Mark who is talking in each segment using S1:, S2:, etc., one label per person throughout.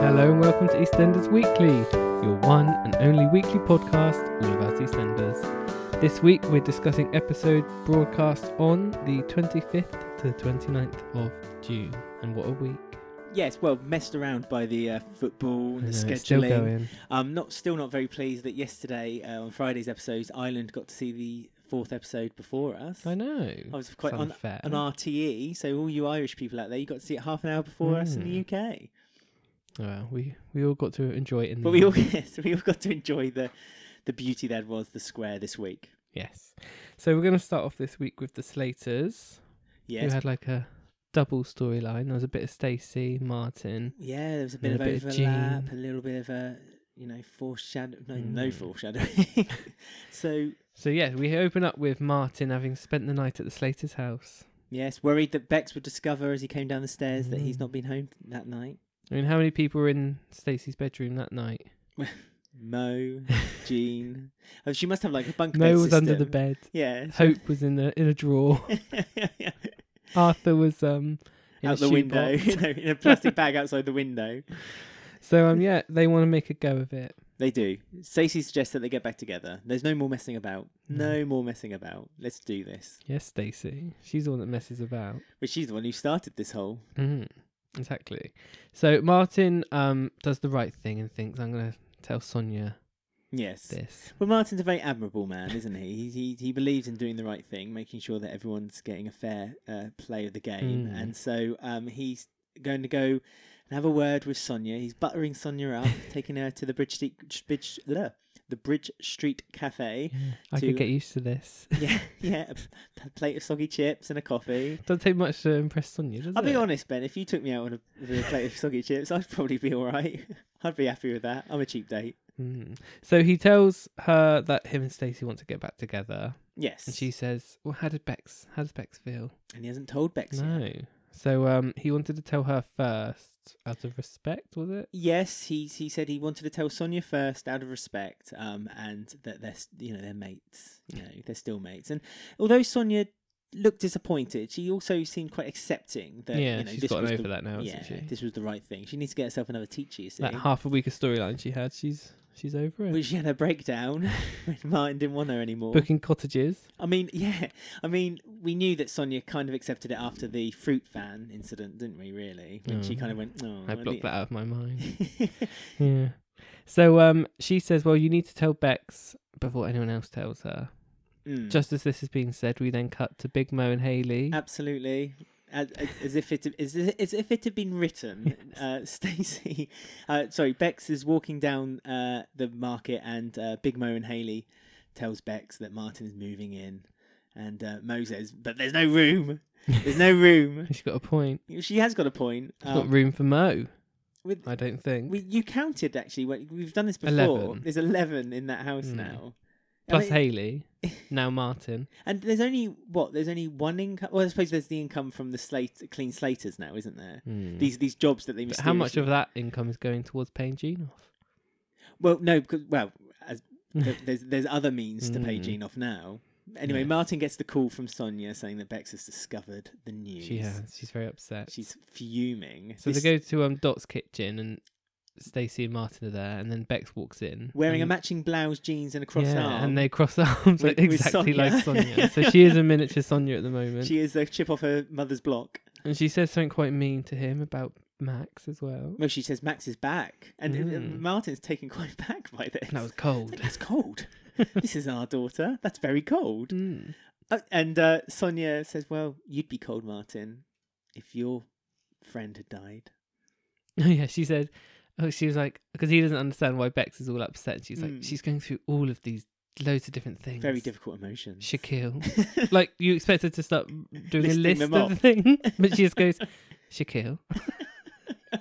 S1: welcome to EastEnders Weekly, your one and only weekly podcast all about EastEnders. This week we're discussing episode broadcast on the 25th to the 29th of June. And what a week.
S2: Yes, well, messed around by the uh, football and the
S1: I know,
S2: scheduling.
S1: it's Still going.
S2: I'm not still not very pleased that yesterday uh, on Friday's episodes, Ireland got to see the fourth episode before us.
S1: I know.
S2: I was quite
S1: It's
S2: on
S1: unfair.
S2: an RTE, so all you Irish people out there, you got to see it half an hour before us in the
S1: Mm.
S2: UK.
S1: Well, we, we all got to enjoy it in
S2: But
S1: the
S2: we all yes, we all got to enjoy the the beauty that was the square this week.
S1: Yes. So we're going to start off this week with the Slaters, who
S2: Yes.
S1: had like a double storyline. There was a bit of Stacey, Martin,
S2: Yeah, there was a bit
S1: And
S2: of
S1: a bit of
S2: overlap,
S1: Jean.
S2: a little bit of a you know foreshadow. No,
S1: Mm.
S2: no foreshadowing. so
S1: So yeah, we open up with Martin having spent the night at the Slater's house.
S2: yes, worried that Bex would discover as he came down the stairs that he's
S1: Mm.
S2: not been home that night.
S1: I mean, how many people were in Stacey's bedroom that night?
S2: Mo, Jean. Oh, she must have like a bunk
S1: Mo
S2: bed
S1: was under the
S2: system.
S1: bed.
S2: Yeah.
S1: Hope was in the in a drawer. Arthur was um in
S2: Out
S1: a
S2: the window,
S1: shoebox.
S2: you know, in a plastic bag outside the window.
S1: So um yeah, they want to make a go of it.
S2: They do. Stacey suggests that they get back together. There's no more messing about.
S1: No.
S2: No, more messing about. Let's do this.
S1: Yes, Stacey. She's the one that messes about.
S2: But she's the one who started this whole.
S1: Mm, exactly. So Martin um does the right thing and thinks I'm gonna tell Sonia
S2: Yes.
S1: this.
S2: Well, Martin's a very admirable man, isn't he? He, he? he believes in doing the right thing, making sure that everyone's getting a fair uh, play of the game.
S1: Mm.
S2: And so um, he's going to go and have a word with Sonia. He's buttering Sonia up, taking her to the Bridge Street, Bridge, bleh, the Bridge Street Cafe.
S1: I
S2: To-
S1: could get used to this.
S2: Yeah, yeah, a p- a plate of soggy chips and a coffee.
S1: Don't take much to impress Sonia, does
S2: I'll
S1: it?
S2: be honest, Ben. If you took me out on a, with a plate of soggy chips, I'd probably be all right. I'd be happy with that. I'm a cheap date.
S1: Mm. So he tells her that him and Stacey want to get back together,
S2: Yes,
S1: and she says, "Well, how did Bex? How does Bex feel?"
S2: and he hasn't told Bex. yet.
S1: No. So um, he wanted to tell her first, out of respect, was it?
S2: Yes, he he said he wanted to tell Sonia first out of respect, um, and that they're s- you know they're mates, you know they're still mates. And although Sonia looked disappointed, she also seemed quite accepting that
S1: yeah,
S2: you know
S1: she's
S2: this
S1: gotten
S2: was
S1: over
S2: the,
S1: that now,
S2: yeah
S1: hasn't she?
S2: this was the right thing. She needs to get herself another teacher. You see,
S1: That half a week of storyline she had, she's she's over it.
S2: when she had a breakdown when Martin didn't want her anymore.
S1: Booking cottages.
S2: I mean, yeah, I mean we knew that Sonia kind of accepted it after the fruit van incident, didn't we? Really, when she
S1: Mm.
S2: kind of went, oh,
S1: I
S2: need-"
S1: blocked that out of my mind. yeah. So um, she says, "Well, you need to tell Bex before anyone else tells her."
S2: Mm.
S1: Just as this is being said, we then cut to Big Mo and Haley.
S2: Absolutely. As, as, as if it as, as if it had been written, uh, Stacey, uh, sorry, Bex is walking down uh, the market, and uh, Big Mo and Haley tells Bex that Martin is moving in, and uh, Mo says, "But there's no room. There's no room."
S1: She's got a point.
S2: she has got a point.
S1: There's not
S2: Um,
S1: room for Mo.
S2: with,
S1: I don't think.
S2: we, you counted actually. when- We've done this before.
S1: 11.
S2: There's eleven Hmm. in that house
S1: Mm.
S2: now. I
S1: Plus
S2: mean-
S1: Haley, now Martin.
S2: And there's only what? There's only one income. Well, I suppose there's the income from the slate, clean slaters now, isn't there? These these jobs that they.
S1: Hmm. But how much of
S2: mysteriously-
S1: that income is going towards paying Gene off?
S2: Well, no, because well, as, th- there's there's other means to pay
S1: Mm.
S2: Jean off now. Anyway,
S1: Yes.
S2: Martin gets the call from Sonia saying that Bex has discovered the news.
S1: She has. She's very upset.
S2: She's fuming.
S1: so
S2: This-
S1: they go to um Dot's kitchen and Stacey and Martin are there, and then Bex walks in
S2: wearing a
S1: and-
S2: matching blouse, jeans, and a cross
S1: yeah,
S2: arm.
S1: and they cross arms like,
S2: With- with
S1: exactly like
S2: Sonia.
S1: Sonia. so she is a miniature Sonia at the moment,
S2: she is a chip off her mother's block.
S1: and she says something quite mean to him about Max as well.
S2: Well, she says Max is back, and uh,
S1: Mm.
S2: Martin's taken quite back by this.
S1: That was
S2: It's
S1: cold.
S2: like, That's cold. this is our daughter. That's very cold.
S1: Mm.
S2: Uh, and uh, Sonia says, "Well, you'd be cold, Martin, if your friend had died."
S1: Oh yeah, she said. Oh, she was like, because he doesn't understand why Bex is all upset. She's like,
S2: Mm.
S1: she's going through all of these loads of different things.
S2: Very difficult emotions.
S1: Shaquille, like you expect her to start doing a
S2: Listing
S1: list
S2: them
S1: of
S2: off.
S1: things, but she just goes, Shaquille.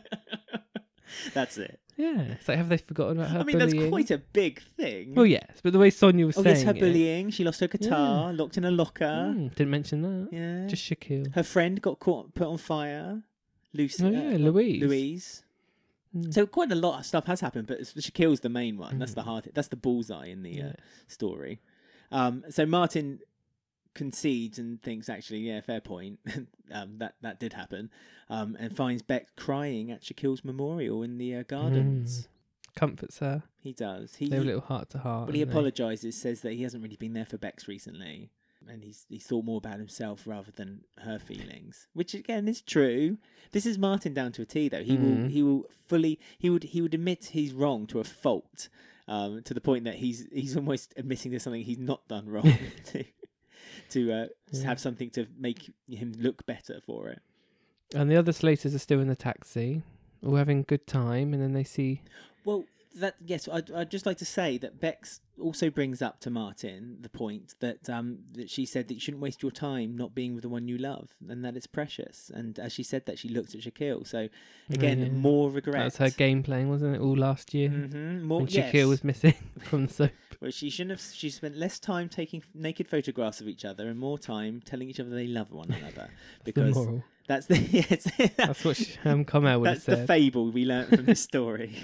S2: That's it.
S1: Yeah, it's like have they forgotten about her
S2: I mean,
S1: bullying?
S2: that's quite a big thing.
S1: Well, yes, but the way Sonia was
S2: oh,
S1: saying
S2: yes, her
S1: it-
S2: bullying. She lost her guitar, locked in a locker.
S1: Mm, didn't mention that.
S2: Yeah.
S1: Just Shaquille.
S2: Her friend got caught, put on fire. Lucy.
S1: Oh yeah,
S2: uh,
S1: Louise.
S2: Louise.
S1: Mm.
S2: So quite a lot of stuff has happened, but it's- Shaquille's the main one. That's the hard. That's the bullseye in the uh,
S1: Yeah.
S2: story. Um, so Martin concedes and thinks actually, yeah, fair point. um, that that did happen, um, and finds Beck crying at Shaquille's memorial in the uh, gardens.
S1: Comforts her.
S2: He does. He
S1: They have a little heart to heart.
S2: well, he
S1: and they-
S2: apologizes, says that he hasn't really been there for Bex recently, and he's he's thought more about himself rather than her feelings, which again is true. This is Martin down to a T, though. He will
S1: Mm.
S2: he will fully he would he would admit he's wrong to a fault, um, to the point that he's he's almost admitting there's something he's not done wrong to to uh,
S1: Yeah.
S2: have something to make him look better for it.
S1: And the other Slaters are still in the taxi, all having a good time, and then they see.
S2: Well, that yes, I'd, I'd just like to say that Bex also brings up to Martin the point that um that she said that you shouldn't waste your time not being with the one you love, and that it's precious. And as she said that, she looked at Shaquille. So again,
S1: Yeah.
S2: more regret.
S1: That's her game playing, wasn't it? All last year.
S2: hmm More
S1: when
S2: yes.
S1: Shaquille was missing from the soap.
S2: Well, she shouldn't have. She spent less time taking f- naked photographs of each other and more time telling each other they love one another.
S1: the
S2: because
S1: moral.
S2: that's the yes,
S1: That's what sh- um, Carmel would have
S2: that's the
S1: said.
S2: fable we learnt from this story.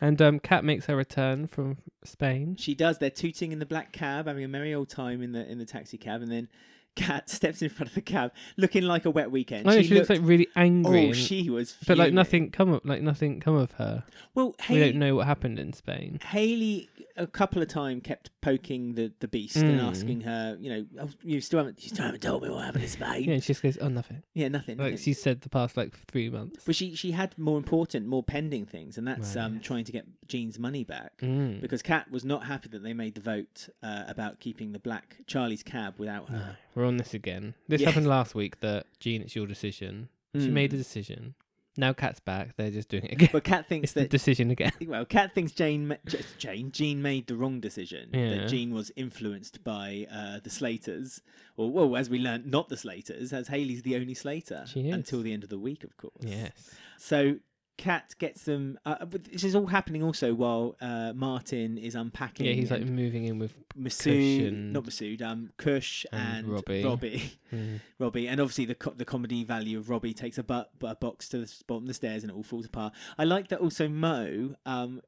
S1: and um, Kat makes her return from Spain.
S2: She does. They're tooting in the black cab, having a merry old time in the in the taxi cab, and then Kat steps in front of the cab, looking like a wet weekend.
S1: I know Oh, she, looks like really angry,
S2: oh,
S1: and-
S2: she was, fuming.
S1: but like nothing come of like nothing come of her.
S2: Well,
S1: We don't
S2: Haley,
S1: know what happened in Spain.
S2: Haley a couple of times kept poking the, the beast and
S1: Mm.
S2: asking her, you know, oh, you still haven't you still haven't told me what happened in Spain.
S1: Yeah,
S2: Yeah,
S1: and she just goes, "Oh, nothing."
S2: nothing.
S1: Like
S2: nothing.
S1: she said the past like three months.
S2: but she she had more important, more pending things, and that's
S1: Right.
S2: um trying to get Jean's money back.
S1: Mm.
S2: Because Kat was not happy that they made the vote uh, about keeping the black Charlie's cab without
S1: No,
S2: her.
S1: we're on this again. This
S2: Yes.
S1: happened last week. That Jean, it's your decision. She
S2: Mm.
S1: made a decision. Now Kat's back. They're just doing it again.
S2: But Kat thinks
S1: it's the
S2: that
S1: decision again.
S2: Well, Kat thinks Jane, ma- J- Jane, Jean made the wrong decision.
S1: Yeah.
S2: That Jean was influenced by uh, the Slaters, or well, as we learned, not the Slaters, as Haley's the only Slater
S1: She is.
S2: until the end of the week, of course.
S1: yes.
S2: So Kat gets them. Uh, but this is all happening also while uh, Martin is unpacking.
S1: Yeah, he's like
S2: and
S1: moving in with.
S2: Masood,
S1: Kush and-
S2: not Masood, um, Kush
S1: and
S2: and,
S1: Robbie.
S2: Robbie.
S1: Mm.
S2: Robbie, and obviously the co- the comedy value of Robbie takes a, bu- bu- a box to the s- bottom of the stairs and it all falls apart. I like that also Mo um,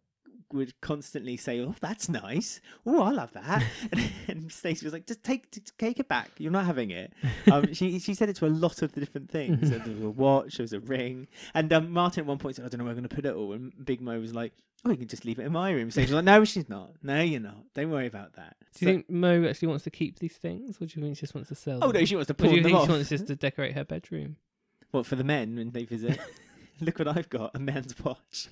S2: would constantly say, "Oh, that's nice. Oh, I love that." and, and Stacey was like, "Just take t- take it back. You're not having it." Um, she she said it to a lot of the different things. there was a watch, there was a ring, and um, Martin at one point said, "I don't know where I'm going to put it all." And Big Mo was like, "Oh, you can just leave it in my room." Stacey was like, "No, she's not. No, you're not. Don't worry about that."
S1: Do you think Mo actually wants to keep these things, or do you think she just wants to sell?
S2: Oh
S1: them?
S2: no, she wants to
S1: Or
S2: pull
S1: do you
S2: them
S1: think
S2: off.
S1: she wants just to decorate her bedroom?
S2: What for the men when they visit? Look what I've got—a man's watch.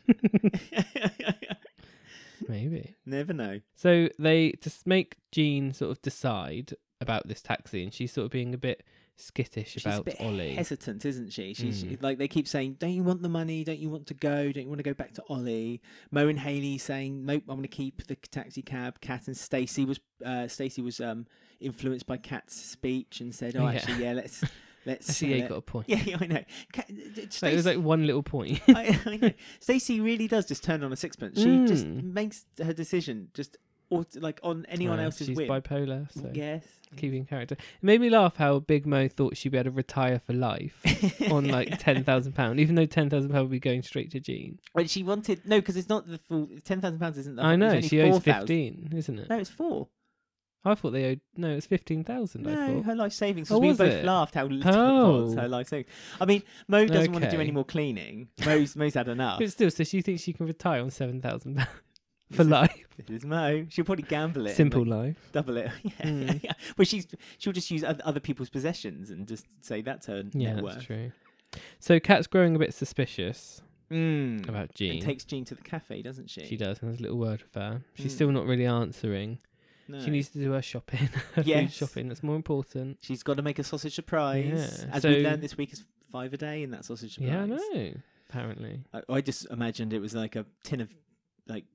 S1: Maybe.
S2: Never know.
S1: So they just make Jean sort of decide about this taxi, and she's sort of being a bit skittish
S2: She's
S1: about
S2: a bit
S1: Ollie.
S2: hesitant, isn't she? She's
S1: Mm.
S2: like they keep saying, "Don't you want the money? Don't you want to go? Don't you want to go back to Ollie?" Mo and Haley saying, "Nope, I want to keep the taxi cab." Kat and Stacey was uh, Stacey was um, influenced by Kat's speech and said, "Oh,
S1: Yeah.
S2: actually, yeah, let's let's."
S1: Actually, yeah,
S2: uh,
S1: you got a point.
S2: yeah, yeah, I know. Kat,
S1: Like, it was
S2: Stacey-
S1: like one little point.
S2: I, I know. Stacey really does just turn on a sixpence. She just
S1: Mm.
S2: makes her decision just aut- like on anyone
S1: Well,
S2: else's
S1: She's
S2: whim.
S1: bipolar, so
S2: Yes.
S1: keeping character. It made me laugh how Big Mo thought she'd be able to retire for life on like ten thousand pound, even though ten thousand pound would be going straight to Jean.
S2: But she wanted no, because it's not the full ten thousand pounds. Isn't the
S1: I
S2: it's
S1: know
S2: only
S1: she owes
S2: 4,000.
S1: fifteen, isn't it?
S2: No, it's four.
S1: I thought they owed no, it's fifteen thousand. I
S2: No,
S1: thought.
S2: her life savings.
S1: Oh,
S2: Because we
S1: was
S2: both
S1: it?
S2: laughed how little it was
S1: Oh.
S2: her life savings. I mean, Mo doesn't want to do
S1: Okay.
S2: any more cleaning. Mo's Mo's had enough.
S1: But still, so she thinks she can retire on seven thousand pound for life,
S2: This is Mo. She'll probably gamble it. and,
S1: simple
S2: like,
S1: life.
S2: double it. yeah, yeah,
S1: Mm.
S2: yeah. Well, she's she'll just use oth- other people's possessions and just say that's her
S1: Yeah,
S2: net
S1: that's
S2: worth.
S1: true. So Kat's growing a bit suspicious
S2: Mm.
S1: about
S2: And
S1: Jean.
S2: takes Jean to the cafe, doesn't she?
S1: she does, and has a little word with her. She's
S2: Mm.
S1: still not really answering.
S2: No.
S1: She needs to do her shopping, her food
S2: Yes.
S1: shopping. That's more important.
S2: She's got to make a sausage surprise.
S1: Yeah,
S2: As
S1: so-
S2: we learned this week, is five a day in that sausage surprise.
S1: Yeah, I know. Apparently,
S2: I, I just imagined it was like a tin of like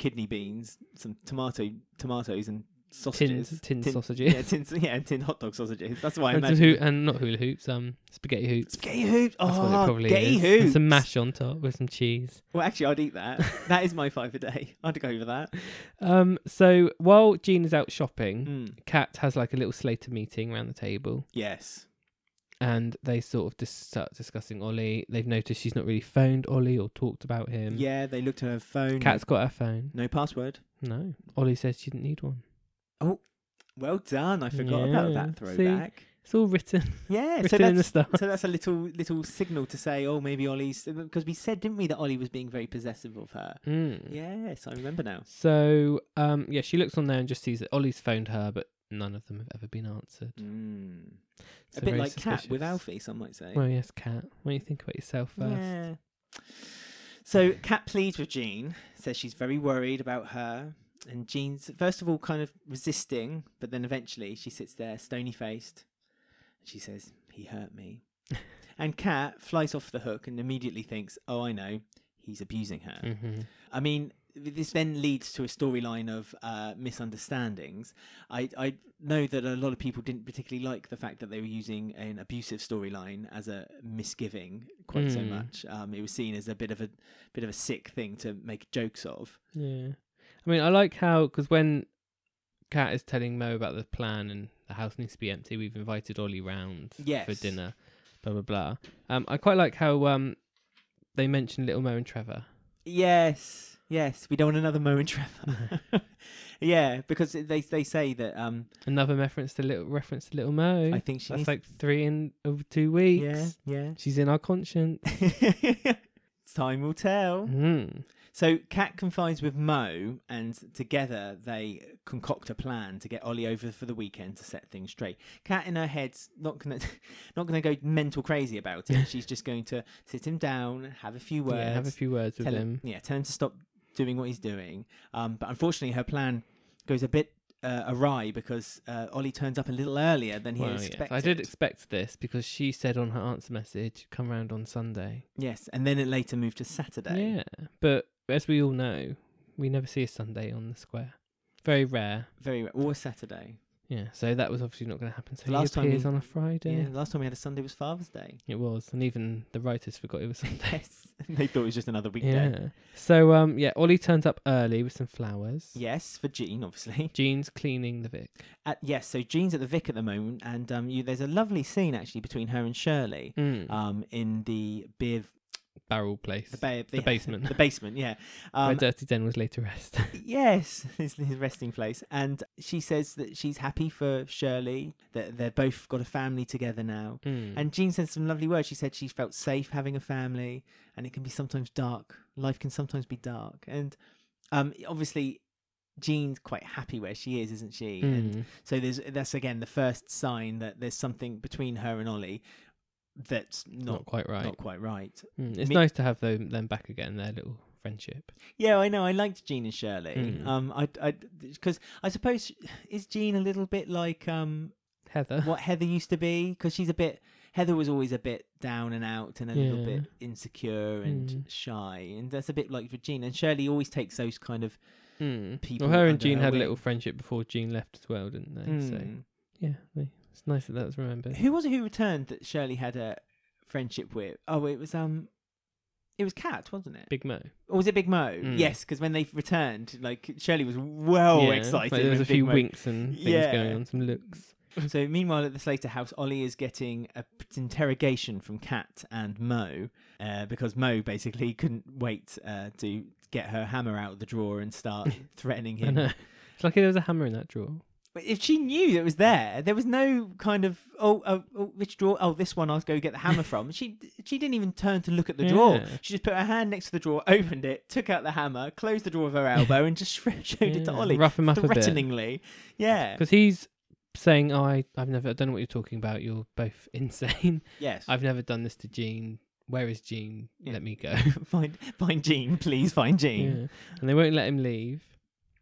S2: kidney beans, some tomato tomatoes, and
S1: tin
S2: sausages.
S1: tin
S2: Tin-
S1: sausages.
S2: Yeah, tin, yeah, tin hot dog sausages. That's why I
S1: and some
S2: imagined.
S1: hoo- and not hula hoops, um, spaghetti hoops.
S2: Spaghetti hoops.
S1: That's what
S2: Oh,
S1: it probably
S2: spaghetti
S1: is.
S2: hoops.
S1: And some mash on top with some cheese.
S2: Well, actually, I'd eat that. that is my five a day. I'd go for that.
S1: Um, so while Jean is out shopping,
S2: Mm.
S1: Kat has like a little Slater meeting around the table,
S2: Yes.
S1: and they sort of just start discussing Ollie. They've noticed she's not really phoned Ollie or talked about him.
S2: Yeah, Mm. they looked at her phone.
S1: Kat's got her phone.
S2: no password.
S1: No, Ollie says she didn't need one.
S2: Well done. I forgot about
S1: Yeah,
S2: that
S1: see?
S2: throwback.
S1: It's all written,
S2: yeah, so
S1: written in the
S2: that's,
S1: stars.
S2: so that's a little little signal to say, oh, maybe Ollie's because we said, didn't we, that Ollie was being very possessive of her.
S1: Mm.
S2: Yes, I remember now.
S1: So, um, yeah, she looks on there and just sees that Ollie's phoned her, but none of them have ever been answered.
S2: Mm.
S1: So
S2: A bit
S1: very
S2: like Cat with
S1: suspicious.
S2: Alfie, some might say.
S1: Well, yes, Cat. When you think about yourself first.
S2: Yeah. So Kat pleads with Jean, says she's very worried about her, and Jean's first of all kind of resisting, but then eventually she sits there stony faced, and she says, "He hurt me." and Kat flies off the hook and immediately thinks, "Oh, I know, he's abusing her."
S1: hmm
S2: I mean, this then leads to a storyline of uh, misunderstandings. I, I know that a lot of people didn't particularly like the fact that they were using an abusive storyline as a misgiving quite so
S1: Mm.
S2: much. Um, it was seen as a bit of a bit of a sick thing to make jokes of.
S1: Yeah. I mean, I like how, because when Kat is telling Mo about the plan and the house needs to be empty, we've invited Ollie round for
S2: Yes.
S1: dinner, blah, blah, blah. Um, I quite like how um, they mention Little Mo and Trevor.
S2: Yes, yes, we don't want another Mo and Trevor. yeah, because they they say that um,
S1: Another reference to Little, reference to little Mo.
S2: I think she
S1: That's
S2: needs
S1: like three in over two weeks.
S2: yeah yeah.
S1: She's in our conscience.
S2: Time will tell.
S1: Mm.
S2: So Kat confides with Mo, and together they concoct a plan to get Ollie over for the weekend to set things straight. Kat, in her head's not gonna, not gonna go mental crazy about it. She's just going to sit him down, have a few words,
S1: Yeah, have a few words with
S2: tell
S1: him.
S2: yeah, tell him to stop doing what he's doing. Um, but unfortunately, her plan goes a bit uh, awry because uh, Ollie turns up a little earlier than he
S1: Well, yes,
S2: expected.
S1: I did expect this because she said on her answer message, "Come round on Sunday."
S2: yes, and then it later moved to Saturday.
S1: Yeah, but as we all know, we never see a Sunday on the square. Very rare.
S2: Very or Saturday.
S1: Yeah, so that was obviously not going to happen. So
S2: The last
S1: he
S2: time
S1: appears
S2: we-
S1: on a Friday.
S2: yeah, last time we had a Sunday was Father's Day.
S1: It was, and even the writers forgot it was Sunday.
S2: Yes. they thought it was just another weekday.
S1: yeah. So um, yeah, Ollie turns up early with some flowers.
S2: Yes, for Jean, obviously.
S1: Jean's cleaning the Vic.
S2: At, yes, so Jean's at the Vic at the moment, and um, you, there's a lovely scene actually between her and Shirley
S1: Mm.
S2: um, in the beer,
S1: Barrel place.
S2: the, ba-
S1: The basement.
S2: the basement, yeah.
S1: Where
S2: Um,
S1: Dirty Den was laid to rest.
S2: yes, it's his resting place. And she says that she's happy for Shirley, that they've both got a family together now.
S1: Mm.
S2: And Jean said some lovely words. She said she felt safe having a family, and it can be sometimes dark. Life can sometimes be dark, and um, obviously, Jean's quite happy where she is, isn't she? And
S1: Mm.
S2: so there's that's again the first sign that there's something between her and Ollie that's
S1: not,
S2: not
S1: quite right.
S2: not quite right.
S1: Mm, It's
S2: Me-
S1: nice to have them, them back again, their little friendship.
S2: Yeah, I know. I liked Jean and Shirley.
S1: Mm.
S2: Um, I, I, because I suppose is Jean a little bit like um
S1: Heather.
S2: what Heather used to be because she's a bit. Heather was always a bit down and out and a little
S1: Yeah.
S2: bit insecure and
S1: Mm.
S2: shy, and that's a bit like Regina. And Shirley always takes those kind of.
S1: Mm.
S2: people
S1: Well, her and
S2: under
S1: Jean
S2: her
S1: had a
S2: wing.
S1: little friendship before Jean left as well, didn't they? So
S2: Mm.
S1: yeah, they, it's nice that that was remembered.
S2: Who was it who returned that Shirley had a friendship with? Oh, it was um, it was Cat, wasn't it?
S1: Big Mo.
S2: or was it Big Mo? Yes,
S1: Mm.
S2: 'cause Yes, because when they returned, like Shirley was well
S1: Yeah,
S2: excited.
S1: Like, there was
S2: when
S1: a
S2: Oh, Big
S1: few
S2: Mo-
S1: winks and things
S2: Yeah.
S1: going on, some looks.
S2: So meanwhile, at the Slater house, Ollie is getting a p- interrogation from Kat and Mo uh, because Mo basically couldn't wait uh, to get her hammer out of the drawer and start threatening
S1: I
S2: him.
S1: know. It's lucky there was a hammer in that drawer.
S2: But if she knew it was there, there was no kind of oh, oh, oh which drawer? Oh, this one. I'll go get the hammer from. She she didn't even turn to look at the drawer.
S1: Yeah.
S2: She just put her hand next to the drawer, opened it, took out the hammer, closed the drawer with her elbow, and just showed it to
S1: Yeah,
S2: Ollie
S1: rough him up a bit.
S2: threateningly. Yeah.
S1: Because he's saying, oh, I, I've never, I don't know what you're talking about. You're both insane.
S2: Yes.
S1: I've never done this to Jean. Where is Jean?
S2: Yeah.
S1: Let me go.
S2: find find Jean, please find Jean.
S1: Yeah. And they won't let him leave.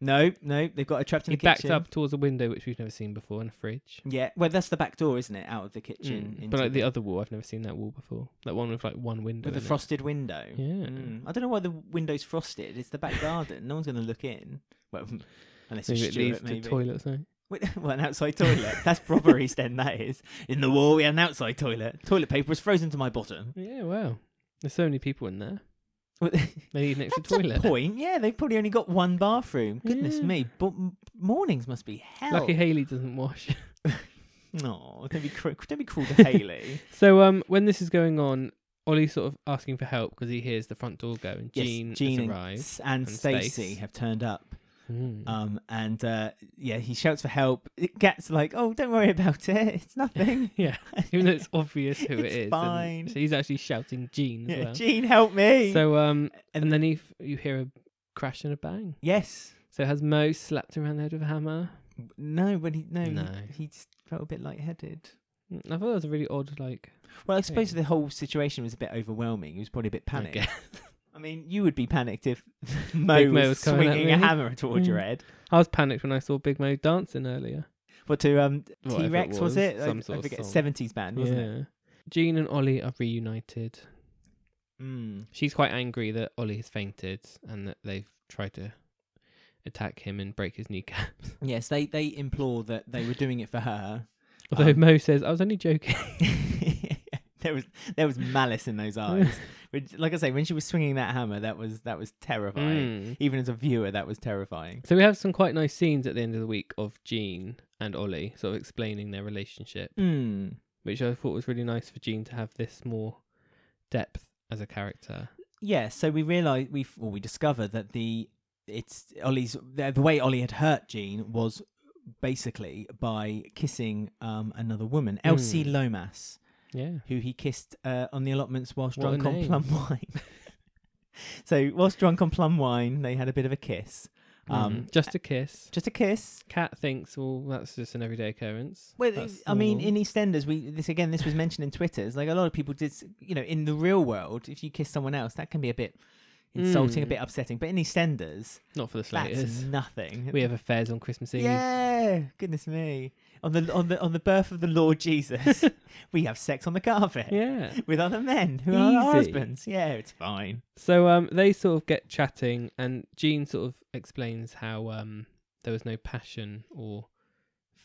S2: No, no, they've got her trapped in
S1: He
S2: the kitchen.
S1: backed up towards a window, which we've never seen before, and a fridge.
S2: Yeah, well, that's the back door, isn't it? Out of the kitchen,
S1: Mm.
S2: into
S1: But like the other wall, I've never seen that wall before. That one with like one window.
S2: with a
S1: in it.
S2: frosted window.
S1: Yeah.
S2: Mm. I don't know why the window's frosted. It's the back garden. No one's going to look in. Well, unless
S1: Maybe
S2: it's
S1: it
S2: Stuart,
S1: leaves
S2: maybe.
S1: the toilet or something.
S2: Wait, well, an outside toilet. That's robbery, then. That is in the wall. We had an outside toilet. Toilet paper was frozen to my bottom.
S1: Yeah, wow. There's so many people in there.
S2: Well,
S1: They need an extra
S2: That's a
S1: toilet.
S2: point. Yeah, they've probably only got one bathroom. Goodness
S1: Yeah.
S2: me, but m- mornings must be hell.
S1: Lucky Haley doesn't wash.
S2: No, don't be cru- don't be cruel to Haley.
S1: so um, when this is going on, Ollie's sort of asking for help because he hears the front door go and
S2: Yes,
S1: Jean,
S2: Jean
S1: has
S2: and,
S1: arrived.
S2: S-
S1: and
S2: and
S1: Stace.
S2: Stacey have turned up.
S1: Mm.
S2: Um, and uh, yeah, he shouts for help. It gets like, oh, don't worry about it. It's nothing.
S1: yeah, even though it's obvious who it
S2: It's
S1: is. and
S2: fine.
S1: So he's actually shouting Gene as
S2: Yeah,
S1: well.
S2: Gene, help me.
S1: So um, and then he f- you hear a crash and a bang.
S2: yes.
S1: So has Mo slapped him around the head with a hammer?
S2: No, when he no, he-
S1: No.
S2: He, just felt a bit lightheaded.
S1: Mm, I thought that was a really odd like.
S2: Well, I suppose the whole situation was a bit overwhelming. He was probably a bit panicked.
S1: I,
S2: I,
S1: guess.
S2: mean, you would be panicked if Mo,
S1: Big Mo
S2: was,
S1: was coming at
S2: swinging a
S1: me.
S2: hammer towards your
S1: Mm.
S2: head.
S1: I was panicked when I saw Big Mo dancing earlier.
S2: What to um
S1: Whatever
S2: T
S1: it
S2: Rex was,
S1: was,
S2: it? I-
S1: some
S2: I,
S1: sort of
S2: forget.
S1: song.
S2: Seventies band, wasn't it?
S1: yeah. Jean and Ollie are reunited.
S2: Mm.
S1: She's quite angry that Ollie has fainted and that they've tried to attack him and break his kneecaps.
S2: Yes, they they implore that they were doing it for her.
S1: Although
S2: Um,
S1: Mo says, I was only joking.
S2: there was there was malice in those eyes. Which, like I say, when she was swinging that hammer, that was that was terrifying.
S1: Mm.
S2: Even as a viewer, that was terrifying.
S1: So we have some quite nice scenes at the end of the week of Jean and Ollie sort of explaining their relationship,
S2: Mm.
S1: which I thought was really nice for Jean to have this more depth as a character.
S2: Yeah, so we realize we well, we discover that the it's Ollie's the, the way Ollie had hurt Jean was basically by kissing um another woman, Elsie
S1: Mm.
S2: Lomas,
S1: Yeah.
S2: who he kissed uh, on the allotments whilst
S1: What a
S2: drunk on
S1: name.
S2: plum wine. so whilst drunk on plum wine, they had a bit of a kiss, um,
S1: Mm. Just a kiss.
S2: just a kiss.
S1: Cat thinks, well, that's just an everyday occurrence.
S2: Well,
S1: That's
S2: I mean,
S1: normal."
S2: in EastEnders, we this again. This was mentioned in Twitter. It's like a lot of people did. s- You know, in the real world, if you kiss someone else, that can be a bit insulting, a
S1: Mm.
S2: bit upsetting. But in EastEnders,
S1: Not for the
S2: that's
S1: Slaters.
S2: nothing.
S1: We have affairs on Christmas Eve.
S2: yeah, goodness me. On the on the on the birth of the Lord Jesus, we have sex on the carpet
S1: Yeah.
S2: with other men who are our
S1: Easy.
S2: husbands. Yeah, it's fine.
S1: So um, they sort of get chatting, and Jean sort of explains how um, there was no passion or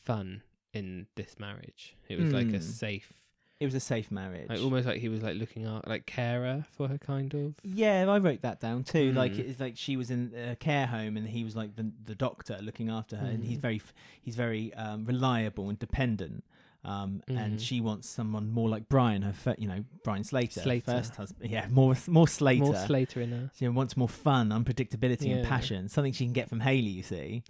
S1: fun in this marriage. It was like a
S2: Mm.
S1: safe,
S2: It was a safe marriage.
S1: like, almost like he was like looking out, like carer for her, kind of.
S2: Yeah, I wrote that down too. Like
S1: Mm.
S2: it's like she was in a care home and he was like the the doctor looking after her, and he's
S1: Mm.
S2: very f- he's very um, reliable and dependent. Um,
S1: Mhm.
S2: And she wants someone more like Brian, her fir- you know Brian Slater, her
S1: Slater.
S2: first husband. Yeah, more more Slater.
S1: More Slater in her.
S2: she wants more fun, unpredictability, and
S1: Yeah.
S2: passion. Something she can get from Haley, you see.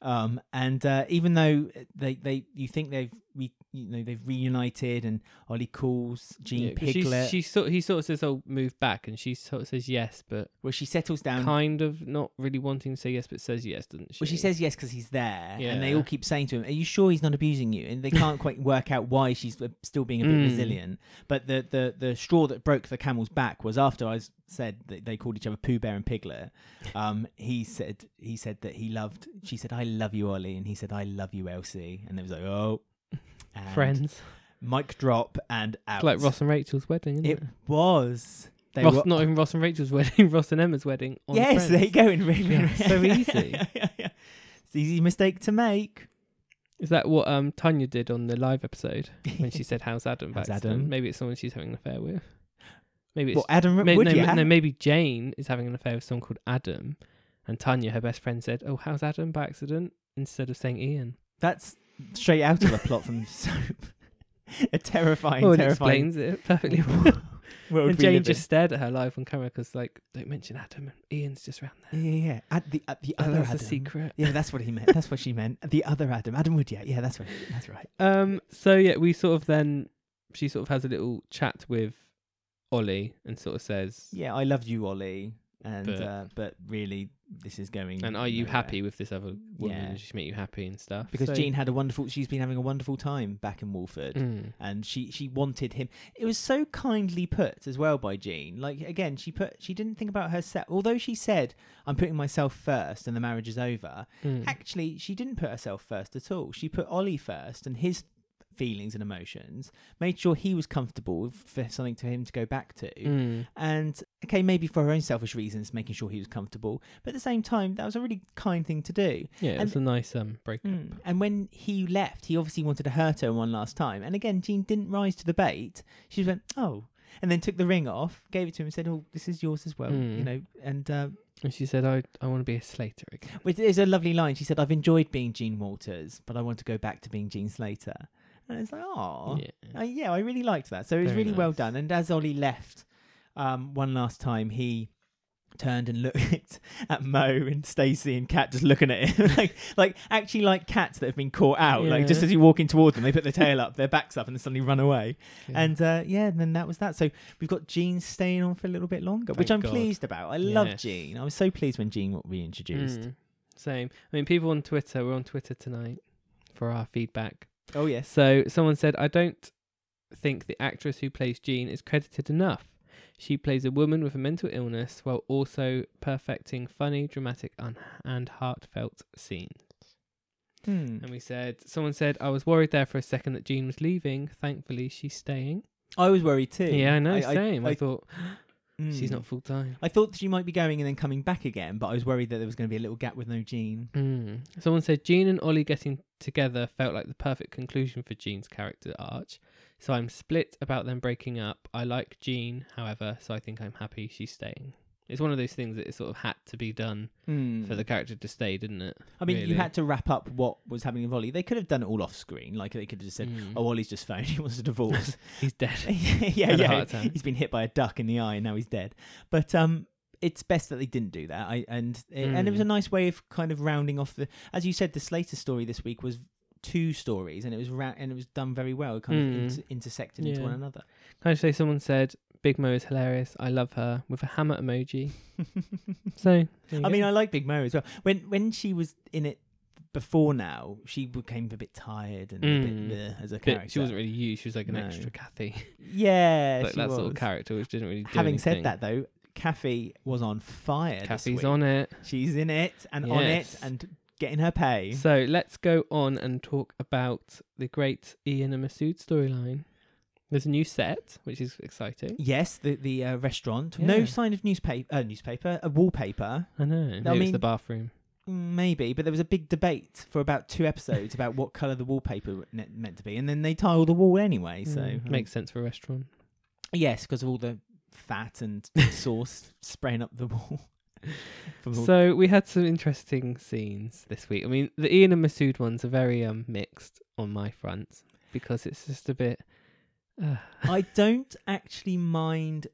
S2: um, and uh, even though they they you think they've re- you know they've reunited, and Ollie calls Jean
S1: Yeah, 'cause she's-
S2: Piglet.
S1: She sort, he sort of says, "Oh, move back," and she sort of says yes, but
S2: well, she settles down.
S1: kind of not really wanting to say yes, but says yes, doesn't she?
S2: Well, she says yes because he's there, and they
S1: Yeah.
S2: all keep saying to him, "Are you sure he's not abusing you?" And they can't quite work out why she's uh, still being a bit
S1: Mm.
S2: resilient. But the, the the straw that broke the camel's back was after I s- said that they called each other Pooh Bear and Piglet. Um, he said he said that he loved. She said, "I love you, Ollie," and he said, "I love you, Elsie." And they was like, "Oh, and
S1: friends.
S2: mic drop and out."
S1: It's like Ross and Rachel's wedding, isn't
S2: It
S1: it?
S2: was. They
S1: Ross,
S2: were-
S1: not even Ross and Rachel's wedding, Ross and Emma's wedding. On
S2: yes,
S1: Friends.
S2: there you go. In real-
S1: Yeah, so easy.
S2: yeah, yeah, yeah. It's an easy mistake to make.
S1: Is that what um Tanya did on the live episode when she said, "How's Adam?"
S2: How's
S1: Baxter?
S2: Adam?
S1: Maybe it's someone she's having an affair with. Maybe it's
S2: Well, Adam
S1: may- no,
S2: Woodyack.
S1: ma- no, maybe Jane is having an affair with someone called Adam, and Tanya, her best friend, said, "Oh, how's Adam by accident?" instead of saying Ian.
S2: That's straight out of a plot from Soap. a terrifying,
S1: oh, it
S2: terrifying
S1: explains it perfectly.
S2: world
S1: and
S2: we
S1: Jane
S2: live in.
S1: just stared at her live on camera because, like, don't mention Adam. and Ian's just round there.
S2: Yeah, yeah, yeah. At the, at the
S1: Oh,
S2: other
S1: that's
S2: Adam.
S1: a secret.
S2: Yeah, that's what he meant. That's what she meant. The other Adam. Adam Woodyack. Yeah, that's right. That's right.
S1: Um. So yeah, we sort of then she sort of has a little chat with Ollie and sort of says,
S2: Yeah, I loved you, Ollie. And
S1: But-
S2: but, uh, but really, this is going.
S1: And are you
S2: nowhere.
S1: happy with this other woman?
S2: Yeah.
S1: Does she make you happy and stuff?
S2: Because
S1: So-
S2: Jean had a wonderful. She's been having a wonderful time back in Walford.
S1: Mm.
S2: and she she wanted him it was so kindly put as well by jean like again she put she didn't think about herself although she said i'm putting myself first and the marriage is over
S1: Mm.
S2: actually she didn't put herself first at all she put ollie first and his feelings and emotions made sure he was comfortable with- for something to him to go back to
S1: Mm.
S2: and okay maybe for her own selfish reasons making sure he was comfortable but at the same time that was a really kind thing to do
S1: Yeah, it
S2: And-
S1: was a nice um breakup.
S2: Mm. And when he left, he obviously wanted to hurt her one last time. And again, Jean didn't rise to the bait. She went, oh, and then took the ring off, gave it to him, and said, oh, this is yours as well,
S1: Mm.
S2: you know. And uh,
S1: And she said, "I I want to be a Slater again."
S2: which is a lovely line. She said, I've enjoyed being Jean Walters, but I want to go back to being Jean Slater. And it's like, oh, yeah,
S1: Yeah.
S2: I, yeah, I really liked that. So it was
S1: Very
S2: really well
S1: nice.
S2: done. And as Ollie left um, one last time, he turned and looked at Mo and Stacey and Kat just looking at him like like actually like cats that have been caught out like just
S1: Yeah.
S2: as you're walking towards them they put their tail up their backs up and then suddenly run away
S1: Yeah.
S2: and uh, yeah and then that was that so we've got Jean staying on for a little bit longer which
S1: Thank
S2: I'm
S1: God.
S2: pleased about I love
S1: Yes.
S2: Jean I was so pleased when Jean got reintroduced
S1: Mm. Same. I mean, people on Twitter, we're on Twitter tonight for our feedback.
S2: oh yes
S1: So someone said, I don't think the actress who plays Jean is credited enough. She plays a woman with a mental illness while also perfecting funny, dramatic, un- and heartfelt scenes.
S2: Hmm.
S1: And we said, someone said, I was worried there for a second that Jean was leaving. Thankfully, she's staying.
S2: I was worried too
S1: Yeah, I know.
S2: I- I-
S1: same. I,
S2: I-
S1: thought she's
S2: Hmm.
S1: not full time.
S2: I thought she might be going and then coming back again but I was worried that there was going to be a little gap with no Jean
S1: Mm. Someone said Jean and Ollie getting together felt like the perfect conclusion for Jean's character arch. So I'm split about them breaking up. I like Jean, however, so I think I'm happy she's staying. It's one of those things that it sort of had to be done
S2: Hmm.
S1: for the character to stay, didn't it?
S2: I mean,
S1: really.
S2: you had to wrap up what was happening with Ollie. They could have done it all off screen. Like they could have just said,
S1: Mm.
S2: "Oh, Ollie's just phoned. He wants a divorce."
S1: He's dead.
S2: yeah,
S1: Had a
S2: yeah.
S1: heart attack.
S2: He's been hit by a duck in the eye, and now he's dead. But um, it's best that they didn't do that. I and eh, and it was
S1: Mm.
S2: a nice way of kind of rounding off the. As you said, the Slater story this week was two stories, and it was ra- and it was done very well, kind of
S1: Mm.
S2: inter- intersected into
S1: Yeah.
S2: one another.
S1: Can I just say someone said Big Mo is hilarious. I love her with a hammer emoji. So there you
S2: I mean,
S1: go.
S2: I like Big Mo as well. When when she was in it before now, she became a bit tired and a bit
S1: Mm.
S2: bleh as a character.
S1: But she wasn't really you. She was like an
S2: No.
S1: extra Kathy,
S2: Yeah,
S1: like
S2: she
S1: that
S2: was.
S1: sort of character, which didn't really. Do
S2: Having
S1: anything.
S2: said that, though, Kathy was on fire. this
S1: Kathy's
S2: week.
S1: on it.
S2: She's in it and on it
S1: Yes.
S2: and getting her pay.
S1: So let's go on and talk about the great Ian and Masood storyline. There's a new set, which is exciting.
S2: Yes, the the uh, restaurant.
S1: Yeah.
S2: No sign of newspaper. Uh, newspaper. A wallpaper.
S1: I know. Maybe it's the
S2: mean-
S1: bathroom.
S2: Maybe, but there was a big debate for about two episodes about what colour the wallpaper ne- meant to be, and then they tiled the wall anyway. So
S1: Mm,
S2: um,
S1: makes sense for a restaurant.
S2: Yes, because of all the fat and sauce spraying up the wall. From all-
S1: So we had some interesting scenes this week. I mean, the Ian and Masood ones are very um mixed on my front because it's just a bit. Uh,
S2: I don't actually mind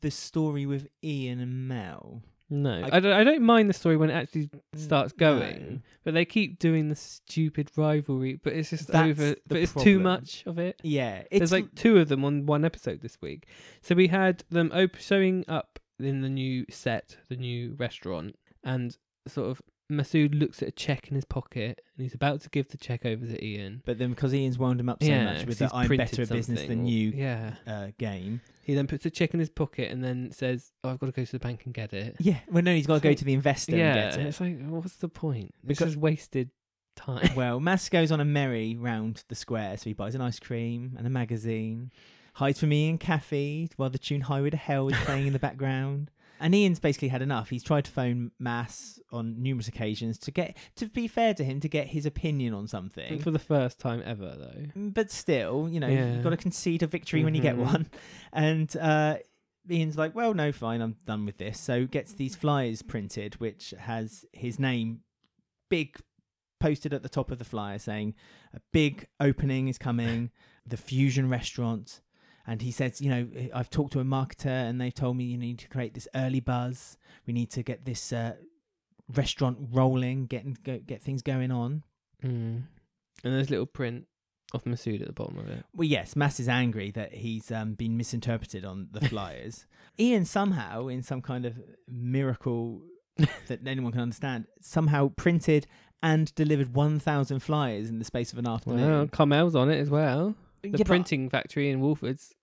S2: the story with Ian and Mel.
S1: no,
S2: I- Mm,
S1: I, don't. I don't mind the story when it actually starts going,
S2: No.
S1: but they keep doing the stupid rivalry. But it's just
S2: That's
S1: over.
S2: the
S1: But it's too
S2: problem.
S1: much of it.
S2: Yeah,
S1: There's like two of them on one episode this week. So we had them op- showing up in the new set, the new restaurant, and sort of Masood looks at a check in his pocket and he's about to give the check over to Ian.
S2: but then because Ian's wound him up so much
S1: 'cause
S2: with
S1: he's
S2: the "I'm
S1: printed
S2: better at business
S1: something
S2: than
S1: or-
S2: you"
S1: Yeah.
S2: uh, game.
S1: He then puts a check in his pocket and then says, "Oh, I've got to go to the bank and get it."
S2: Yeah, well, no, he's got to go
S1: It's
S2: to the investor
S1: yeah.
S2: and get
S1: It's like, what's the point? This
S2: Because-
S1: is wasted time.
S2: it. Well, Mass goes on a merry round the square, so he buys an ice cream and a magazine, hides from Ian Caffey while the tune Highway to Hell is playing in the background. And Ian's basically had enough. He's tried to phone Mass on numerous occasions to get, to be fair to him, to get his opinion on something.
S1: For the first time ever, though.
S2: but still, you know,
S1: Yeah.
S2: you've got to concede a victory when you get
S1: Mhm.
S2: one. And uh, Ian's like, well, no, fine, I'm done with this. So gets these flyers printed, which has his name big posted at the top of the flyer saying, a big opening is coming, the Fusion Restaurant. And he says, you know, eh, I've talked to a marketer and they've told me you need to create this early buzz. We need to get this uh, restaurant rolling, get, go, get things going on. Hmm.
S1: Mm. And there's a little print of Masood at the bottom of it.
S2: Well, yes, Mass is angry that he's um, been misinterpreted on the flyers. Ian somehow, in some kind of miracle that anyone can understand, somehow printed and delivered 1,000 flyers in the space of an
S1: Well,
S2: afternoon.
S1: Carmel's on it as well.
S2: Yeah,
S1: The
S2: but-
S1: printing factory in Wolford's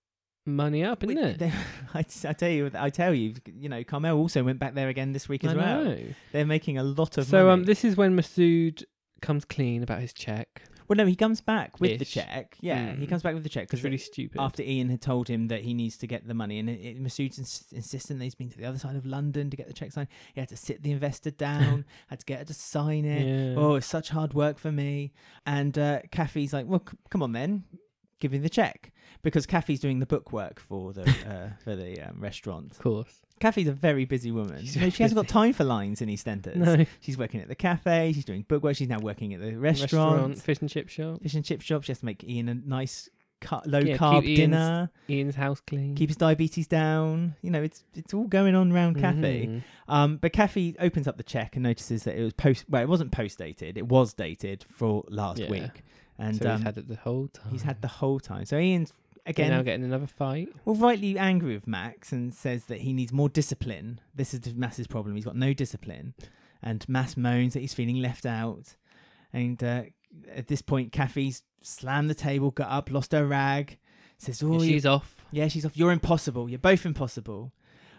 S1: money up, isn't
S2: we-
S1: it?
S2: they- I, I tell you, I tell you, you know, Carmel also went back there again this week as
S1: I
S2: well.
S1: know.
S2: They're making a lot of
S1: So
S2: money.
S1: um, this is when Masood comes clean about his check.
S2: well, no, he comes back with the
S1: Ish.
S2: check. Yeah, he
S1: Mm.
S2: comes back with the check
S1: It's
S2: because
S1: really stupid.
S2: after Ian had told him that he needs to get the money, and it, it, Masood's ins- insistent that he's been to the other side of London to get the check signed. He had to sit the investor down, had to get her to sign it.
S1: yeah.
S2: Oh, it's such hard work for me. And uh, Kathy's like, well, c- come on then, give me the check because Kathy's doing the book work for the uh, for the um, restaurant.
S1: of course.
S2: Kathy's a very busy woman.
S1: She's
S2: You know,
S1: very
S2: she hasn't got
S1: busy.
S2: time for lines in EastEnders.
S1: No
S2: She's working at the cafe. She's doing book work. She's now working at the restaurant
S1: fish and chip shop.
S2: fish and chip shop. She has to make Ian a nice ca- low
S1: Yeah, keep
S2: carb
S1: Ian's-
S2: dinner,
S1: Ian's house clean.
S2: keep his diabetes down. You know, it's it's all going on round Kathy.
S1: Mhm.
S2: Um, but Kathy opens up the check and notices that it was post. Well, it wasn't post dated. It was dated for last
S1: Yeah.
S2: week, and
S1: so
S2: um,
S1: he's had it the whole time.
S2: he's had the whole time. So Ian's
S1: They're
S2: again
S1: now getting another fight.
S2: well, rightly angry with Max and says that he needs more discipline. This is Mass's problem. He's got no discipline. And Mass moans that he's feeling left out. And uh, at this point, Kathy's slammed the table, got up, lost her rag, says, Oh,
S1: And
S2: you-
S1: she's off.
S2: yeah, she's off. You're impossible. You're both impossible.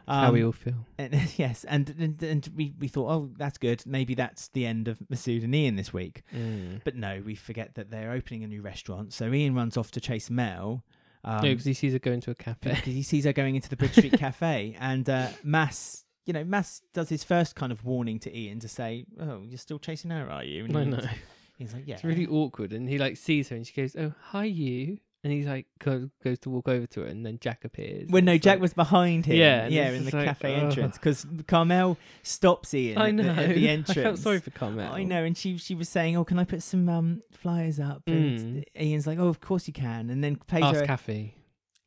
S1: How
S2: Um,
S1: we all feel.
S2: and, yes, and, and, and we, we thought, oh, that's good. Maybe that's the end of Masood and Ian this week.
S1: Mm.
S2: But no, we forget that they're opening a new restaurant. So Ian runs off to chase Mel. Um,
S1: no, because he sees her going to a cafe.
S2: because he sees her going into the Bridge Street Cafe, and uh, Mass, you know, Mass does his first kind of warning to Ian to say, "Oh, you're still chasing her, are you?"
S1: I
S2: Ian's-
S1: know.
S2: He's like, "Yeah."
S1: It's really awkward, and he like sees her, and she goes, "Oh, hi, you." And he's like go- goes to walk over to her, and then Jack appears.
S2: Well,
S1: and
S2: no,
S1: it's
S2: Jack
S1: like-
S2: was behind him.
S1: Yeah, and
S2: yeah,
S1: it's
S2: in the
S1: just like,
S2: cafe
S1: ugh.
S2: entrance because Carmel stops Ian.
S1: I know.
S2: At the, at the entrance.
S1: I felt sorry for Carmel.
S2: I know, and she she was saying, "Oh, can I put some um, flyers up?" And Ian's like, "Oh, of course you can." And then pays
S1: Hmm. Ask
S2: her,
S1: Kathy.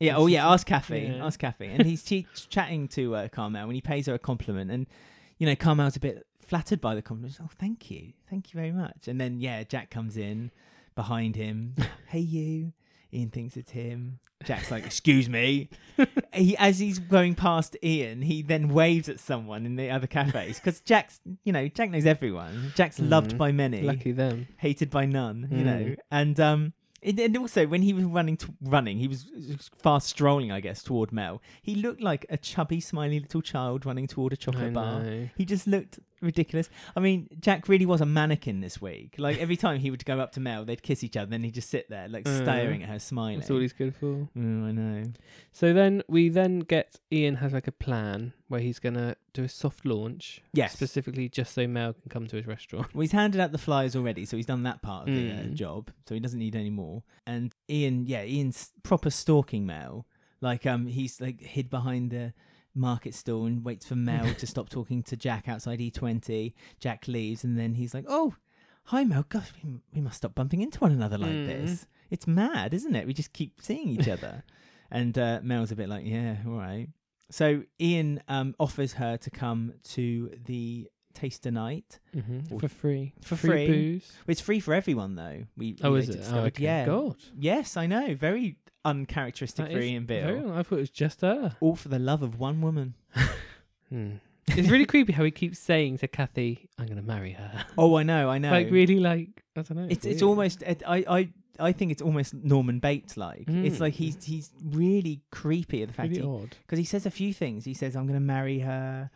S2: Yeah.
S1: And
S2: Oh,
S1: she's
S2: yeah. Ask Kathy.
S1: Yeah.
S2: Ask Kathy. And he's che- chatting to uh, Carmel when he pays her a compliment, and you know Carmel's a bit flattered by the compliment. She's, oh, thank you, thank you very much. And then yeah, Jack comes in behind him. hey, you. Ian thinks it's him. Jack's like, "Excuse me." he, as he's going past Ian, he then waves at someone in the other cafes because Jack's, you know, Jack knows everyone. Jack's loved
S1: Mhm.
S2: by many
S1: Lucky them.
S2: hated by none, you know.
S1: Mm.
S2: And um, it, and also when he was running, t- running, he was fast strolling, I guess, toward Mel. He looked like a chubby, smiley little child running toward a
S1: I
S2: chocolate bar.
S1: know.
S2: He just looked ridiculous. I mean, Jack really was a mannequin this week. Like every time he would go up to Mel, they'd kiss each other, and then he'd just sit there, like
S1: Mm.
S2: staring at her, smiling.
S1: That's all he's good for.
S2: Mm, I know.
S1: So then we then get Ian has like a plan where he's gonna do a soft launch,
S2: Yes.
S1: specifically just so Mel can come to his restaurant.
S2: Well, he's handed out the flyers already, so he's done that part of the uh,
S1: Mm.
S2: job, so he doesn't need any more. And Ian, yeah, Ian's proper stalking Mel. Like, um, he's like hid behind the market stall and waits for Mel to stop talking to Jack outside E20. Jack leaves, and then he's like, "Oh, hi, Mel. Gosh, we, we must stop bumping into one another like
S1: Mm.
S2: this. It's mad, isn't it? We just keep seeing each other." and uh, Mel's a bit like, "Yeah, all right." So Ian um, offers her to come to the taster night
S1: Mm-hmm.
S2: Or-
S1: For free.
S2: For free.
S1: booze.
S2: it's free for everyone though. We
S1: Oh,
S2: we
S1: is
S2: later
S1: it? Oh,
S2: discovered.
S1: okay.
S2: Yeah.
S1: God.
S2: Yes, I know. Very uncharacteristic
S1: That
S2: for
S1: is
S2: Ian Bill.
S1: Very- I thought it was just her.
S2: All for the love of one woman.
S1: Hmm. It's really creepy how he keeps saying to Kathy, "I'm gonna marry her."
S2: Oh, I know. I know.
S1: Like really, like I don't know.
S2: it's
S1: weird.
S2: it's almost. It, I I I think it's almost Norman Bates like. It's
S1: Mm.
S2: like he's he's really creepy at the fact
S1: really
S2: because
S1: odd.
S2: he, says a few things. He says, "I'm going to marry her,"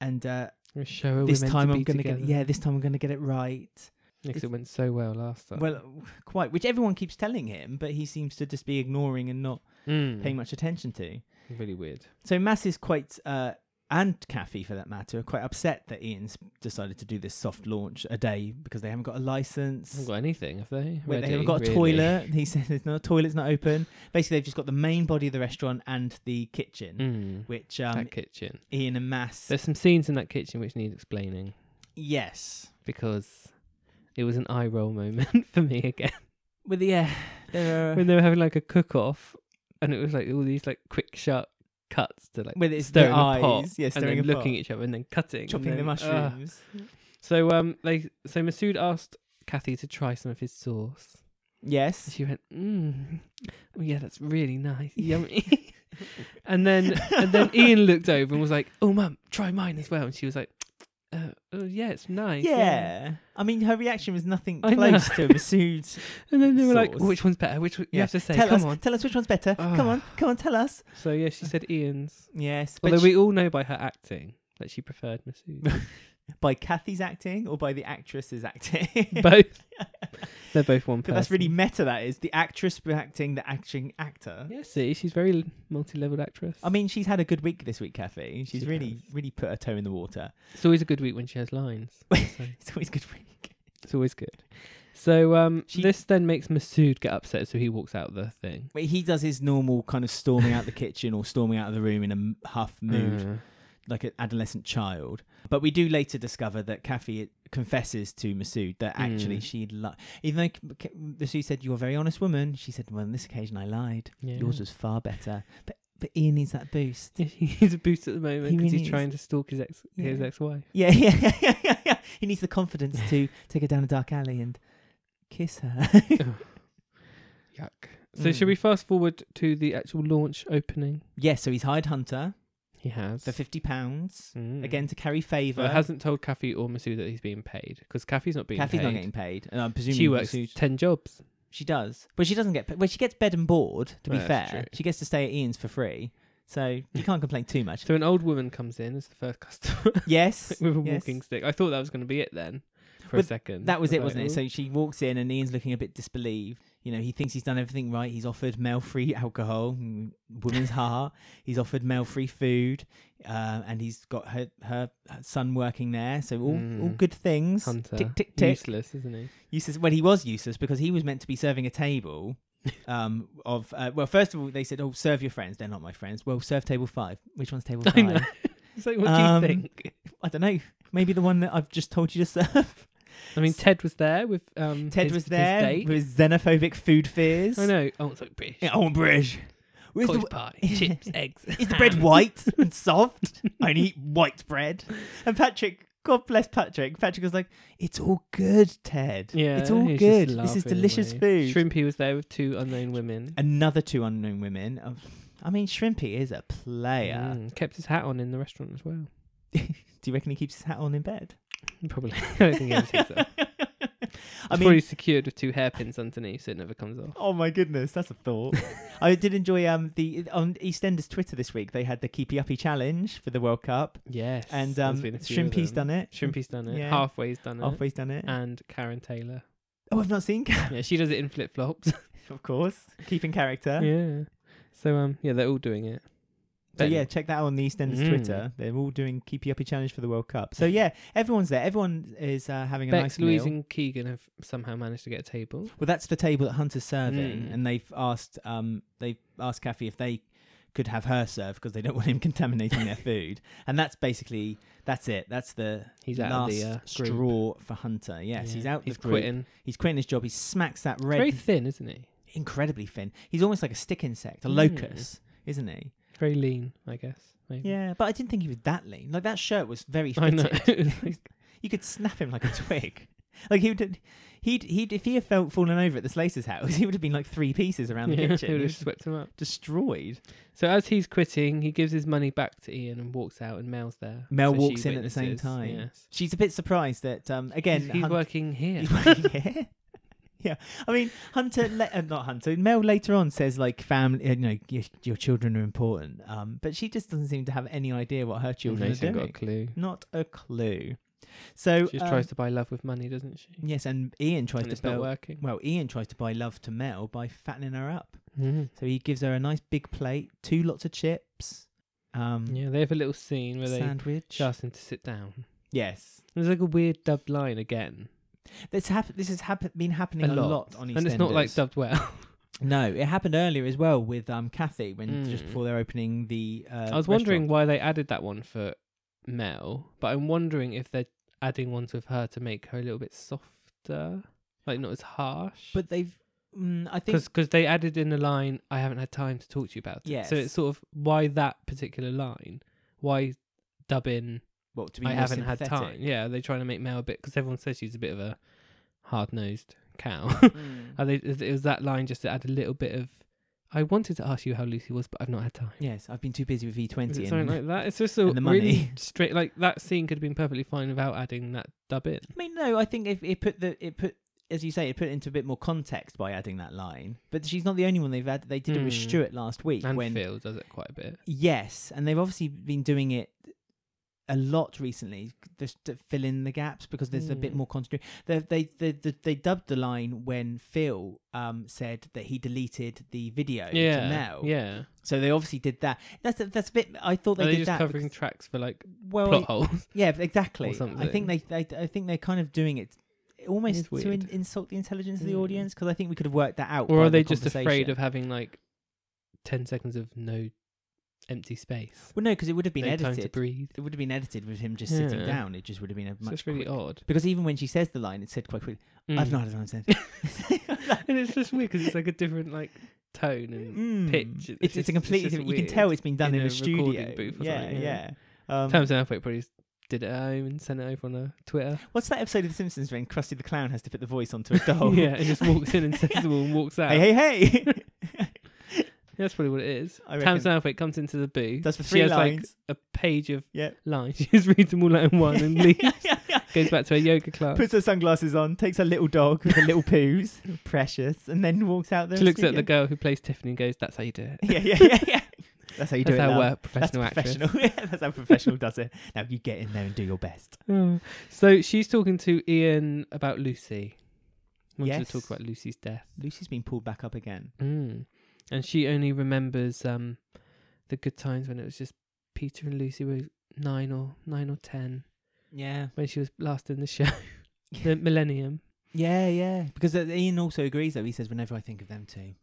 S2: and uh,
S1: We show her
S2: this
S1: we're meant
S2: time
S1: to
S2: I'm
S1: be
S2: going to
S1: together.
S2: get yeah, this time I'm going to get it right.
S1: because it went so well last time.
S2: Well, quite, which everyone keeps telling him, but he seems to just be ignoring and not
S1: Mm.
S2: paying much attention to.
S1: really weird.
S2: So Mass is quite, uh, and Kathy for that matter, are quite upset that Ian's decided to do this soft launch a day because they haven't got a
S1: Haven't
S2: license.
S1: got anything, have they?
S2: Well, they
S1: Ready,
S2: haven't got a
S1: really.
S2: toilet. He said there's no toilet's not open. Basically, they've just got the main body of the restaurant and the kitchen,
S1: Mm.
S2: which um,
S1: that kitchen.
S2: Ian and Mass.
S1: There's some scenes in that kitchen which need explaining
S2: Yes,
S1: because it was an eye roll moment for me again
S2: with the yeah, there are
S1: when they were having like a cook off, and it was like all these like quick shot cuts to like
S2: with it's
S1: stirring
S2: their
S1: a pot
S2: eyes, yeah,
S1: and
S2: staring
S1: then
S2: and
S1: looking at each other and then cutting, and
S2: chopping the
S1: then- ah.
S2: mushrooms.
S1: So um, they so Masood asked Kathy to try some of his sauce.
S2: yes,
S1: She went, mm, well, yeah, that's really nice, yummy. and then and then Ian looked over and was like, oh, mum, try mine as well. And she was like, uh, oh, yeah, it's nice.
S2: yeah. I mean, her reaction was nothing
S1: I know.
S2: close to Masood's
S1: And then they were like,
S2: Sauce.
S1: "Oh, which one's better? Which one? you
S2: Yeah.
S1: have to say?
S2: tell
S1: come
S2: us,
S1: on.
S2: tell us which one's better.
S1: Ugh.
S2: Come on, come on, tell us.
S1: So yeah, she said Ian's.
S2: Yes, but
S1: Although
S2: she-
S1: we all know by her acting that she preferred Masood.
S2: by Kathy's acting or by the actress's acting?
S1: both. They're both one person.
S2: Because that's really meta. That is the actress acting the acting actor.
S1: Yeah, see, she's very multi-leveled actress.
S2: I mean, she's had a good week this week, Kathy. She's
S1: She
S2: really,
S1: has.
S2: really put her toe in the water.
S1: it's always a good week when she has lines. so
S2: It's always a good week.
S1: it's always good. So um,
S2: She-
S1: this then makes Masood get upset, so he walks out of the thing.
S2: But he does his normal kind of storming out the kitchen or storming out of the room in a m- huff mood,
S1: Mm.
S2: like an adolescent child. But we do later discover that Kathy confesses to Masood that actually
S1: Mm.
S2: she'd lied. Even though K- K- Masood said, You're a very honest woman, she said, Well, on this occasion I lied.
S1: Yeah.
S2: Yours was far better. But, but Ian needs that boost.
S1: Yeah, he's a boost at the moment
S2: He
S1: because
S2: really
S1: he's
S2: is.
S1: trying to stalk his ex his
S2: Yeah.
S1: ex-wife.
S2: Yeah, yeah, yeah, yeah, yeah, yeah. He needs the confidence to take her down a dark alley and kiss her.
S1: Yuck. So should
S2: Mm.
S1: we fast forward to the actual launch opening?
S2: yeah, so he's hired Hunter
S1: He has
S2: for fifty pounds
S1: Mm.
S2: again to carry favour.
S1: Well, it hasn't told Kathy or Masood that he's being paid because Kathy's not being
S2: Kathy's
S1: paid.
S2: not getting paid, and I'm presuming
S1: she works
S2: Masood-
S1: ten jobs.
S2: She does, but she doesn't get. paid. Well, she gets bed and board. To be
S1: That's
S2: fair,
S1: true.
S2: she gets to stay at Ian's for free, so you can't complain too much.
S1: So an old woman comes in as the first customer
S2: yes,
S1: with a
S2: yes.
S1: walking stick. I thought that was going to be it then for a
S2: But
S1: second.
S2: That was
S1: I
S2: it,
S1: like,
S2: wasn't it?
S1: "Ooh."
S2: So she walks in, and Ian's looking a bit disbelieved. You know, he thinks he's done everything right. He's offered male-free alcohol, mm, woman's heart. He's offered male-free food, uh, and he's got her, her her son working there. So all all
S1: Mm.
S2: good things.
S1: Hunter,
S2: Tick tick tick.
S1: useless, isn't he?
S2: useless. Well, he was useless because he was meant to be serving a table. Um, of uh, well, first of all, they said, "Oh, serve your friends." They're not my friends. Well, serve table five. Which one's table five?
S1: I know. It's like, what
S2: Um,
S1: do you think?
S2: I don't know. Maybe the one that I've just told you to serve.
S1: I mean, Ted was there with um.
S2: Ted
S1: his-
S2: was
S1: his
S2: there
S1: date.
S2: with his xenophobic food fears.
S1: I know. Oh, it's like British.
S2: Yeah, on bridge. Where's
S1: Cottage
S2: the,
S1: pie, chips, eggs.
S2: is the bread white and soft? I only eat white bread. And Patrick, God bless Patrick. Patrick was like, "It's all good, Ted.
S1: Yeah,
S2: it's all
S1: he's just
S2: good. This is
S1: laughing
S2: delicious
S1: away.
S2: food."
S1: Shrimpy was there with two unknown women.
S2: another two unknown women. Um, I mean, Shrimpy is a player.
S1: Mm, kept his hat on in the restaurant as well.
S2: Do you reckon he keeps his hat on in bed?
S1: Probably. I don't think he ever takes that.
S2: I
S1: It's
S2: mean,
S1: probably secured with two hairpins underneath, so it never comes off.
S2: oh my goodness, that's a thought. I did enjoy um the on EastEnders Twitter this week. They had the Keepy Uppy challenge for the World Cup,
S1: Yes.
S2: and um, Shrimpy's done it.
S1: Shrimpy's done it.
S2: Yeah.
S1: Halfway's done it.
S2: Halfway's done it.
S1: And Karen Taylor.
S2: oh, I've not seen. Ka-
S1: Yeah, she does it in flip flops.
S2: of course, keeping character.
S1: yeah. So um, yeah, they're all doing it.
S2: So
S1: Ben-
S2: yeah, check that out on the EastEnders
S1: Mm.
S2: Twitter. They're all doing Keepy Uppy challenge for the World Cup. So yeah, everyone's there. Everyone is uh, having a
S1: Bex,
S2: nice
S1: Louise,
S2: meal.
S1: and Keegan have somehow managed to get a table.
S2: Well, that's the table that Hunter's serving,
S1: Mm.
S2: and they've asked um they've asked Kathy if they could have her serve because they don't want him contaminating their food, and that's basically that's it. That's the
S1: He's out
S2: last
S1: of the uh, group.
S2: straw for Hunter. Yes,
S1: Yeah.
S2: he's out.
S1: He's
S2: the group.
S1: quitting.
S2: He's quitting his job. He smacks that red,
S1: Very thin, isn't he?
S2: incredibly thin. He's almost like a stick insect, a
S1: Mm.
S2: locust, isn't he?
S1: Very lean, I guess. Maybe.
S2: Yeah, but I didn't think he was that lean. Like that shirt was very
S1: I
S2: fitted.
S1: know.
S2: You could snap him like a twig. Like he would, he'd, he'd, if he had felt fallen over at the Slater's house, he would have been like three pieces around the
S1: Yeah,
S2: kitchen.
S1: it would
S2: He
S1: have
S2: was
S1: swept him up.
S2: destroyed.
S1: So as he's quitting, he gives his money back to Ian and walks out, and Mel's there. So
S2: Mel
S1: she
S2: walks in at the same
S1: witnesses,
S2: time.
S1: yes.
S2: She's a bit surprised that, um, again,
S1: he's, he's
S2: Hun-
S1: working here.
S2: he's working here. yeah, I mean, Hunter, le- uh, not Hunter. Mel later on says like, family, uh, you know, your, your children are important. Um, but she just doesn't seem to have any idea what her children
S1: Nathan
S2: are
S1: got
S2: doing.
S1: a clue.
S2: Not a clue. So
S1: She just
S2: um,
S1: tries to buy love with money, doesn't she?
S2: Yes, and Ian tries
S1: and
S2: to
S1: it's not
S2: build.
S1: working.
S2: Well, Ian tries to buy love to Mel by fattening her up.
S1: Mm-hmm.
S2: So he gives her a nice big plate, two lots of chips, um,
S1: Yeah, they have a little scene where they
S2: sandwich.
S1: just him to sit down.
S2: yes,
S1: There's like a weird dubbed line again,
S2: this hap- This has hap- been happening a, lot. on EastEnders,
S1: and it's not like dubbed well.
S2: no, it happened earlier as well with um Kathy when just
S1: Mm.
S2: before they're opening the. Uh,
S1: I was wondering why they added that one for Mel, but I'm wondering if they're adding ones with her to make her a little bit softer, like not as harsh.
S2: but they've. Mm, I think
S1: because they added in the line, "I haven't had time to talk to you about it." So
S2: Yes.
S1: it's sort of why that particular line, why dub in
S2: well to be
S1: I
S2: more
S1: haven't had
S2: sympathetic.
S1: time. Yeah, are they trying to make Mel a bit because everyone says she's a bit of a hard nosed cow.
S2: Mm.
S1: Are they, is, is that line just to add a little bit of? I wanted to ask you how Lucy was, but I've not had time.
S2: Yes, I've been too busy with V
S1: Is
S2: twenty.
S1: it something like that? It's just a
S2: and the
S1: really
S2: money.
S1: straight. Like that scene could have been perfectly fine without adding that dub in.
S2: I mean, no, I think if it put the it put as you say, it put it into a bit more context by adding that line. But she's not the only one they've had. They did it with
S1: Mm.
S2: Stuart last week
S1: And
S2: when
S1: Phil does it quite a bit.
S2: yes, and they've obviously been doing it a lot recently just to fill in the gaps because there's a bit
S1: Mm.
S2: more continuity. They they, they they they dubbed the line when Phil um said that he deleted the video to
S1: Yeah,
S2: Mel.
S1: yeah.
S2: So they obviously did that. That's a, that's a bit. I thought
S1: Are
S2: they
S1: they just
S2: did that.
S1: covering
S2: because- Oh,
S1: tracks for like
S2: well,
S1: plot holes?
S2: yeah, exactly. I
S1: something.
S2: think they, they, I think they're kind of doing it
S1: It is
S2: almost to in,
S1: weird.
S2: insult the intelligence of the
S1: Mm.
S2: audience because I think we could have worked that out.
S1: Or
S2: by
S1: are they
S2: the
S1: just afraid
S2: conversation.
S1: of having like 10 seconds of no empty space.
S2: Well, no, because it would have been
S1: no time to
S2: edited.
S1: breathe.
S2: It would have been edited with him just
S1: Yeah.
S2: sitting down. It just would have been a
S1: So
S2: much
S1: it's really
S2: quick-
S1: odd.
S2: because even when she says the line, it's said quite quickly. I've
S1: Mm.
S2: not had time since.
S1: and it's just weird because it's like a different like tone
S2: Mm.
S1: and pitch.
S2: Hmm. It's, it's a completely different. You can tell it's been done
S1: in
S2: in,
S1: a
S2: a, studio.
S1: recording booth or
S2: yeah,
S1: something, yeah.
S2: yeah. Um,
S1: Tom Southwick probably just did it at home and sent it over on a Twitter.
S2: what's that episode of The Simpsons when Krusty the Clown has to put the voice onto a doll?
S1: yeah, and just walks in and says it all and walks out.
S2: hey, hey, hey!
S1: That's probably what it is.
S2: I
S1: Tam
S2: reckon.
S1: Southwick comes into the booth.
S2: Does the
S1: she
S2: three
S1: has
S2: lines.
S1: like a page of
S2: yeah.
S1: lines. She just reads them all out in one and leaves. Goes back to her yoga class.
S2: Puts her sunglasses on, takes her little dog with her little poos, precious, and then walks out there.
S1: she looks at the girl who plays Tiffany and goes, "That's how you do it."
S2: Yeah, yeah, yeah, yeah. That's how you do
S1: That's
S2: it.
S1: how
S2: love.
S1: we're professional
S2: That's
S1: actress.
S2: professional. Yeah, That's how professional does it. Now you get in there and do your best.
S1: Oh. So she's talking to Ian about Lucy. Wanted
S2: Yes.
S1: to talk about Lucy's death.
S2: Lucy's been pulled back up again.
S1: Mm. And she only remembers um, the good times when it was just Peter and Lucy were nine or nine or ten
S2: Yeah.
S1: when she was last in the show, the Millennium.
S2: Yeah, yeah. Because uh, Ian also agrees, though. He says, whenever I think of them two,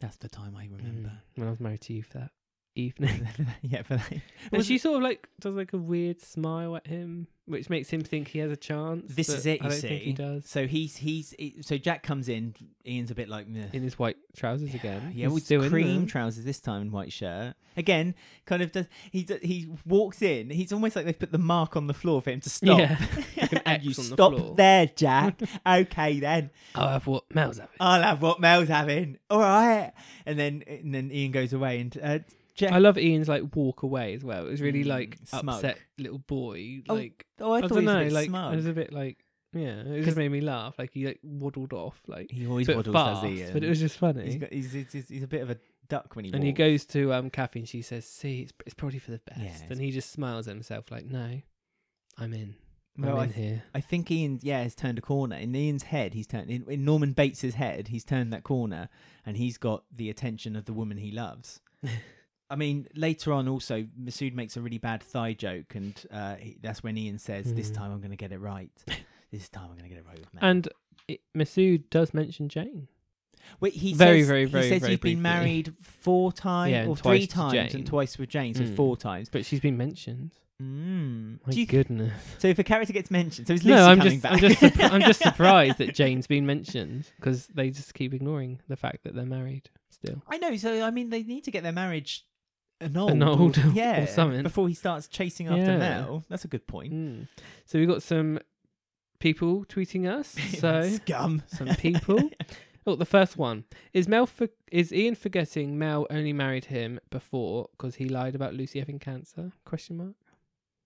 S2: that's the time I remember.
S1: Mm, when I was married to you for that evening.
S2: yeah, for that.
S1: and
S2: Was
S1: she
S2: it-
S1: sort of like does like a weird smile at him, which makes him think he has a chance.
S2: This
S1: but
S2: is it,
S1: I
S2: you
S1: don't think he
S2: see.
S1: does
S2: So he's he's he- so Jack comes in. Ian's a bit like "Meh."
S1: in his white trousers again.
S2: Yeah,
S1: He's
S2: with
S1: still in
S2: cream
S1: them.
S2: trousers this time and white shirt. Again, kind of does he d- he walks in. He's almost like they've put the mark on the floor for him to stop.
S1: Yeah, like an
S2: and you
S1: X on the
S2: stop
S1: floor.
S2: there, Jack. okay, then
S1: I'll have what Mel's having.
S2: I'll have what Mel's having. All right, and then and then Ian goes away and uh, Jack.
S1: I love Ian's like walk away as well. It was really
S2: Mm,
S1: like
S2: smug.
S1: upset little boy.
S2: Oh,
S1: Like
S2: oh, I,
S1: I,
S2: thought
S1: don't
S2: he was a
S1: know,
S2: bit
S1: like it
S2: smug.
S1: was a bit like yeah, it
S2: 'Cause-
S1: just made me laugh. Like he like waddled off like
S2: He always
S1: but
S2: waddles,
S1: fast,
S2: does Ian?
S1: but it was just
S2: He's,
S1: funny.
S2: got, he's, he's, he's a bit of a duck when he
S1: And he
S2: walks.
S1: goes to um Kathy and she says, "See, it's it's probably for the best."
S2: it's-
S1: and he just smiles at himself like, "No, I'm in. I'm
S2: Well, I
S1: in
S2: th-
S1: here."
S2: I think Ian, yeah, has turned a corner. In Ian's head, he's turned in, in Norman Bates's head. He's turned that corner, and he's got the attention of the woman he loves. I mean, later on, also Masood makes a really bad thigh joke, and uh, he, that's when Ian says, "This
S1: Mm.
S2: time I'm going to get it right. this time I'm going to get it right with Mel."
S1: And it, Masood does mention Jane.
S2: Wait, he
S1: very,
S2: says,
S1: very,
S2: he
S1: very,
S2: says
S1: very
S2: you've
S1: briefly.
S2: been married four times
S1: Yeah, and
S2: or three
S1: twice to
S2: times
S1: Jane.
S2: and twice with Jane, so
S1: Mm.
S2: four times.
S1: But she's been mentioned.
S2: Mm.
S1: My
S2: Do you,
S1: goodness.
S2: so if a character gets mentioned, so is Lucy
S1: No, I'm
S2: coming
S1: just,
S2: back?
S1: I'm just, surpri- I'm just surprised that Jane's been mentioned because they just keep ignoring the fact that they're married still.
S2: I know. So I mean, they need to get their marriage annulled,
S1: Annulled or
S2: or, yeah,
S1: something.
S2: before he starts chasing after
S1: Yeah.
S2: Mel. That's a good point.
S1: Mm. So we've got some people tweeting us. Mm, So
S2: scum.
S1: some people. Oh, the first one is Mel. For- is Ian forgetting Mel only married him before because he lied about Lucy having cancer? Question mark.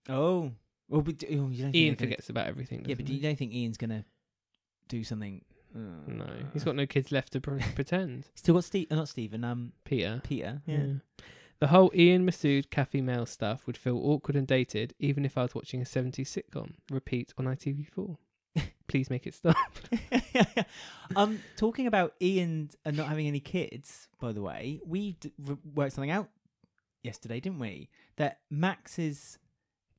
S2: Oh, well, but, oh, you don't
S1: Ian
S2: think they're gonna-
S1: forgets about everything.
S2: Yeah, but
S1: doesn't
S2: you don't think Ian's gonna do something? Uh,
S1: he? no, he's got no kids left to pre- pretend.
S2: Still got Steve? uh, Not Stephen. Um,
S1: Peter.
S2: Peter.
S1: The whole Ian Masood Kathy Mail stuff would feel awkward and dated, even if I was watching a 70s sitcom. Repeat on ITV4. Please make it stop.
S2: um, talking about Ian and uh, not having any kids, by the way, we d- r- worked something out yesterday, didn't we? That Max's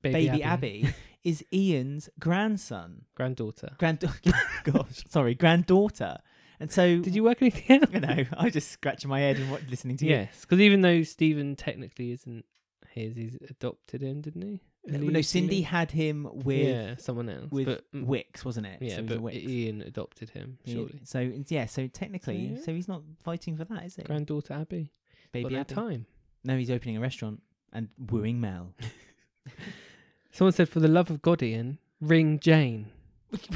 S2: baby, Abby. is Ian's grandson.
S1: Granddaughter.
S2: Grand gosh, sorry, granddaughter. And so
S1: Did you work anything out?
S2: you know, I was just scratching my head and what, listening to you.
S1: Yes, because even though Stephen technically isn't his, he's adopted him, didn't he?
S2: No, no,
S1: Illegally?
S2: Cindy had him with
S1: yeah, someone else.
S2: with
S1: but, mm,
S2: Wicks, wasn't it?
S1: yeah,
S2: so he's a
S1: but
S2: Wicks.
S1: Ian adopted him,
S2: He-
S1: surely.
S2: So yeah, so technically,
S1: So, yeah.
S2: so he's not fighting for that, is it?
S1: Granddaughter Abby. Got
S2: Baby
S1: no
S2: Abby.
S1: time.
S2: No, he's opening a restaurant and wooing Mel.
S1: Someone said, for the love of God, Ian, ring Jane.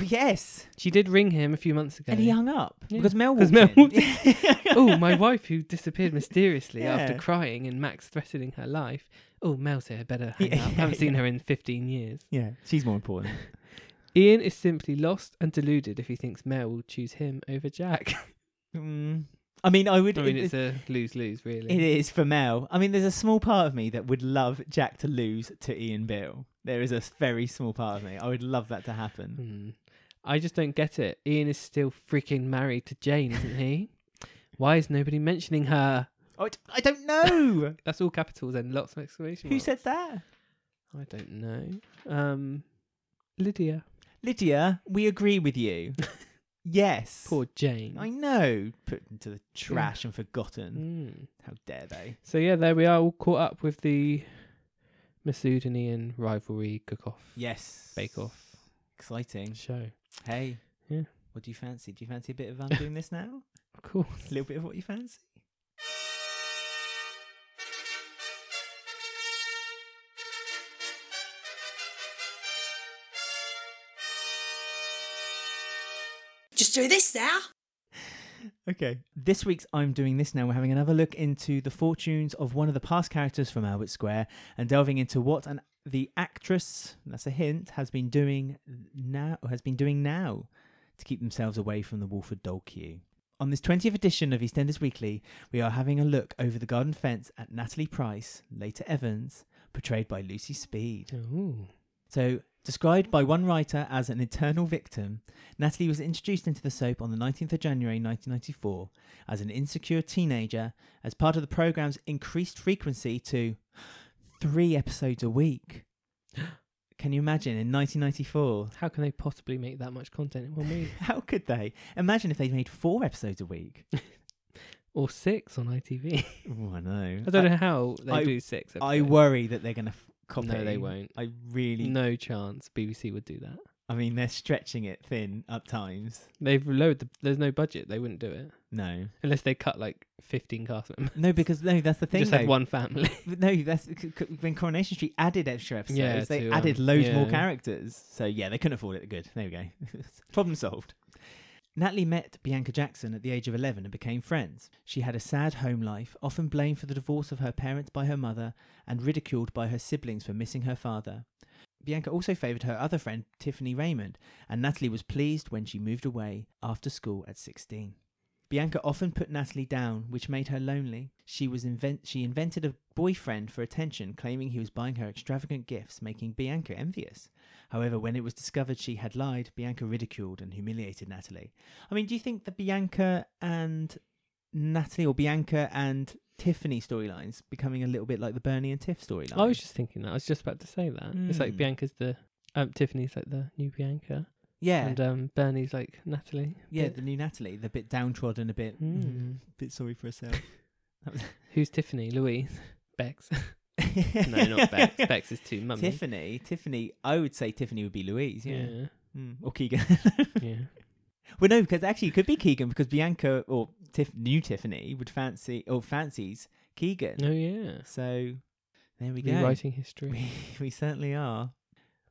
S2: yes,
S1: She did ring him a few months ago.
S2: and he hung up
S1: Yeah.
S2: because Mel
S1: 'Cause
S2: walked
S1: Mel
S2: in.
S1: walked oh, my wife who disappeared mysteriously after
S2: Yeah.
S1: crying and Max threatening her life. Oh, Mel's here, better hang
S2: Yeah,
S1: up.
S2: yeah,
S1: haven't seen
S2: yeah.
S1: her in 15 years.
S2: yeah, she's more important.
S1: Ian is simply lost and deluded if he thinks Mel will choose him over Jack.
S2: Mm. I mean, I would.
S1: I mean,
S2: it-
S1: it's a lose lose, really.
S2: It is for Mel. I mean, there's a small part of me that would love Jack to lose to Ian Bill. There is a very small part of me. I would love that to happen.
S1: Hmm. I just don't get it. Ian is still freaking married to Jane, isn't he? Why is nobody mentioning her?
S2: Oh, it- I don't know.
S1: That's all capitals and lots of exclamation
S2: Who
S1: marks.
S2: said that?
S1: I don't know. Um, Lydia.
S2: Lydia, we agree with you. Yes.
S1: Poor Hmm. Jane.
S2: I know. Put into the trash and forgotten.
S1: Mm.
S2: How dare they?
S1: So yeah, there we are, all caught up with the Masudanian rivalry cook-off
S2: Yes.
S1: Bake Off.
S2: Exciting.
S1: show.
S2: Hey.
S1: Yeah.
S2: What do you fancy? Do you fancy a bit of undoing this now?
S1: Of course.
S2: A little bit of what you fancy?
S3: Just do this now.
S2: Okay. This week's I'm Doing This Now, we're having another look into the fortunes of one of the past characters from Albert Square and delving into what an the actress, that's a hint, has been doing now has been doing now to keep themselves away from the Wolford Dole queue. On this 20th edition of EastEnders Weekly, we are having a look over the garden fence at Natalie Price, later Evans, portrayed by Lucy Speed.
S1: Ooh.
S2: So, described by one writer as an eternal victim, Natalie was introduced into the soap on the 19th of January 1994 as an insecure teenager as part of the programme's increased frequency to three episodes a week. Can you imagine in 1994?
S1: How can they possibly make that much content in one week?
S2: How could they? Imagine if they'd made four episodes a week.
S1: or six on ITV?
S2: Oh, I know.
S1: I don't know how they
S2: I-
S1: do six.
S2: I
S1: episodes.
S2: worry that they're going to f- copy.
S1: No, they won't.
S2: I really.
S1: No chance BBC would do that.
S2: I mean, they're stretching it thin up times.
S1: They've lowered the. There's no budget. They wouldn't do it
S2: No.
S1: unless they cut like 15 cast members.
S2: No, because no, that's the thing.
S1: Just
S2: though.
S1: had one family.
S2: But no, that's c- c- when Coronation Street added extra episodes.
S1: Yeah,
S2: they
S1: to,
S2: added
S1: um,
S2: loads more
S1: yeah.
S2: characters. So yeah, they couldn't afford it. Good. There we go. Problem solved. Natalie met Bianca Jackson at the age of 11 and became friends. She had a sad home life, often blamed for the divorce of her parents by her mother and ridiculed by her siblings for missing her father. Bianca also favoured her other friend, Tiffany Raymond, and Natalie was pleased when she moved away after school at 16. Bianca often put Natalie down, which made her lonely. She was invent- she invented a boyfriend for attention, claiming he was buying her extravagant gifts, making Bianca envious. However, when it was discovered she had lied, Bianca ridiculed and humiliated Natalie. I mean, do you think the Bianca and Natalie or Bianca and Tiffany storylines becoming a little bit like the Bernie and Tiff storyline?
S1: I was just thinking that. I was just about to say that. It's like
S2: Mm.
S1: Bianca's the. Um, Tiffany's like the new Bianca,
S2: yeah,
S1: and um, Bernie's like Natalie.
S2: yeah,
S1: Bit-
S2: the new Natalie, the bit downtrodden, a bit,
S1: Mm.
S2: mm, bit sorry for herself.
S1: Who's Tiffany? Louise, Bex. no, not Bex. Bex is too mummy.
S2: Tiffany, Tiffany, I would say Tiffany would be Louise, yeah,
S1: yeah.
S2: Mm, or Keegan.
S1: yeah.
S2: well, no, because actually it could be Keegan because Bianca or Tiff, new Tiffany would fancy or fancies Keegan.
S1: Oh yeah.
S2: So there we go.
S1: Rewriting history.
S2: We, we certainly are.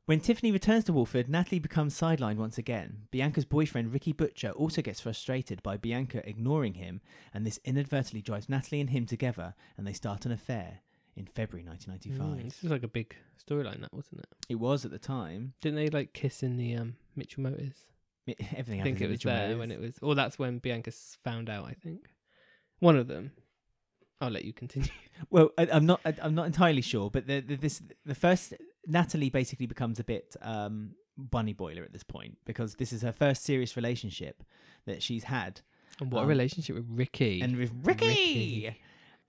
S2: When Tiffany returns to Walford, Natalie becomes sidelined once again. Bianca's boyfriend, Ricky Butcher, also gets frustrated by Bianca ignoring him, and this inadvertently drives Natalie and him together, and they start an affair in February
S1: Mm,
S2: 1995.
S1: this is like a big storyline, that wasn't it?
S2: It was at the time.
S1: Didn't they like kiss in the um, Mitchell Motors?
S2: I- Everything
S1: I think it was there when it was, or that's when Bianca s- found out. I think one of them. I'll let you continue.
S2: Well, I, I'm not. I, I'm not entirely sure, but the, the this the first Natalie basically becomes a bit um, bunny boiler at this point because this is her first serious relationship that she's had,
S1: And what
S2: Um,
S1: a relationship with Ricky.
S2: and with Ricky.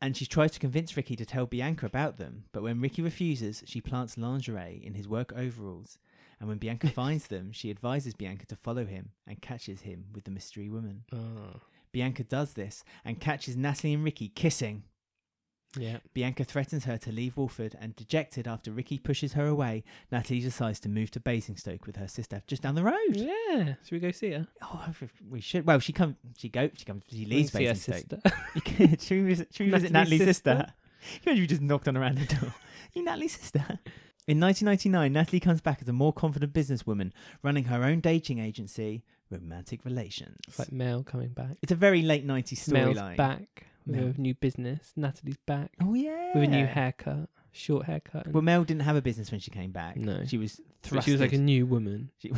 S2: And she tries to convince Ricky to tell Bianca about them, but when Ricky refuses, she plants lingerie in his work overalls. And when Bianca finds them, she advises Bianca to follow him and catches him with the mystery woman.
S1: Oh,
S2: Bianca does this and catches Natalie and Ricky kissing.
S1: yeah.
S2: Bianca threatens her to leave Wolford, and dejected after Ricky pushes her away, Natalie decides to move to Basingstoke with her sister just down the road.
S1: Yeah. Should we go see her?
S2: Oh, we should. Well, she comes. She go. She comes. She leaves
S1: see her
S2: Basingstoke.
S1: sister.
S2: should we visit, should we
S1: Natalie's
S2: visit Natalie's sister?
S1: sister?
S2: Can you imagine we just knocked on a random door? you Natalie's sister? In 1999, Natalie comes back as a more confident businesswoman, running her own dating agency, Romantic Relations.
S1: It's like Mel coming back.
S2: It's a very late 90s
S1: Mel's
S2: storyline.
S1: back with
S2: Mel.
S1: a new business. Natalie's back
S2: Oh, yeah.
S1: with a new haircut, short haircut. and-
S2: Well, Mel didn't have a business when she came back.
S1: No.
S2: She was
S1: but
S2: thrusted.
S1: she was like a new woman,
S2: She-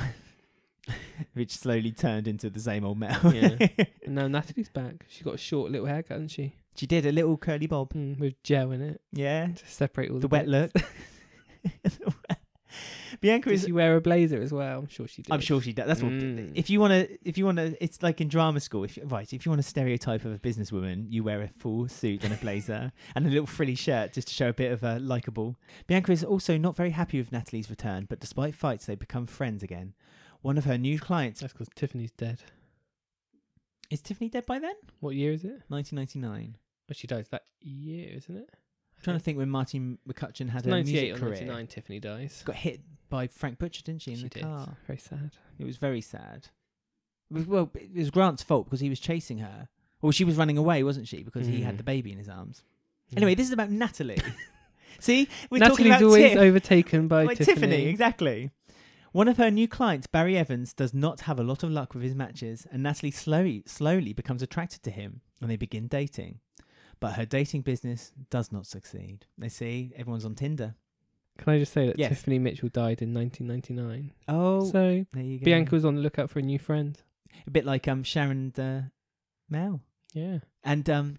S2: which slowly turned into the same old Mel.
S1: Yeah. and now Natalie's back. She got a short little haircut, didn't she?
S2: she did a little curly bob.
S1: Mm, with gel in it
S2: Yeah.
S1: to separate all
S2: The,
S1: the,
S2: wet
S1: bits.
S2: look. Bianca
S1: Did
S2: is
S1: she wear a blazer as well? I'm sure she did.
S2: I'm sure she does. That's
S1: Mm.
S2: what. If you want to, if you want to, it's like in drama school. If you, right, if you want a stereotype of a businesswoman, you wear a full suit and a blazer and a little frilly shirt just to show a bit of a likable. Bianca is also not very happy with Natalie's return, but despite fights, they become friends again. One of her new clients.
S1: That's because Tiffany's dead.
S2: Is Tiffany dead by then?
S1: What year is it?
S2: 1999.
S1: Well, she dies that year, isn't it?
S2: I'm trying to think when Martin McCutcheon had
S1: It's
S2: a
S1: 98
S2: music
S1: or
S2: career.
S1: 99 Tiffany dies.
S2: Got hit by Frank Butcher, didn't she? In
S1: she
S2: the
S1: did.
S2: car.
S1: Very sad.
S2: It was very sad. It was- Well, it was Grant's fault because he was chasing her. Well, she was running away, wasn't she? Because he
S1: Mm.
S2: had the baby in his arms. Hmm. Anyway, this is about Natalie. See, we're talking
S1: Natalie's
S2: about
S1: always
S2: Tiff.
S1: overtaken by,
S2: By
S1: Tiffany.
S2: exactly. One of her new clients, Barry Evans, does not have a lot of luck with his matches, and Natalie slowly, slowly becomes attracted to him, and they begin dating. But her dating business does not succeed. They see everyone's on Tinder.
S1: Can I just say that
S2: Yes.
S1: Tiffany Mitchell died in 1999?
S2: Oh,
S1: so
S2: there you go.
S1: Bianca was on the lookout for a new friend.
S2: a bit like um Sharon uh, Mel
S1: Yeah,
S2: and um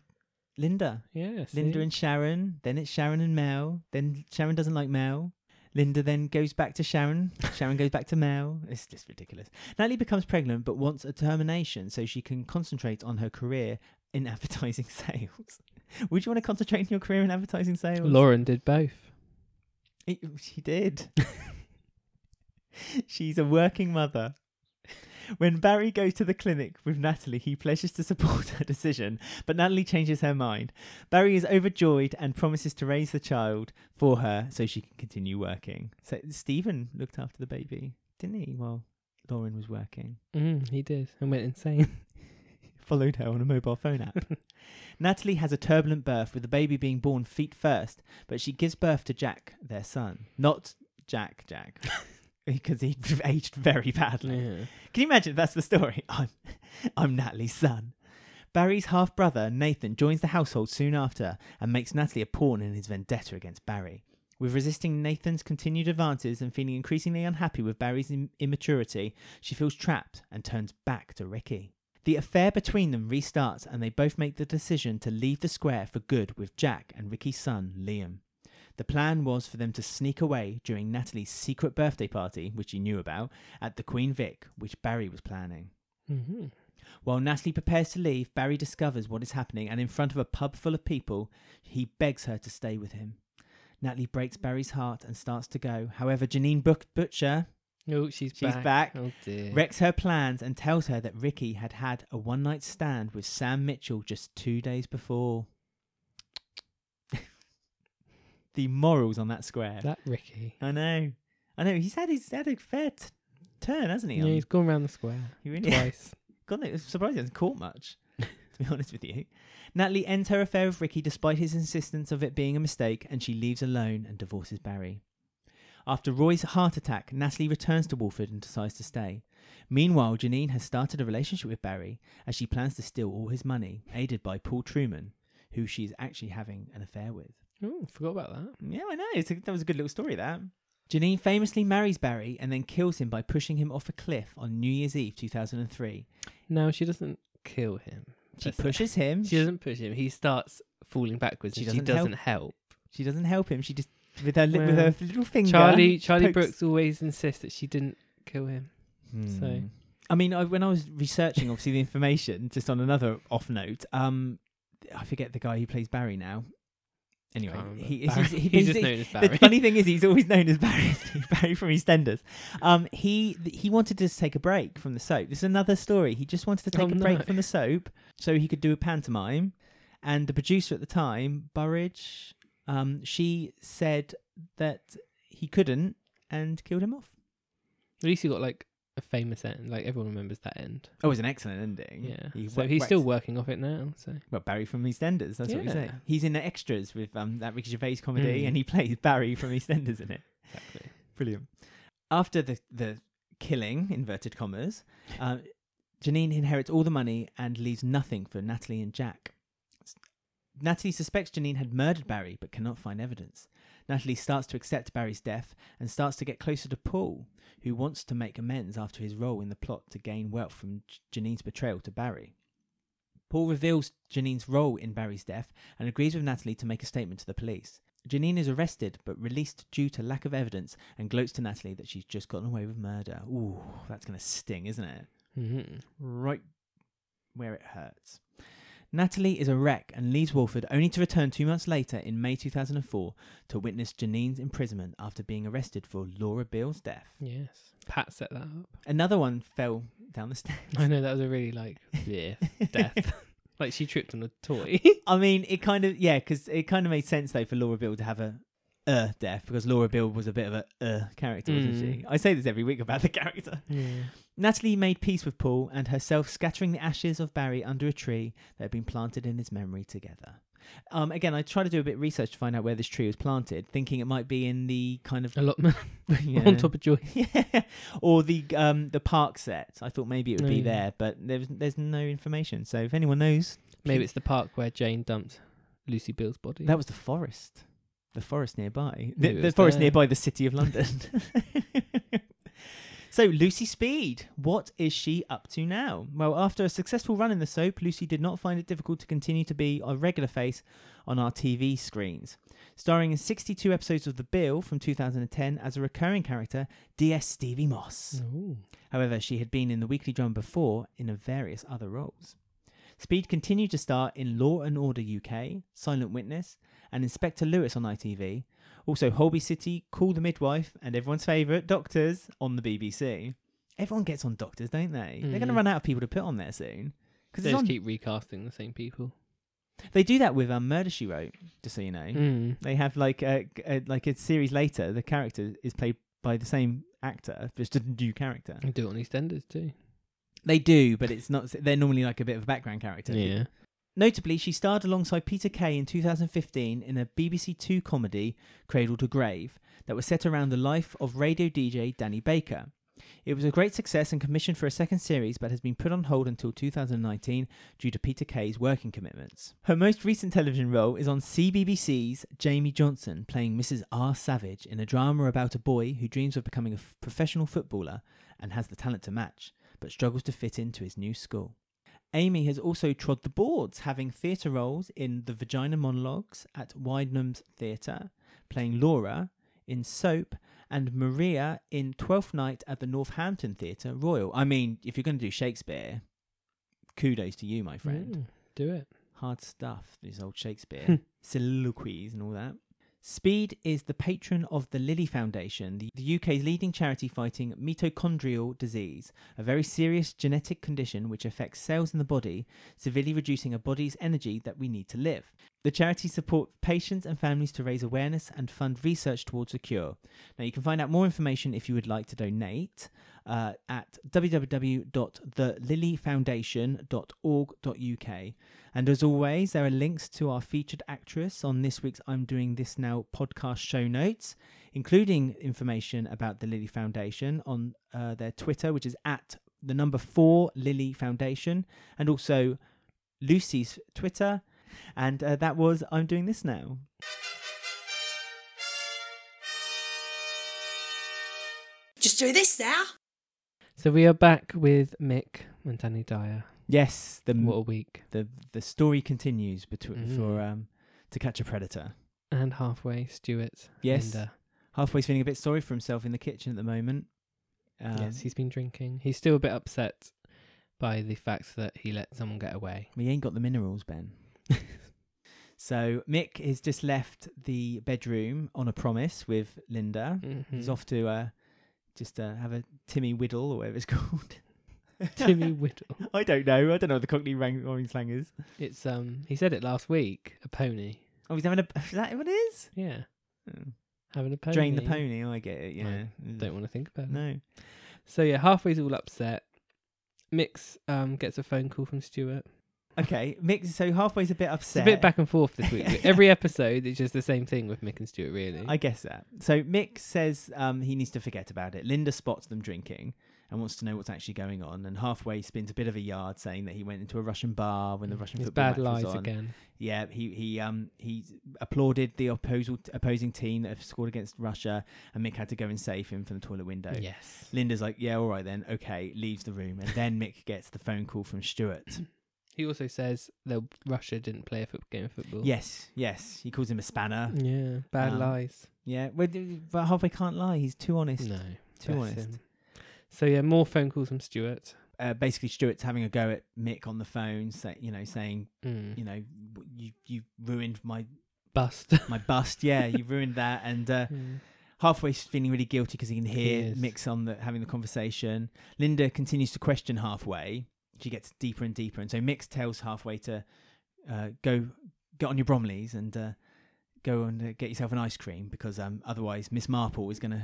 S2: Linda.
S1: yeah.
S2: Linda
S1: see?
S2: and Sharon. Then it's Sharon and Mel. Then Sharon doesn't like Mel. Linda then goes back to Sharon. Sharon goes back to Mel. It's just ridiculous. Natalie becomes pregnant but wants a termination so she can concentrate on her career in advertising sales. Would you want to concentrate on your career in advertising sales?
S1: Lauren did both.
S2: It- she did. She's a working mother. When Barry goes to the clinic with Natalie, he pledges to support her decision, but Natalie changes her mind. Barry is overjoyed and promises to raise the child for her so she can continue working. So Stephen looked after the baby, didn't he? While Lauren was working,
S1: Mm, he did and went insane.
S2: followed her on a mobile phone app. Natalie has a turbulent birth with the baby being born feet first, but she gives birth to Jack, their son. Not Jack, Jack. Because he aged very badly.
S1: yeah.
S2: Can you imagine if that's the story? I'm, I'm Natalie's son. Barry's half brother, Nathan, joins the household soon after and makes Natalie a pawn in his vendetta against Barry. With resisting Nathan's continued advances and feeling increasingly unhappy with Barry's im- immaturity, she feels trapped and turns back to Ricky. The affair between them restarts and they both make the decision to leave the square for good with Jack and Ricky's son, Liam. The plan was for them to sneak away during Natalie's secret birthday party, which he knew about, at the Queen Vic, which Barry was planning.
S1: Mm-hmm.
S2: While Natalie prepares to leave, Barry discovers what is happening and in front of a pub full of people, he begs her to stay with him. Natalie breaks Barry's heart and starts to go. However, Janine Buck Butcher
S1: Oh, she's,
S2: She's
S1: back.
S2: back.
S1: Oh dear.
S2: wrecks her plans and tells her that Ricky had had a one night stand with Sam Mitchell just two days before. the morals on that square.
S1: that Ricky.
S2: I know. I know. He's had his had a fair t- turn, hasn't he?
S1: Yeah,
S2: on-
S1: he's gone round the square
S2: he really
S1: twice.
S2: God, no, it's surprising he hasn't caught much, to be honest with you. Natalie ends her affair with Ricky despite his insistence of it being a mistake, and she leaves alone and divorces Barry. After Roy's heart attack, Natalie returns to Walford and decides to stay. Meanwhile, Janine has started a relationship with Barry as she plans to steal all his money, aided by Paul Truman, who she is actually having an affair with.
S1: oh, forgot about that.
S2: Yeah, I know. It's a, that was a good little story, that. Janine famously marries Barry and then kills him by pushing him off a cliff on New Year's Eve 2003.
S1: Now she doesn't kill him.
S2: She
S1: That's it.
S2: pushes him.
S1: She doesn't push him. He starts falling backwards.
S2: She
S1: and she
S2: doesn't
S1: doesn't help.
S2: She doesn't help him. She just with her li- with
S1: Well,
S2: her little finger.
S1: Charlie Charlie
S2: pokes-
S1: Brooks always insists that she didn't kill him. So-
S2: Hmm. I mean, I, when I was researching, obviously the information. Just on another off note, um, I forget the guy who plays Barry now. Anyway,
S1: Can't remember.
S2: he,
S1: Barry.
S2: he's, he,
S1: He's
S2: he's-
S1: just known as
S2: the
S1: Barry.
S2: funny thing is he's always known as Barry, Barry from EastEnders. Um, he he wanted to just take a break from the soap. This is another story. He just wanted to take
S1: Oh,
S2: a break
S1: no.
S2: from the soap so he could do a pantomime. And the producer at the time, Burridge, um, she said that he couldn't and killed him off.
S1: At least he got like a famous end. Like everyone remembers that end.
S2: Oh, it was an excellent ending.
S1: Yeah.
S2: He
S1: so
S2: wa-
S1: he's
S2: waxed-
S1: still working off it now. So
S2: well Barry from EastEnders. That's what he's
S1: Yeah.
S2: saying. He's in the extras with um, that Ricky Gervais comedy,
S1: Mm.
S2: and he plays Barry from EastEnders in it.
S1: exactly.
S2: Brilliant. After the the killing, inverted commas, uh, Janine inherits all the money and leaves nothing for Natalie and Jack. S- Natalie suspects Janine had murdered Barry but cannot find evidence. Natalie starts to accept Barry's death and starts to get closer to Paul, who wants to make amends after his role in the plot to gain wealth from J- Janine's betrayal to Barry. Paul reveals Janine's role in Barry's death and agrees with Natalie to make a statement to the police. Janine is arrested but released due to lack of evidence and gloats to Natalie that she's just gotten away with murder. Ooh,
S1: Mm-hmm.
S2: that's going to sting, isn't it?
S1: Mhm.
S2: Right where it hurts. Natalie is a wreck and leaves Walford only to return two months later in May 2004 to witness Janine's imprisonment after being arrested for Laura Beale's death.
S1: Yes. Pat set that up.
S2: Another one fell down the stairs.
S1: I know that was a really like yeah death. like she tripped on a toy.
S2: I mean, it kind of yeah, because it kind of made sense though for Laura Bill to have a uh death because Laura Bill was a bit of a uh character, wasn't
S1: Mm.
S2: she? I say this every week about the character.
S1: yeah.
S2: Natalie made peace with Paul and herself, scattering the ashes of Barry under a tree that had been planted in his memory together. Um, again, I tried to do a bit of research to find out where this tree was planted, thinking it might be in the kind of
S1: Allotment
S2: yeah.
S1: on top of Joy.
S2: yeah, or the um the park set. I thought maybe it would
S1: No,
S2: be
S1: yeah.
S2: there, but there's there's no information. So if anyone knows,
S1: Maybe it's the park where Jane dumped Lucy Bill's body.
S2: That was the forest. The forest nearby.
S1: Maybe
S2: The,
S1: it
S2: the
S1: was
S2: forest
S1: there.
S2: nearby the city of London. so, Lucy Speed, what is she up to now? Well, after a successful run in the soap, Lucy did not find it difficult to continue to be a regular face on our TV screens. Starring in 62 episodes of The Bill from 2010 as a recurring character, DS Stevie Moss.
S1: Ooh.
S2: However, she had been in the Weekly Drum before in a various other roles. Speed continued to star in Law and Order UK, Silent Witness, and Inspector Lewis on ITV. Also, Holby City, Call the Midwife, and everyone's favourite, Doctors, on the BBC. Everyone gets on Doctors, don't they? They're going to
S1: Mhm.
S2: run out of people to put on there soon. Because
S1: They
S2: it's
S1: just
S2: on.
S1: keep recasting the same people.
S2: They do that with um, Murder She Wrote, just so you know.
S1: Mm.
S2: They have like a, a like a series later. The character is played by the same actor, just a new character.
S1: They do it on EastEnders too.
S2: They do, but it's not. They're normally like a bit of a background character. Notably, she starred alongside Peter Kay in 2015 in a BBC Two comedy, Cradle to Grave, that was set around the life of radio DJ Danny Baker. It was a great success and commissioned for a second series, but has been put on hold until 2019 due to Peter Kay's working commitments. Her most recent television role is on CBBC's Jamie Johnson, playing Mrs. R. Savage in a drama about a boy who dreams of becoming a f- professional footballer and has the talent to match, but struggles to fit into his new school. Amy has also trod the boards, having theatre roles in The Vagina Monologues at Wyndham's Theatre, playing Laura in Soap, and Maria in Twelfth Night at the Northampton Theatre Royal. I mean, if you're going to do Shakespeare, kudos to you, my friend
S1: Mm. Do it.
S2: hard stuff, this old Shakespeare, soliloquies and all that. Speed is the patron of the Lilly Foundation, the- the UK's leading charity fighting mitochondrial disease, a very serious genetic condition which affects cells in the body, severely reducing a body's energy that we need to live. The charity supports patients and families to raise awareness and fund research towards a cure. Now, you can find out more information if you would like to donate uh, at www.thelilyfoundation.org.uk. And as always, there are links to our featured actress on this week's I'm Doing This Now podcast show notes, including information about the Lilly Foundation on uh, their Twitter, which is at the number four Lilly Foundation, and also Lucy's Twitter. And uh, that was I'm Doing This Now.
S3: Just do this now.
S1: So we are back with Mick and Danny Dyer.
S2: Yes, the
S1: What a week.
S2: the, the story continues between
S1: Mhm.
S2: for um, To Catch a Predator.
S1: And uh, halfway, Stuart.
S2: Yes.
S1: Linda.
S2: Halfway's feeling a bit sorry for himself in the kitchen at the moment. Um,
S1: yes, he's been drinking. He's still a bit upset by the fact that he let someone get away.
S2: We ain't got the minerals, Ben. so Mick has just left the bedroom on a promise with Linda. He's
S1: Mhm.
S2: off to uh, just uh, have a Timmy Whittle or whatever it's called.
S1: Timmy Whittle.
S2: I don't know. I don't know what the Cockney rang- roaring slang is.
S1: It's um. He said it last week. A pony.
S2: Oh, he's having a. Is that what it is?
S1: Yeah,
S2: Oh.
S1: having a pony.
S2: Drain the pony. I get it. Yeah. Mm.
S1: Don't want to think about it.
S2: No.
S1: So yeah, halfway's all upset. Mix um gets a phone call from Stuart.
S2: Okay. Mick. So halfway's a bit
S1: It's
S2: upset.
S1: a bit back and forth this week. Every episode is just the same thing with Mick and Stuart, really.
S2: I guess that. So Mick says um, he needs to forget about it. Linda spots them drinking and wants to know what's actually going on. And halfway spins a bit of a yard, saying that he went into a Russian bar when the Russian
S1: it's
S2: football
S1: Mm, bad
S2: match
S1: lies
S2: was on.
S1: again.
S2: Yeah, he he um he applauded the opposal, opposing team that have scored against Russia, and Mick had to go and save him from the toilet window.
S1: Yes.
S2: Linda's like, yeah, all right then, okay, leaves the room, and then Mick gets the phone call from Stuart.
S1: He also says that Russia didn't play a foot- game of football.
S2: yes, yes, he calls him a spanner.
S1: Yeah. Bad
S2: Um,
S1: lies.
S2: Yeah, well, d- but halfway can't lie; he's too honest.
S1: No.
S2: too
S1: bless
S2: honest.
S1: him. So yeah, more phone calls from Stuart.
S2: uh, basically Stuart's having a go at Mick on the phone, say, you know, saying,
S1: Mm.
S2: you know, w- you you ruined my
S1: Bust.
S2: my bust. Yeah, you ruined that. And uh,
S1: Mm.
S2: halfway she's feeling really guilty because he can hear
S1: is.
S2: Mick's on the having the conversation. Linda continues to question halfway. She gets deeper and deeper, and so Mick tells halfway to uh, go get on your Bromleys and uh, go and uh, get yourself an ice cream because um, otherwise Miss Marple is going to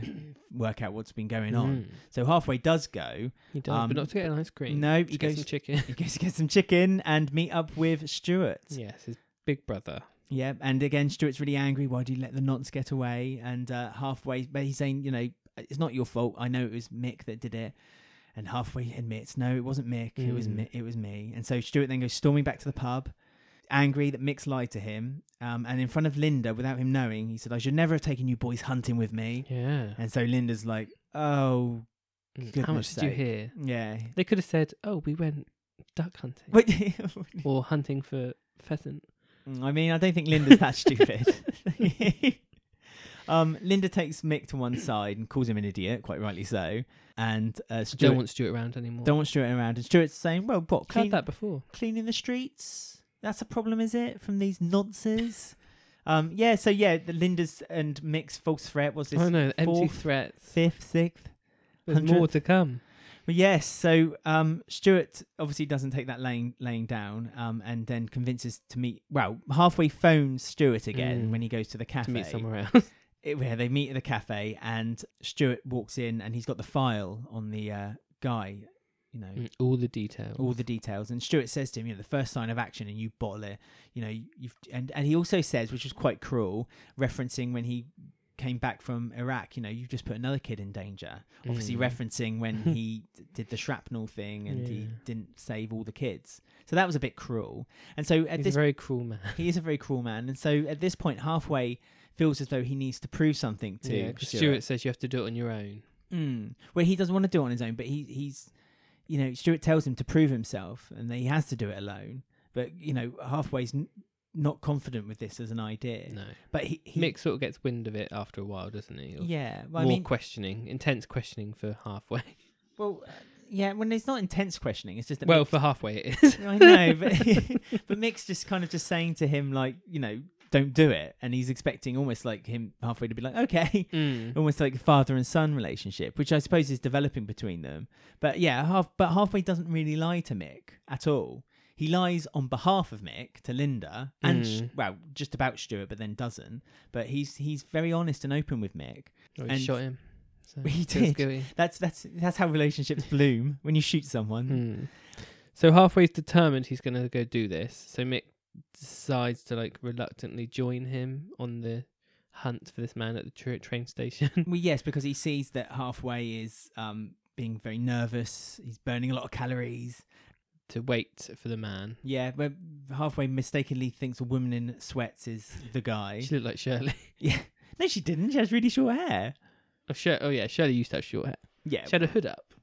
S2: work out what's been going on.
S1: Mm.
S2: So halfway does go.
S1: He does,
S2: Um,
S1: but not to get an ice cream.
S2: no,
S1: to
S2: he
S1: get some
S2: goes-
S1: chicken.
S2: He goes to get some chicken and meet up with Stuart.
S1: yes, his big brother.
S2: Yeah, and again, Stuart's really angry. Why do you let the nonce get away? And uh, halfway, but he's saying, you know, it's not your fault. I know it was Mick that did it. And halfway he admits, no, it wasn't Mick. It was
S1: Mm.
S2: me. It was me. And so Stuart then goes storming back to the pub, angry that Mick's lied to him. Um, and in front of Linda, without him knowing, he said, "I should never have taken you boys hunting with me."
S1: Yeah. Mm.
S2: And so Linda's like, "Oh,
S1: How much
S2: goodness
S1: did you
S2: sake.
S1: hear?
S2: yeah."
S1: They could have said, "Oh, we went duck hunting
S2: But
S1: or hunting for pheasant."
S2: I mean, I don't think Linda's that stupid. um, Linda takes Mick to one side and calls him an idiot, quite rightly so. And uh, Stuart
S1: Don't want Stuart around anymore.
S2: don't want Stuart around. And Stuart's saying, "Well, what
S1: Heard
S2: clean,
S1: that before.
S2: cleaning the streets? That's a problem, is it? From these nonces?" um, yeah. So yeah, the Linda's and Mick's false threat was this
S1: oh no, empty
S2: fourth,
S1: threats.
S2: fifth, sixth.
S1: There's more to come.
S2: Well, yes. So um, Stuart obviously doesn't take that laying laying down, um, and then convinces to meet. Well, halfway phones Stuart again
S1: Mm.
S2: when he goes to the cafe
S1: To meet somewhere else.
S2: it- where they meet at the cafe, and Stuart walks in, and he's got the file on the uh, guy, you know,
S1: Mm, All the details.
S2: all the details. And Stuart says to him, you know, the first sign of action, and you bottle it, you know, you've. And and he also says, which was quite cruel, referencing when he came back from Iraq, you know, you've just put another kid in danger. Obviously,
S1: Mm.
S2: referencing when he d- did the shrapnel thing, and he
S1: Yeah.
S2: didn't save all the kids. So that was a bit cruel. And so at
S1: He's
S2: this
S1: a very cruel man.
S2: he is a very cruel man, and so at this point, halfway feels as though he needs to prove something to
S1: Yeah, 'cause
S2: Stuart.
S1: Stuart says you have to do it on your own.
S2: Mm. Well, he doesn't want to do it on his own, but he he's, you know, Stuart tells him to prove himself, and that he has to do it alone. But you know, halfway's n- not confident with this as an idea.
S1: No.
S2: But he, he
S1: Mick sort of gets wind of it after a while, doesn't he? Or
S2: yeah, well, I
S1: more
S2: mean,
S1: questioning, intense questioning for halfway.
S2: well, yeah, when it's not intense questioning, it's just that
S1: well,
S2: Mick-
S1: for halfway it is.
S2: I know, but but Mick's just kind of just saying to him like, you know, don't do it, and he's expecting almost like him halfway to be like, okay,
S1: Mm.
S2: almost like a father and son relationship, which I suppose is developing between them. But yeah, half but halfway doesn't really lie to Mick at all. He lies on behalf of Mick to Linda and
S1: Mm.
S2: sh well, just about Stuart, but then doesn't. But he's he's very honest and open with Mick.
S1: Oh, he
S2: and-
S1: shot him. So
S2: He
S1: feels
S2: did.
S1: guilty.
S2: That's that's that's how relationships bloom when you shoot someone.
S1: Hmm. So halfway's determined he's going to go do this. So Mick decides to like reluctantly join him on the hunt for this man at the tra- train station.
S2: Well, yes, because he sees that halfway is um, being very nervous. He's burning a lot of calories.
S1: to wait for the man.
S2: Yeah, but halfway mistakenly thinks a woman in sweats is the guy.
S1: She looked like Shirley.
S2: Yeah. No, she didn't. She has really short hair.
S1: Oh, Shir- oh yeah, Shirley used to have short hair.
S2: Yeah.
S1: She had a hood up.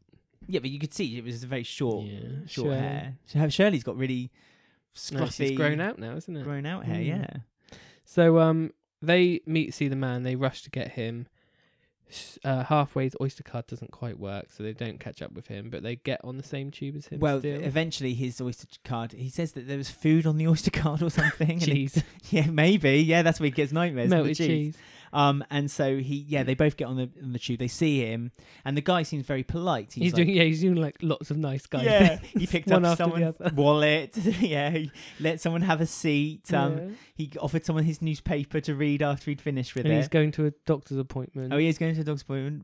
S2: yeah, but you could see it was very short,
S1: Yeah,
S2: short
S1: Shirley.
S2: hair. Sh- her- Shirley's got really
S1: No,
S2: scruffy,
S1: she's grown out now, isn't it?
S2: grown out hair.
S1: Mm.
S2: Yeah.
S1: So um, they meet, see the man. They rush to get him. S- Uh, halfway's oyster card doesn't quite work, so they don't catch up with him. But they get on the same tube as him.
S2: Well,
S1: still.
S2: eventually his oyster card. He says that there was food on the oyster card or something. and he-
S1: cheese,
S2: yeah, maybe. Yeah, that's where he gets nightmares. with the
S1: melted cheese.
S2: Um, and so he, yeah, they both get on the on the tube. They see him, and the guy seems very polite.
S1: He's,
S2: like,
S1: doing yeah, he's doing like lots of nice guys.
S2: Yeah, he picked
S1: one
S2: up
S1: after the
S2: someone's
S1: other.
S2: wallet. yeah, he let someone have a seat. Um, He offered someone his newspaper to read after he'd finished with
S1: and
S2: it.
S1: he's going to a doctor's appointment.
S2: oh, he is going to a dog's appointment.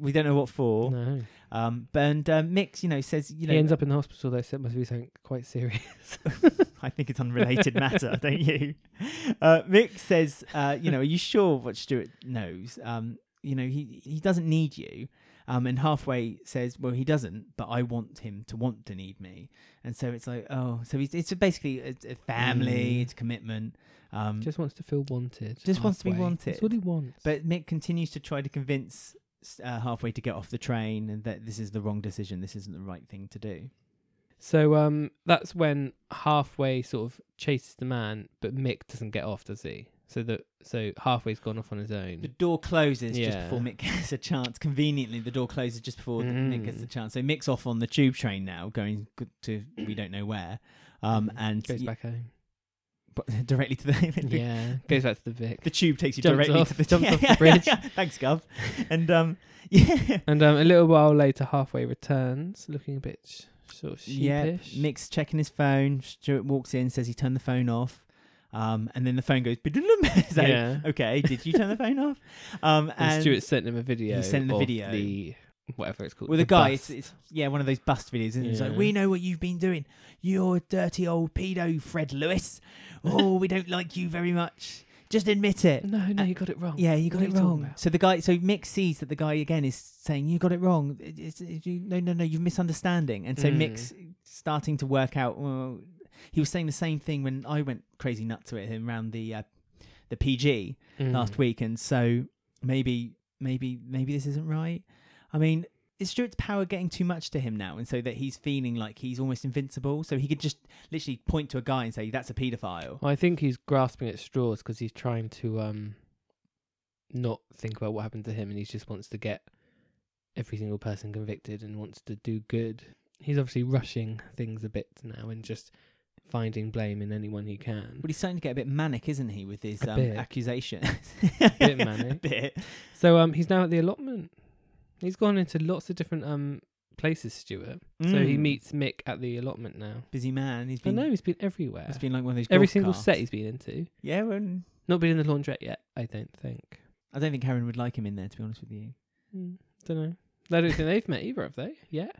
S2: We don't know what for.
S1: No.
S2: Um, but and uh, Mick, you know, says you know,
S1: he ends up in the hospital though, so it must be something quite serious.
S2: I think it's unrelated matter, don't you? Uh, Mick says, uh, you know, are you sure what Stuart knows? Um, you know, he he doesn't need you. Um, and halfway says, well, he doesn't, but I want him to want to need me. And so it's like, oh, so he's, it's basically a, a family,
S1: Mm.
S2: it's commitment. Um,
S1: just wants to feel wanted.
S2: Just wants to be
S1: halfway.
S2: wanted.
S1: That's what he wants.
S2: But Mick continues to try to convince uh, halfway to get off the train and that this is the wrong decision. This isn't the right thing to do.
S1: so um, that's when halfway sort of chases the man, but Mick doesn't get off, does he? So that so halfway's gone off on his own.
S2: The door closes just
S1: Yeah.
S2: before Mick gets a chance. Conveniently, the door closes just before the- Mick gets
S1: Mm.
S2: the chance. So Mick's off on the tube train now, going g- to we don't know where, um, and
S1: Mm-hmm. goes
S2: y-
S1: back home.
S2: b- directly to the
S1: yeah, goes back to the Vic.
S2: The tube takes you
S1: Jumps
S2: directly
S1: off-
S2: to the
S1: jumps off the bridge.
S2: Thanks, Gov. And um, yeah,
S1: And um, a little while later, halfway returns, looking a bit sh- sort of
S2: Yep.
S1: sheepish.
S2: Mick's checking his phone. Stuart walks in, says he turned the phone off, um, and then the phone goes. "Bidoodlum." so,
S1: yeah.
S2: Okay, did you turn the phone off? Um,
S1: And,
S2: and
S1: Stuart sent him a video.
S2: sent him the
S1: of
S2: video.
S1: The whatever it's called.
S2: with
S1: the
S2: a guy. It's,
S1: bust.
S2: it's yeah, one of those bust videos, and it's
S1: Yeah.
S2: like, "We know what you've been doing. You're a dirty old pedo, Fred Lewis. Oh, we don't like you very much. Just admit it."
S1: No, no,
S2: Uh,
S1: you got it wrong.
S2: Yeah, you got
S1: What are
S2: it
S1: you talking
S2: wrong.
S1: about?
S2: So the guy, so Mick sees that the guy again is saying, "You got it wrong. It- It's, it- you, no, no, no, you're misunderstanding." And so
S1: Mm.
S2: Mick's starting to work out. Well, he was saying the same thing when I went crazy nuts with him around the uh, the PG
S1: Mm.
S2: last week, and so maybe, maybe, maybe this isn't right. I mean, is Stuart's power getting too much to him now, and so that he's feeling like he's almost invincible? So he could just literally point to a guy and say, "That's a paedophile."
S1: Well, I think he's grasping at straws because he's trying to um not think about what happened to him, and he just wants to get every single person convicted and wants to do good. He's obviously rushing things a bit now and just finding blame in anyone he can.
S2: But he's starting to get a bit manic, isn't he, with his
S1: A
S2: um,
S1: bit.
S2: accusations?
S1: bit
S2: a
S1: manic.
S2: bit.
S1: So um, he's now at the allotment. He's gone into lots of different um places, Stuart. So he
S2: Mm.
S1: meets Mick at the allotment now.
S2: busy man. He's
S1: I
S2: been.
S1: know he's been everywhere.
S2: It's been like one of those.
S1: Every
S2: golf
S1: single
S2: carts.
S1: set he's been into.
S2: Yeah, well,
S1: Not been in the laundrette yet, I don't think.
S2: I don't think Karen would like him in there. To be honest with you,
S1: Hmm, Don't know. I don't think they've met either, have they? Yeah.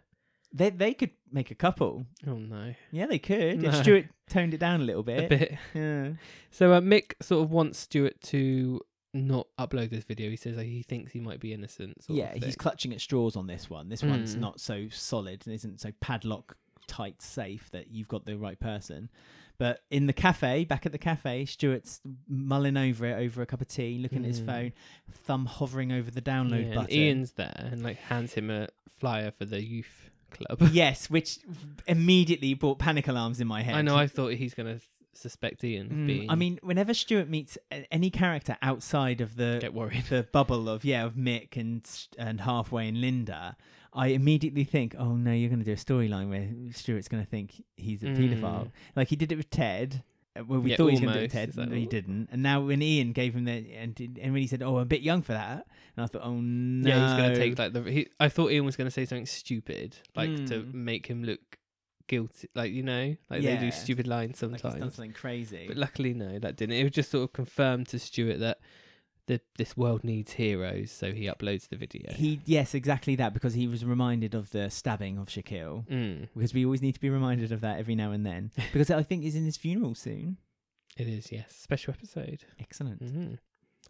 S2: they they could make a couple.
S1: Oh no,
S2: Yeah, they could. If
S1: No.
S2: Stuart toned it down a little bit.
S1: a bit.
S2: Yeah.
S1: So uh, Mick sort of wants Stuart to not upload this video. He says like, he thinks he might be innocent. Sort
S2: Yeah,
S1: of
S2: he's
S1: thing.
S2: clutching at straws on this one. This one's
S1: Mm.
S2: not so solid and isn't so padlock tight safe that you've got the right person. But in the cafe, back at the cafe, Stuart's mulling over it over a cup of tea, looking at his
S1: Mm.
S2: phone, thumb hovering over the download
S1: Yeah, and
S2: button.
S1: Ian's there and like hands him a flyer for the youth club.
S2: yes, which immediately brought panic alarms in my head.
S1: I know. I thought he's gonna suspect Ian. of
S2: Mm,
S1: being,
S2: I mean, whenever Stuart meets a- any character outside of the
S1: get worried.
S2: the bubble of yeah of Mick and and halfway and Linda, I immediately think, oh no, you're going to do a storyline where Stuart's going to think he's a
S1: Mm.
S2: paedophile. Like he did it with Ted. uh, Well, we
S1: Yeah,
S2: thought he was going to do
S1: almost.
S2: it with
S1: It's
S2: Ted,
S1: like,
S2: but he
S1: "Oh."
S2: didn't. And now when Ian gave him the and did- and when he said, oh, I'm a bit young for that, and I thought, oh no,
S1: Yeah, he's gonna take like the. He, I thought Ian was gonna say something stupid, like to
S2: Mm.
S1: make him look guilty. Like you know, like they
S2: Yeah.
S1: do stupid lines
S2: Like, he's done
S1: sometimes.
S2: something crazy.
S1: But luckily, no, that didn't. It was just sort of confirmed to Stuart that the this world needs heroes, so he uploads the video.
S2: He yes, exactly that because he was reminded of the stabbing of Shaquille.
S1: Mm,
S2: Because we always need to be reminded of that every now and then. Because I think he's in his funeral soon.
S1: it is, yes, special episode.
S2: Excellent.
S1: hmm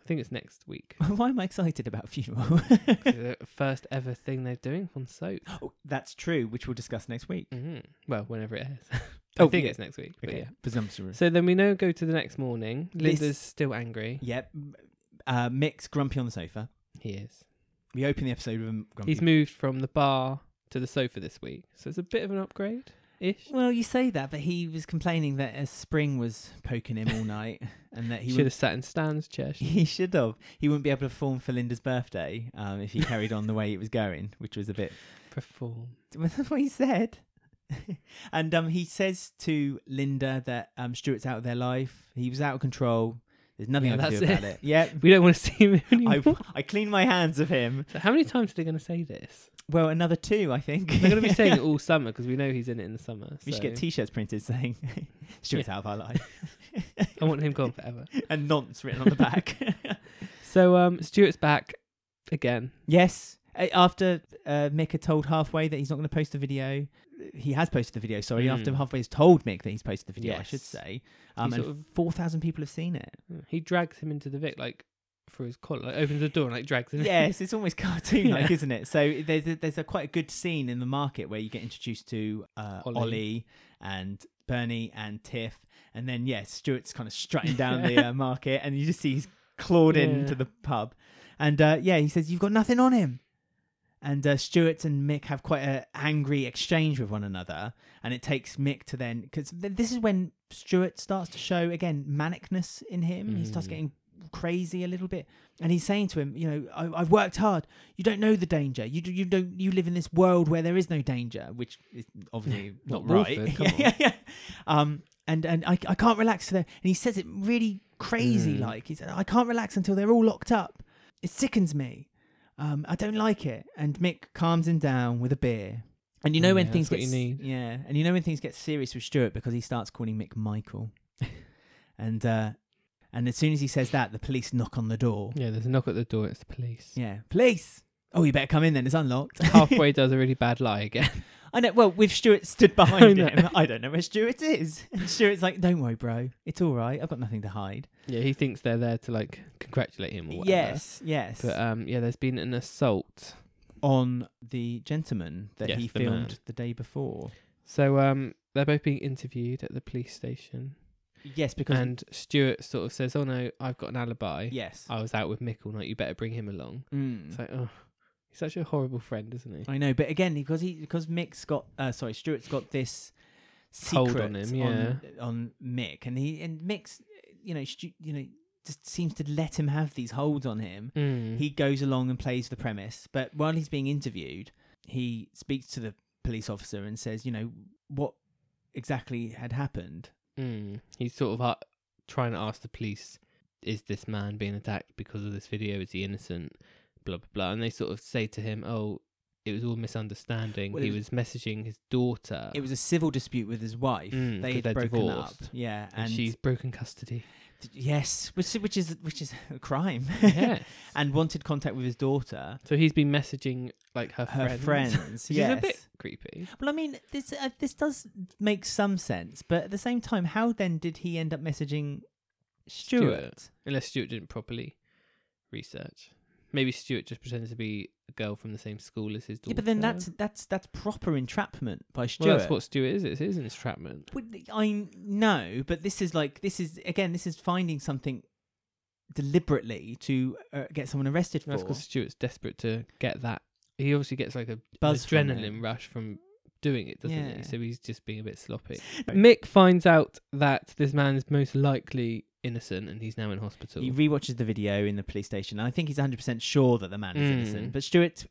S1: I think it's next week.
S2: Why am I excited about funeral?
S1: the first ever thing they're doing on soap.
S2: Oh, that's true, which we'll discuss next week.
S1: hmm Well, whenever it airs. I
S2: Oh,
S1: think
S2: yeah.
S1: it's next week. But
S2: Okay,
S1: yeah.
S2: presumptuous.
S1: So then we know go to the next morning.
S2: This-
S1: Linda's still angry.
S2: Yep. Uh, Mick's grumpy on the sofa.
S1: He is.
S2: We open the episode with him grumpy.
S1: He's moved from the bar to the sofa this week, so it's a bit of an upgrade ish.
S2: well, you say that, but he was complaining that a spring was poking him all night, and that
S1: He
S2: he
S1: should
S2: would.
S1: have sat in Stan's chair. shouldn't
S2: He should have. He wouldn't be able to perform for Linda's birthday um, if he carried on the way it was going, which was a bit
S1: he? Perform.
S2: Well, That's what he said. and um, he says to Linda that um, Stuart's out of their life. He was out of control. There's nothing
S1: Yeah,
S2: I can do
S1: that's
S2: about
S1: it.
S2: it. Yep.
S1: We don't want to see him
S2: I,
S1: anymore.
S2: I clean my hands of him.
S1: So how many times are they going to say this?
S2: Well, another two, I think.
S1: They're going to be saying it all summer because we know he's in it in the summer.
S2: we should get
S1: so
S2: T-shirts printed saying Stuart's out of our life
S1: I want him gone forever.
S2: and nonce written on the back.
S1: So um, Stuart's back again.
S2: yes. A- After uh, Mick had told Halfway that he's not going to post the video, he has posted the video. Sorry, after
S1: Mm.
S2: Halfway has told Mick that he's posted the video, I should
S1: Yes.
S2: say, um,
S1: He
S2: and
S1: sort of-
S2: four thousand people have seen it.
S1: He drags him into the Vic like through his collar, like opens the door and like drags him. in.
S2: yes, it's almost cartoon like,
S1: Yeah.
S2: isn't it? So there's a, there's a quite a good scene in the market where you get introduced to uh,
S1: Ollie.
S2: Ollie. and Bernie and Tiff, and then yes, Stuart's kind of strutting down the uh, market, and you just see he's clawed
S1: Yeah.
S2: into the pub, and uh, yeah, he says you've got nothing on him, And uh, Stuart and Mick have quite a angry exchange with one another, and it takes Mick to then because th- this is when Stuart starts to show again manicness in him. He
S1: Mm.
S2: starts getting crazy a little bit, and he's saying to him, you know, I, I've worked hard. You don't know the danger. You do, you don't you live in this world where there is no danger, which is obviously not,
S1: Not
S2: right.
S1: Wilford, come
S2: yeah,
S1: on.
S2: yeah, yeah. Um, and and I, I can't relax today. And he says it really crazy,
S1: Mm.
S2: like he said, I can't relax until they're all locked up. It sickens me. Um, I don't like it. And Mick calms him down with a beer. And you know
S1: Oh,
S2: when
S1: yeah,
S2: things
S1: that's what
S2: get
S1: you need.
S2: yeah, and you know when things get serious with Stuart because he starts calling Mick Michael, and uh, and as soon as he says that, the police knock on the door.
S1: Yeah, there's a knock at the door. It's the police.
S2: Yeah, police. Oh, you better come in then. It's unlocked.
S1: Halfway does a really bad lie again.
S2: I know. Well, with Stuart stood behind
S1: I know.
S2: him, I don't know where Stuart is. And Stuart's like, "Don't worry, bro. It's all right. I've got nothing to hide."
S1: yeah, he thinks they're there to like congratulate him or whatever.
S2: Yes, yes.
S1: But um, yeah, there's been an assault.
S2: on the gentleman that
S1: Yes,
S2: he
S1: the man.
S2: filmed the day before.
S1: So um, they're both being interviewed at the police station,
S2: Yes, because
S1: and Stuart sort of says, "Oh no, I've got an alibi.
S2: yes,
S1: I was out with Mick all night. You better bring him along."
S2: Mm.
S1: It's like, oh, he's such a horrible friend, isn't he?
S2: I know. But again, because he because Mick's got uh, sorry, Stuart's got this
S1: Hold
S2: secret
S1: on him, yeah.
S2: on, on Mick, and he and Mick's you know Stu, you know just seems to let him have these holds on him.
S1: Mm.
S2: He goes along and plays the premise, but while he's being interviewed, he speaks to the police officer and says, you know, what exactly had happened.
S1: Mm. He's sort of uh, trying to ask the police, is this man being attacked because of this video? Is he innocent? Blah, blah, blah. And they sort of say to him, oh, it was all misunderstanding.
S2: Well, it
S1: he
S2: was-
S1: was messaging his daughter.
S2: It was a civil dispute with his wife.
S1: Mm,
S2: they
S1: 'cause
S2: had
S1: they're
S2: broken up.
S1: divorced.
S2: Yeah,
S1: and she's broken custody.
S2: yes, which, which is which is a crime.
S1: yeah.
S2: and wanted contact with his daughter.
S1: So he's been messaging like her,
S2: Her
S1: friends.
S2: friends,
S1: which
S2: yes.
S1: is a bit creepy.
S2: Well, I mean, this uh, this does make some sense, but at the same time, how then did he end up messaging Stuart?
S1: Unless Stuart didn't properly research. Maybe Stuart just pretended to be a girl from the same school as his daughter.
S2: Yeah, but then that's that's that's proper entrapment by Stuart.
S1: Well, that's what Stuart is. It's his entrapment.
S2: Well, I know, but this is like this is again this is finding something deliberately to uh, get someone arrested for.
S1: That's because Stuart's desperate to get that. He obviously gets like a
S2: Buzz from
S1: adrenaline rush from doing it, doesn't
S2: Yeah.
S1: he? So he's just being a bit sloppy.
S2: Right.
S1: Mick finds out that this man is most likely innocent, and he's now in hospital.
S2: He rewatches the video in the police station. And I think he's 100% sure that the man is
S1: Mm.
S2: innocent. But Stuart,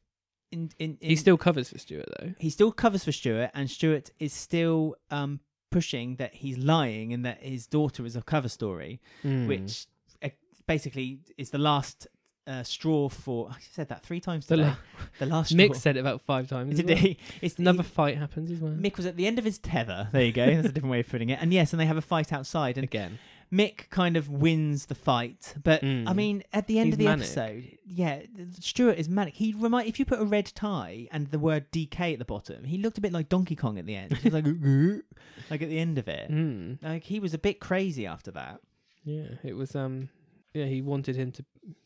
S2: in, in, in,
S1: he still covers for Stuart though.
S2: he still covers for Stuart, and Stuart is still um, pushing that he's lying and that his daughter is a cover story,
S1: Mm.
S2: which uh, basically is the last uh, straw for. I said that three times
S1: The
S2: today. The,
S1: la-
S2: last
S1: Mick
S2: straw.
S1: said it about five times. as
S2: Did
S1: well.
S2: he? It's
S1: Another
S2: another.
S1: fight happens as well.
S2: Mm. Mick was at the end of his tether. There you go. That's a different way of putting it. And yes, and they have a fight outside, and
S1: again.
S2: Mick kind of wins the fight, but I
S1: Mm.
S2: mean, at the end
S1: He's
S2: of the
S1: manic.
S2: episode, yeah, Stuart is manic. He remind if you put a red tie and the word DK at the bottom, he looked a bit like Donkey Kong at the end. He's like, "Ugh," like at the end of it,
S1: Mm.
S2: like he was a bit crazy after that.
S1: Yeah, it was. Um, yeah, he wanted him to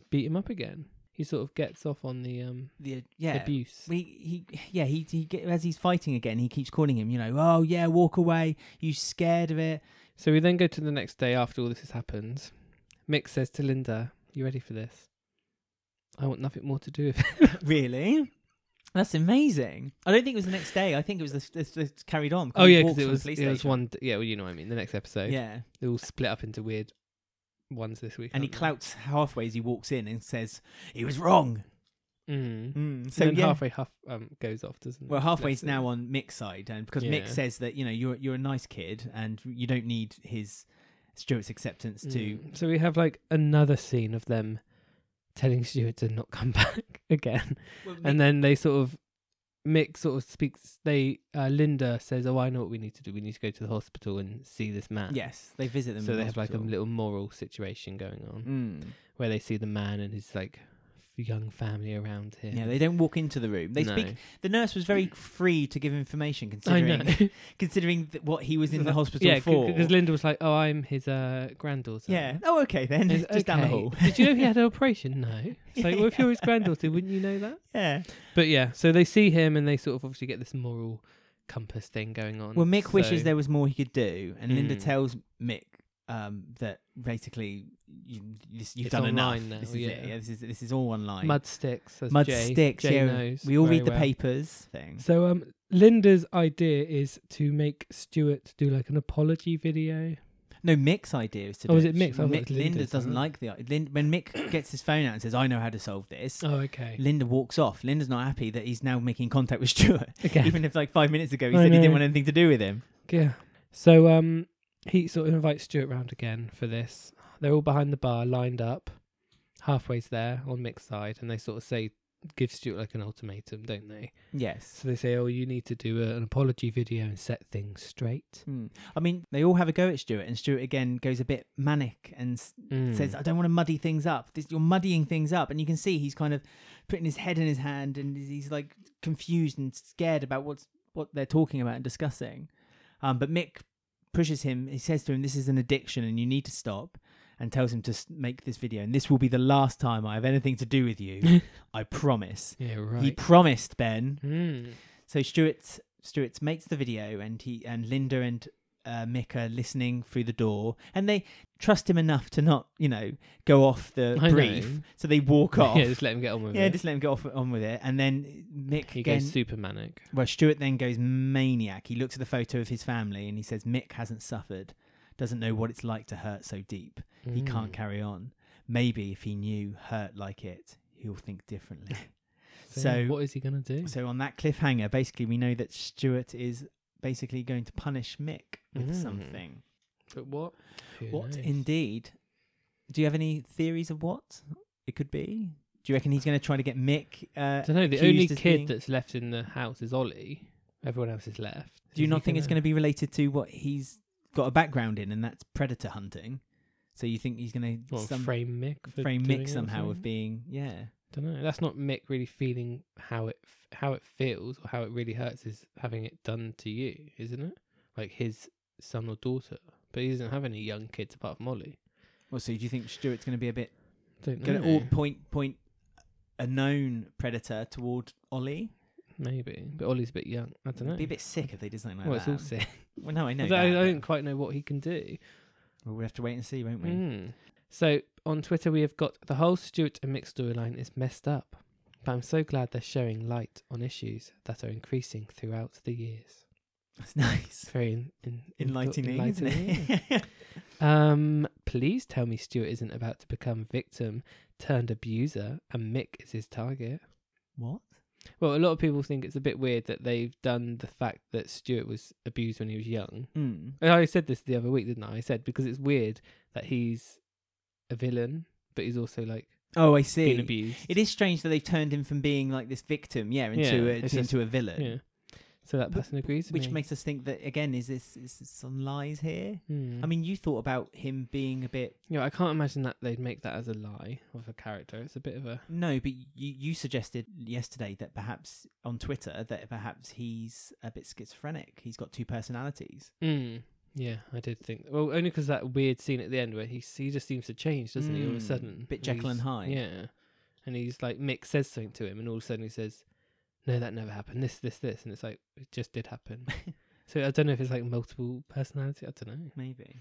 S1: beat him up again. He sort of gets off on the um
S2: The yeah,
S1: abuse.
S2: We, he, yeah, he, he get- as he's fighting again, he keeps calling him, you know, oh yeah, walk away, you scared of it.
S1: So we then go to the next day after all this has happened. Mick says to Linda, You ready for this? I want nothing more to do with it.
S2: really? That's amazing. I don't think it was the next day. I think it was this, this, this carried on.
S1: oh,
S2: He
S1: yeah, because
S2: walked
S1: it
S2: from the
S1: was,
S2: police
S1: it was
S2: station.
S1: one. d- Yeah, well, you know what I mean. The next episode.
S2: Yeah.
S1: They're all split up into weird ones this week.
S2: and he
S1: aren't
S2: clouts halfway as he walks in and says he was
S1: they?
S2: wrong.
S1: Mm.
S2: Mm.
S1: So
S2: So
S1: and then
S2: yeah,
S1: halfway huff, um, goes off, doesn't
S2: well,
S1: it?
S2: halfway's
S1: Bless him.
S2: now on Mick's side, and because Mick
S1: Yeah.
S2: says that you know you're you're a nice kid and you don't need his Stuart's acceptance to.
S1: Mm. So we have like another scene of them telling Stuart to not come back again. And then they sort of Mick sort of speaks. They uh, Linda says, "Oh, I know what we need to do. We need to go to the hospital and see this man."
S2: yes, they visit them.
S1: So
S2: in
S1: they have like a
S2: hospital.
S1: little moral situation going on
S2: Mm.
S1: where they see the man and his like f- young family around him.
S2: Yeah, they don't walk into the room. They
S1: No.
S2: speak. The nurse was very free to give information,
S1: I know.
S2: considering considering th- what he was in the
S1: Like,
S2: hospital
S1: yeah,
S2: for.
S1: because Linda was like, "Oh, I'm his uh, granddaughter."
S2: yeah. Oh, okay then.
S1: And
S2: Just
S1: it's
S2: down the
S1: okay.
S2: hall.
S1: Did you know he had an operation? No. It's like, well, if you're his granddaughter, wouldn't you know that?
S2: Yeah.
S1: But yeah, so they see him and they sort of obviously get this moral compass thing going on.
S2: Well, Mick wishes
S1: Um, so-
S2: there was more he could do, and Linda
S1: Mm.
S2: tells Mick um, that basically you, this, you've
S1: It's
S2: done enough.
S1: online now,
S2: this is
S1: yeah.
S2: it. Yeah, this is this is all online.
S1: Mud sticks. Says
S2: Mud
S1: Jay.
S2: sticks.
S1: Jay
S2: yeah,
S1: knows
S2: we all
S1: very
S2: read the
S1: well.
S2: papers thing.
S1: So um, Linda's idea is to make Stuart do like an apology video.
S2: No, Mick's idea is to.
S1: Oh,
S2: do
S1: is it Mick's? I thought it was
S2: Mick, Linda
S1: Linda's,
S2: doesn't
S1: huh?
S2: like the. Lin, when Mick gets his phone out and says, "I know how to solve this,"
S1: Oh, okay.
S2: Linda walks off. Linda's not happy that he's now making contact with Stuart,
S1: Again.
S2: even if like five minutes ago he
S1: I
S2: said he
S1: know.
S2: didn't want anything to do with him.
S1: Yeah. So um, he sort of invites Stuart round again for this. They're all behind the bar, lined up, halfway's there on Mick's side, and they sort of say, give Stuart like an ultimatum, don't they?
S2: Yes.
S1: So they say, oh, you need to do a, an apology video and set things straight.
S2: Hmm. I mean, they all have a go at Stuart, and Stuart again goes a bit manic and s
S1: Hmm. Mm.
S2: says, "I don't want to muddy things up. This, you're muddying things up." And you can see he's kind of putting his head in his hand, and he's- he's like confused and scared about what's what they're talking about and discussing. Um, but Mick pushes him. He says to him, "This is an addiction, and you need to stop." And tells him to s- make this video, and this will be the last time I have anything to do with you. I promise.
S1: Yeah, right.
S2: He promised, Ben.
S1: Mm.
S2: So Stuart Stuart makes the video, and he and Linda and uh, Mick are listening through the door, and they trust him enough to not, you know, go off the
S1: I know.
S2: brief. So they walk off.
S1: Yeah, just let him get on with
S2: Yeah,
S1: it.
S2: just let him get off on with it, and then Mick
S1: he
S2: again.
S1: goes super manic.
S2: well, Stuart then goes maniac. He looks at the photo of his family, and he says Mick hasn't suffered, doesn't know what it's like to hurt so deep. He can't
S1: Mm.
S2: carry on. Maybe if he knew hurt like it, he'll think differently.
S1: So,
S2: so-
S1: what is he gonna do?
S2: So on that cliffhanger, basically, we know that Stuart is basically going to punish Mick with
S1: Mm.
S2: something.
S1: But what? Who
S2: What
S1: knows?
S2: indeed? Do you have any theories of what it could be? Do you reckon he's going to try to get Mick?
S1: I
S2: Uh,
S1: don't know. The
S2: accused
S1: only
S2: as
S1: kid
S2: being-
S1: that's left in the house is Ollie. Everyone else is left.
S2: Do you not think it's going to be related to what he's got a background in, and that's predator hunting? So you think he's going to
S1: frame Mick? for
S2: frame
S1: doing it
S2: Mick
S1: or
S2: somehow
S1: something?
S2: of being yeah?
S1: don't know. That's not Mick really feeling how it f- how it feels or how it really hurts is having it done to you, isn't it? Like his son or daughter, but he doesn't have any young kids apart from Ollie.
S2: Well, so do you think Stuart's going to be a bit
S1: Don't
S2: going
S1: know.
S2: to all point point a known predator toward Ollie?
S1: Maybe, but Ollie's a bit young. I don't know.
S2: Be a bit sick if they did something like
S1: well, it's
S2: that.
S1: all sick.
S2: Well, no, I know.
S1: I, don't- I
S2: that, but-
S1: don't quite know what he can do.
S2: Well, we'll have to wait and see, won't we?
S1: Mm. So on Twitter, we have got the whole Stuart and Mick storyline is messed up, but I'm so glad they're showing light on issues that are increasing throughout the years.
S2: That's nice.
S1: It's very in, in, in-
S2: Enlightening,
S1: enlightening, yeah.
S2: isn't it?
S1: Um, please tell me Stuart isn't about to become victim turned abuser and Mick is his target.
S2: what?
S1: Well, a lot of people think it's a bit weird that they've done the fact that Stuart was abused when he was young.
S2: Mm.
S1: And I said this the other week, didn't I? I said because it's weird that he's a villain, but he's also like
S2: Oh, I see.
S1: being abused.
S2: It is strange that they've turned him from being like this victim, yeah, into
S1: Yeah,
S2: a,
S1: it's
S2: into
S1: just-
S2: a villain,
S1: Yeah. So that
S2: Wh-
S1: person agrees. with
S2: which
S1: me.
S2: makes us think that again is this is this some lies here?
S1: Hmm.
S2: I mean, you thought about him being a bit
S1: yeah, I can't imagine that they'd make that as a lie of a character. It's a bit of a
S2: no, but you you suggested yesterday that perhaps on Twitter that perhaps he's a bit schizophrenic. He's got two personalities.
S1: Mm. Yeah, I did think. Well, only because that weird scene at the end where he s- he just seems to change, doesn't he? All of a
S2: Mm,
S1: sudden,
S2: bit Jekyll and
S1: he's-
S2: Hyde.
S1: Yeah, and he's like Mick says something to him, and all of a sudden he says, "No, that never happened. This, this, this," and it's like it just did happen. so I don't know if it's like multiple personality. I don't know.
S2: Maybe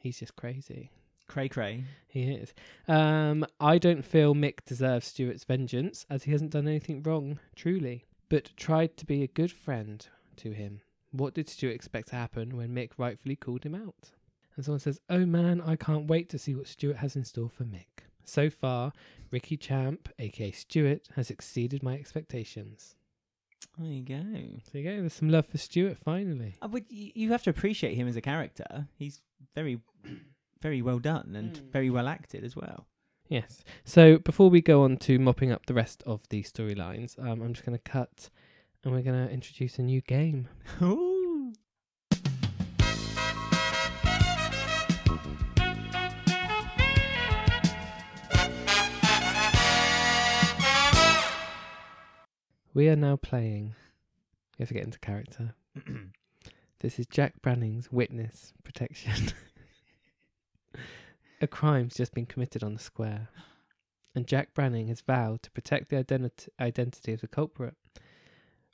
S1: He's just crazy.
S2: cray cray.
S1: He is. Um, I don't feel Mick deserves Stuart's vengeance as he hasn't done anything wrong, truly, but tried to be a good friend to him. What did Stuart expect to happen when Mick rightfully called him out? And someone says, Oh man, I can't wait to see what Stuart has in store for Mick. So far, Ricky Champ, aka Stuart, has exceeded my expectations.
S2: There you go.
S1: So you go, there's some love for Stuart finally.
S2: I would, Uh, you you have to appreciate him as a character. He's very, very well done and
S1: Hmm.
S4: Mm.
S2: very well acted as well.
S1: Yes. So before we go on to mopping up the rest of the storylines, um, I'm just going to cut and we're going to introduce a new game.
S2: Ooh.
S1: We are now playing. We have to get into character. this is Jack Branning's witness protection. a crime's just been committed on the square, and Jack Branning has vowed to protect the identi- identity of the culprit.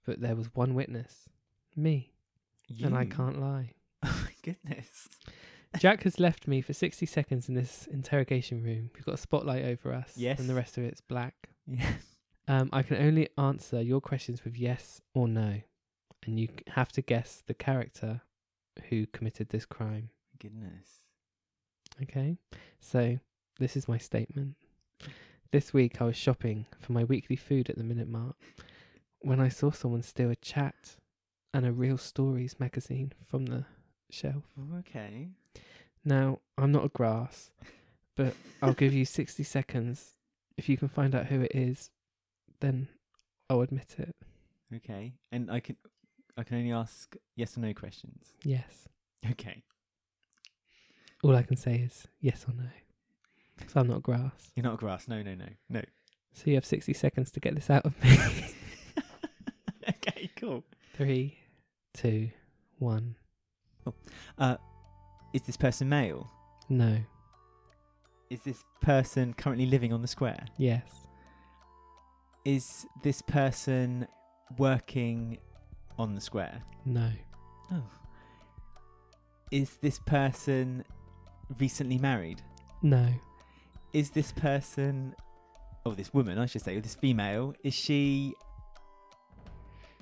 S1: But there was one witness, me, and I
S2: You.
S1: can't lie.
S2: Oh my goodness.
S1: Jack has left me for 60 seconds in this interrogation room. We've got a spotlight over us,
S2: Yes.
S1: and the rest of it's black.
S2: Yeah.
S1: Um, I can only answer your questions with yes or no, and you c- have to guess the character who committed this crime.
S2: Goodness.
S1: Okay, so this is my statement. This week I was shopping for my weekly food at the Minute Mart when I saw someone steal a chat and a Real Stories magazine from the shelf.
S2: Okay.
S1: Now, I'm not a grass, but I'll give you 60 seconds. If you can find out who it is, then I'll admit it.
S2: Okay. And I can I can only ask yes or no questions.
S1: Yes.
S2: Okay.
S1: All I can say is yes or no. So I'm not a grass.
S2: You're not a grass. No, no, no. No.
S1: So you have 60 seconds to get this out of me.
S2: okay, cool.
S1: Three, two, one.
S2: Is this person male?
S1: No.
S2: Is this person currently living on the square?
S1: Yes.
S2: Is this person working on the square?
S1: No.
S2: Oh. Is this person recently married?
S1: No.
S2: Is this person oh this woman, I should say, this female, is she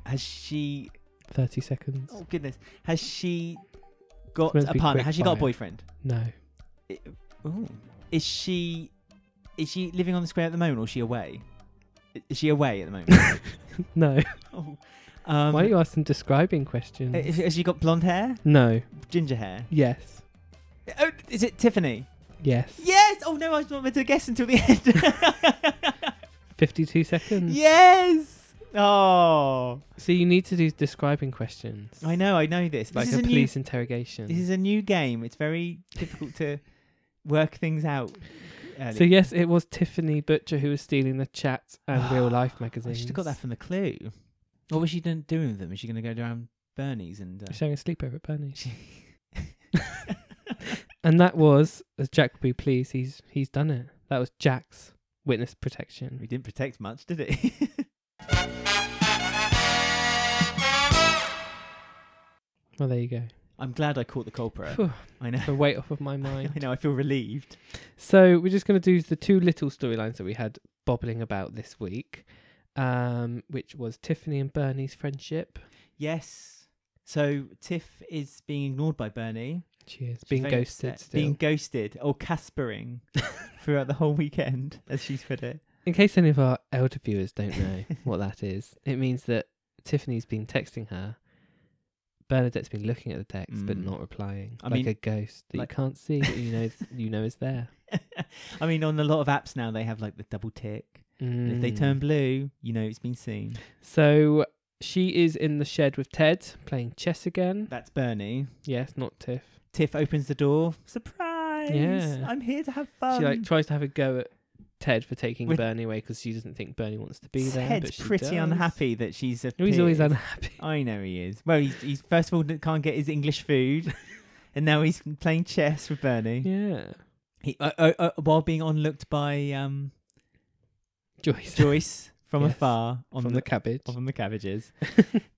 S2: has she
S1: 30 seconds.
S2: oh goodness. Has she got
S1: meant to
S2: a
S1: be
S2: partner?
S1: quick
S2: Has she got a
S1: fire.
S2: boyfriend?
S1: No.
S2: Ooh. Is she is she living on the square at the moment or is she away? I- Is she away at the moment?
S1: No.
S2: oh. um,
S1: Why are you asking describing questions?
S2: has has she got blonde hair?
S1: no.
S2: Ginger hair?
S1: Yes.
S2: Oh, is it Tiffany?
S1: Yes.
S2: Yes! Oh no, I was not meant to guess until the end.
S1: 52 seconds.
S2: yes! Mm. Oh,
S1: So you need to do describing questions.
S2: I know, I know this.
S1: Like
S2: this is
S1: a
S2: a
S1: police
S2: new,
S1: interrogation.
S2: this is a new game. It's very difficult to work things out. Early.
S1: so yes, it was Tiffany Butcher who was stealing the chat and real life
S2: I
S1: magazines.
S2: should have got that from the clue. What was she done- doing with them? Is she going to go down Bernie's and? Uh,
S1: She's having a sleepover at Bernie's. And that was, as Jack would be pleased, he's he's done it. That was Jack's witness protection.
S2: we didn't protect much, did it?
S1: Well, there you go.
S2: I'm glad I caught the culprit.
S1: Phew,
S2: I know.
S1: the weight off of my mind.
S2: I know. I feel relieved.
S1: So we're just going to do the two little storylines that we had bobbling about this week, um, which was Tiffany and Bernie's friendship.
S2: Yes. So Tiff is being ignored by Bernie.
S1: Cheers.
S2: She's
S1: Being
S2: very
S1: ghosted
S2: upset.
S1: still.
S2: Being ghosted or Caspering throughout the whole weekend, as she's put it.
S1: In case any of our elder viewers don't know what that is, it means that Tiffany's been texting her. Bernadette's been looking at the text but
S2: Mm.
S1: not replying,
S2: I
S1: like
S2: mean,
S1: a ghost that
S2: like-
S1: you can't see, but you know you know is there.
S2: I mean, on a lot of apps now, they have like the double tick. And if they
S1: Mm.
S2: turn blue, you know it's been seen.
S1: so she is in the shed with Ted playing chess again.
S2: That's Bernie.
S1: Yes, not Tiff.
S2: Tiff opens the door. Surprise!
S1: Yeah.
S2: I'm here to have fun.
S1: she like tries to have a go at Ted for taking
S2: With-
S1: Bernie away because she doesn't think Bernie wants to be there.
S2: Ted's
S1: but she
S2: pretty
S1: does.
S2: unhappy that she's.
S1: No, He's always
S2: appeared.
S1: unhappy.
S2: I know he is. Well, he's, he's first of all can't get his English food, and now he's playing chess with Bernie.
S1: yeah,
S2: He, uh, uh, uh, while being onlooked by um,
S1: Joyce
S2: Joyce from
S1: Yes,
S2: afar on
S1: from the,
S2: the,
S1: cabbage.
S2: from the cabbages.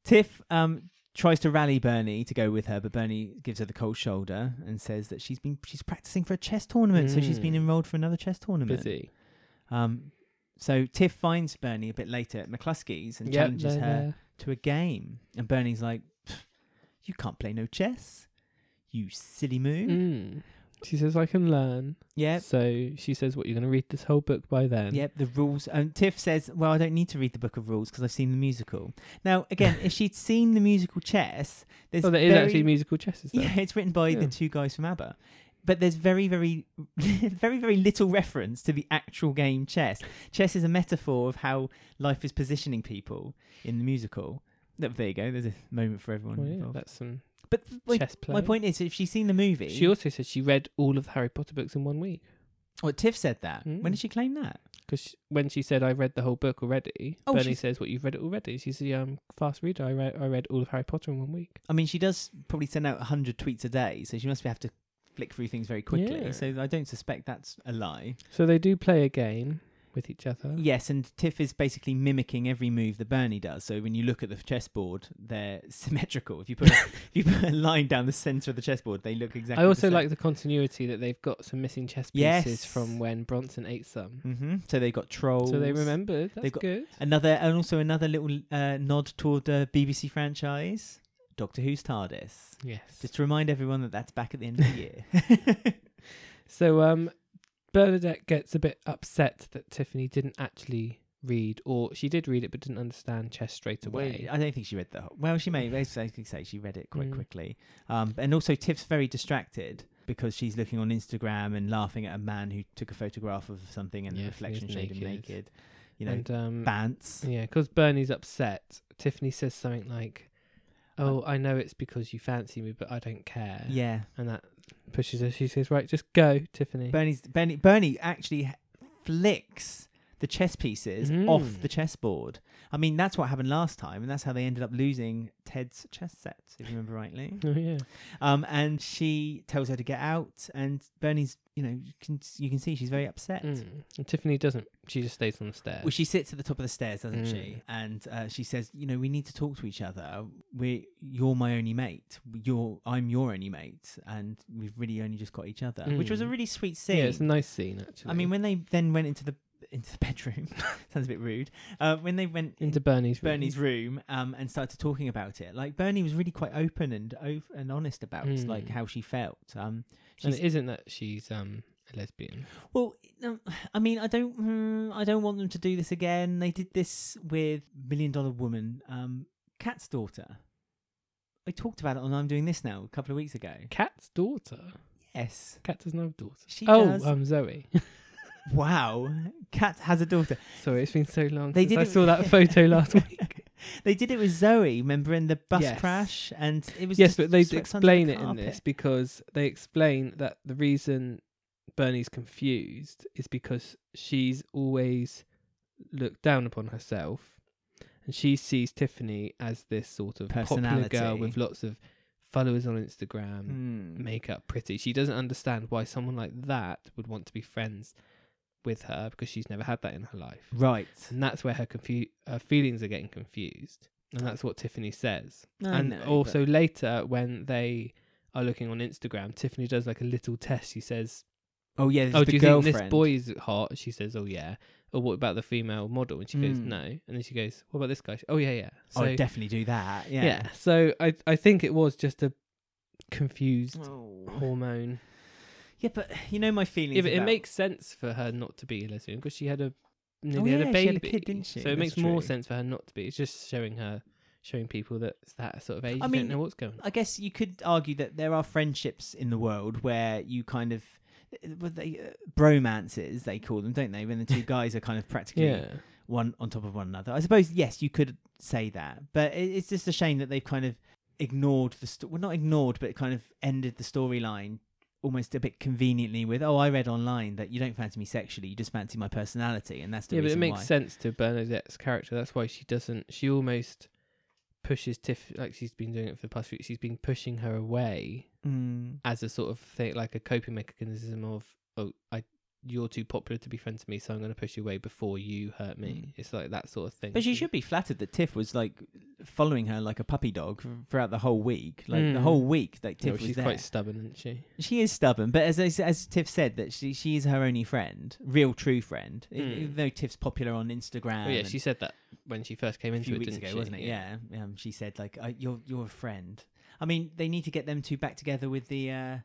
S2: Tiff um, tries to rally Bernie to go with her, but Bernie gives her the cold shoulder and says that she's been she's practicing for a chess tournament, so she's been
S1: Mm.
S2: enrolled for another chess tournament.
S1: Busy.
S2: Um, so Tiff finds Bernie a bit later at McCluskey's and
S1: Yep,
S2: challenges
S1: they're
S2: her
S1: there.
S2: to a game, and Bernie's like, "Pff, "You can't play no chess, you silly moo."
S1: Mm. She says, "I can learn."
S2: Hmm. Yep.
S1: So she says, "What you're going to read this whole book by then?"
S2: Yep, the rules. And Tiff says, "Well, I don't need to read the book of rules because I've seen the musical." Now, again, if she'd seen the musical Chess, there's
S1: Oh, there is
S2: very-
S1: actually musical chess. Is there?
S2: Yeah, it's written by
S1: Yeah.
S2: the two guys from ABBA. But there's very, very, very, very little reference to the actual game chess. Chess is a metaphor of how life is positioning people in the musical. Th- There you go. There's a moment for everyone.
S1: Well, yeah,
S2: involved.
S1: that's some
S2: but th- my,
S1: chess play.
S2: my point is, if she's seen the movie,
S1: She also says she read all of the Harry Potter books in one week
S2: well, Tiff said that.
S1: Mm.
S2: When did she claim that?
S1: because when she said, "I read the whole book already,"
S2: Oh,
S1: Bernie
S2: she's-
S1: says, "What you've read it already?" She said, "Yeah, I'm a fast reader. I read I read all of Harry Potter in one week."
S2: I mean, she does probably send out 100 tweets a day, so she must have to flick through things very quickly.
S1: Yeah.
S2: So I don't suspect that's a lie.
S1: So they do play a game with with each other.
S2: Yes, and Tiff is basically mimicking every move that Bernie does. So when you look at the chessboard, they're symmetrical. If you put a, if you put a line down the center of the chessboard, they look exactly.
S1: I also like the continuity that they've got some missing chess pieces
S2: Yes.
S1: from when Bronson ate some.
S2: hmm So they got trolls.
S1: So they remembered. That's
S2: They've got-
S1: good.
S2: another, and also another little uh, nod toward the BBC franchise, Doctor Who's TARDIS.
S1: Yes.
S2: Just to remind everyone that that's back at the end of the year.
S1: So um, Bernadette gets a bit upset that Tiffany didn't actually read, or she did read it but didn't understand chess straight away.
S2: I don't think she read the whole. Well, she may basically say she read it quite
S1: Mm.
S2: quickly. Um, and also, Tiff's very distracted because she's looking on Instagram and laughing at a man who took a photograph of something and
S1: Yeah, he
S2: the reflection
S1: is
S2: showed him
S1: naked.
S2: naked. You know,
S1: and um,
S2: bants.
S1: yeah, because Bernie's upset, Tiffany says something like, "Oh, I know it's because you fancy me, but I don't care."
S2: Yeah,
S1: and that pushes her. She says, "Right, just go, Tiffany."
S2: Bernie's Bernie Bernie actually h- flicks the chess pieces off
S1: Mm.
S2: the chessboard. I mean, that's what happened last time, and that's how they ended up losing Ted's chess set, if you remember rightly.
S1: oh yeah.
S2: Um, and she tells her to get out, and Bernie's, you know, you can, you can see she's very upset.
S1: Mm. And Tiffany doesn't. She just stays on the stairs.
S2: Well, she sits at the top of the stairs, doesn't
S1: Mm.
S2: she? And uh, she says, "You know, we need to talk to each other. We, you're my only mate. You're, I'm your only mate, and we've really only just got each other." Which was a
S1: Mm.
S2: really sweet scene.
S1: yeah, it's a nice scene actually.
S2: I mean, when they then went into the into the bedroom, sounds a bit rude. Uh, when they went into
S1: into Bernie's room.
S2: Bernie's room um, and started talking about it, like Bernie was really quite open and ov- and honest about like
S1: Mm.
S2: how she felt. Um,
S1: and
S2: she's-
S1: it isn't that she's um a lesbian.
S2: Well, no, I mean, I don't, mm, I don't want them to do this again. They did this with Million Dollar Woman, um, Cat's daughter. I talked about it on I'm Doing This Now a couple of weeks ago.
S1: Cat's daughter.
S2: Yes.
S1: Cat doesn't have a daughter.
S2: She
S1: oh,
S2: does.
S1: um, Zoe.
S2: Wow. Cat has a daughter.
S1: Sorry, it's been so long
S2: They
S1: since I
S2: didn't-
S1: saw that photo last week.
S2: They did it with Zoe, remember, in the bus
S1: Yes.
S2: crash, and it was
S1: Yes,
S2: just
S1: but they
S2: swept under
S1: explain
S2: the
S1: it in
S2: carpet.
S1: this because they explain that the reason Bernie's confused is because she's always looked down upon herself, and she sees Tiffany as this sort of popular girl
S2: Personality.
S1: with lots of followers on Instagram.
S2: Hmm.
S1: makeup pretty. She doesn't understand why someone like that would want to be friends with her because she's never had that in her life.
S2: Right.
S1: And that's where her confu- her feelings are getting confused. And that's what Tiffany says.
S2: I
S1: and
S2: know,
S1: also later when they are looking on Instagram, Tiffany does like a little test. She says,
S2: Oh yeah. This
S1: "Oh,
S2: is
S1: do
S2: the
S1: you
S2: girlfriend.
S1: think this boy is hot?" She says, "Oh yeah." Or what about the female model? And she goes,
S2: Mm.
S1: "No." And then she goes, "What about this guy?" She- oh yeah, yeah. So
S2: I'd definitely do that. Yeah.
S1: yeah. So I I think it was just a confused
S2: Oh.
S1: hormone
S2: Yeah, but you know my feelings.
S1: Yeah, but it
S2: about-
S1: makes sense for her not to be a lesbian because she had a nearly
S2: Oh, yeah,
S1: had a
S2: she
S1: baby,
S2: had a kid, didn't she?
S1: So it
S2: That's
S1: makes more
S2: true.
S1: sense for her not to be. It's just showing her, showing people that it's that sort of age.
S2: I
S1: I
S2: mean,
S1: don't know what's going. on.
S2: I guess you could argue that there are friendships in the world where you kind of what they uh, bromances they call them, don't they? When the two guys are kind of practically
S1: Yeah,
S2: one on top of one another. I suppose yes, you could say that, but it, it's just a shame that they've kind of ignored the sto- well, not ignored, but kind of ended the storyline almost a bit conveniently with oh, I read online that you don't fancy me sexually, you just fancy my personality, and that's the
S1: yeah, but it
S2: reason
S1: makes
S2: why.
S1: sense to Bernadette's character. That's why she doesn't. She almost pushes Tiff like she's been doing it for the past few. She's been pushing her away
S2: Mm.
S1: as a sort of thing, like a coping mechanism of oh, I you're too popular to be friends with me, so I'm going to push you away before you hurt me. It's like that sort of thing.
S2: Hmm. But she
S1: Mm.
S2: should be flattered that Tiff was like following her like a puppy dog throughout the whole week. Like the
S1: Mm.
S2: whole week, like
S1: Yeah,
S2: Tiff
S1: well,
S2: was
S1: she's
S2: there.
S1: quite stubborn, isn't she?
S2: she is stubborn, but as I s- as Tiff said, that she she is her only friend, real true friend. E-
S1: Mm.
S2: Even though Tiff's popular on Instagram,
S1: Oh, yeah,
S2: and
S1: she said that when she first came
S2: a
S1: into
S2: few
S1: it,
S2: weeks
S1: didn't
S2: ago,
S1: she?
S2: wasn't it? Yeah, Um, she said like I, you're you're a friend. I mean, they need to get them two back together with the uh,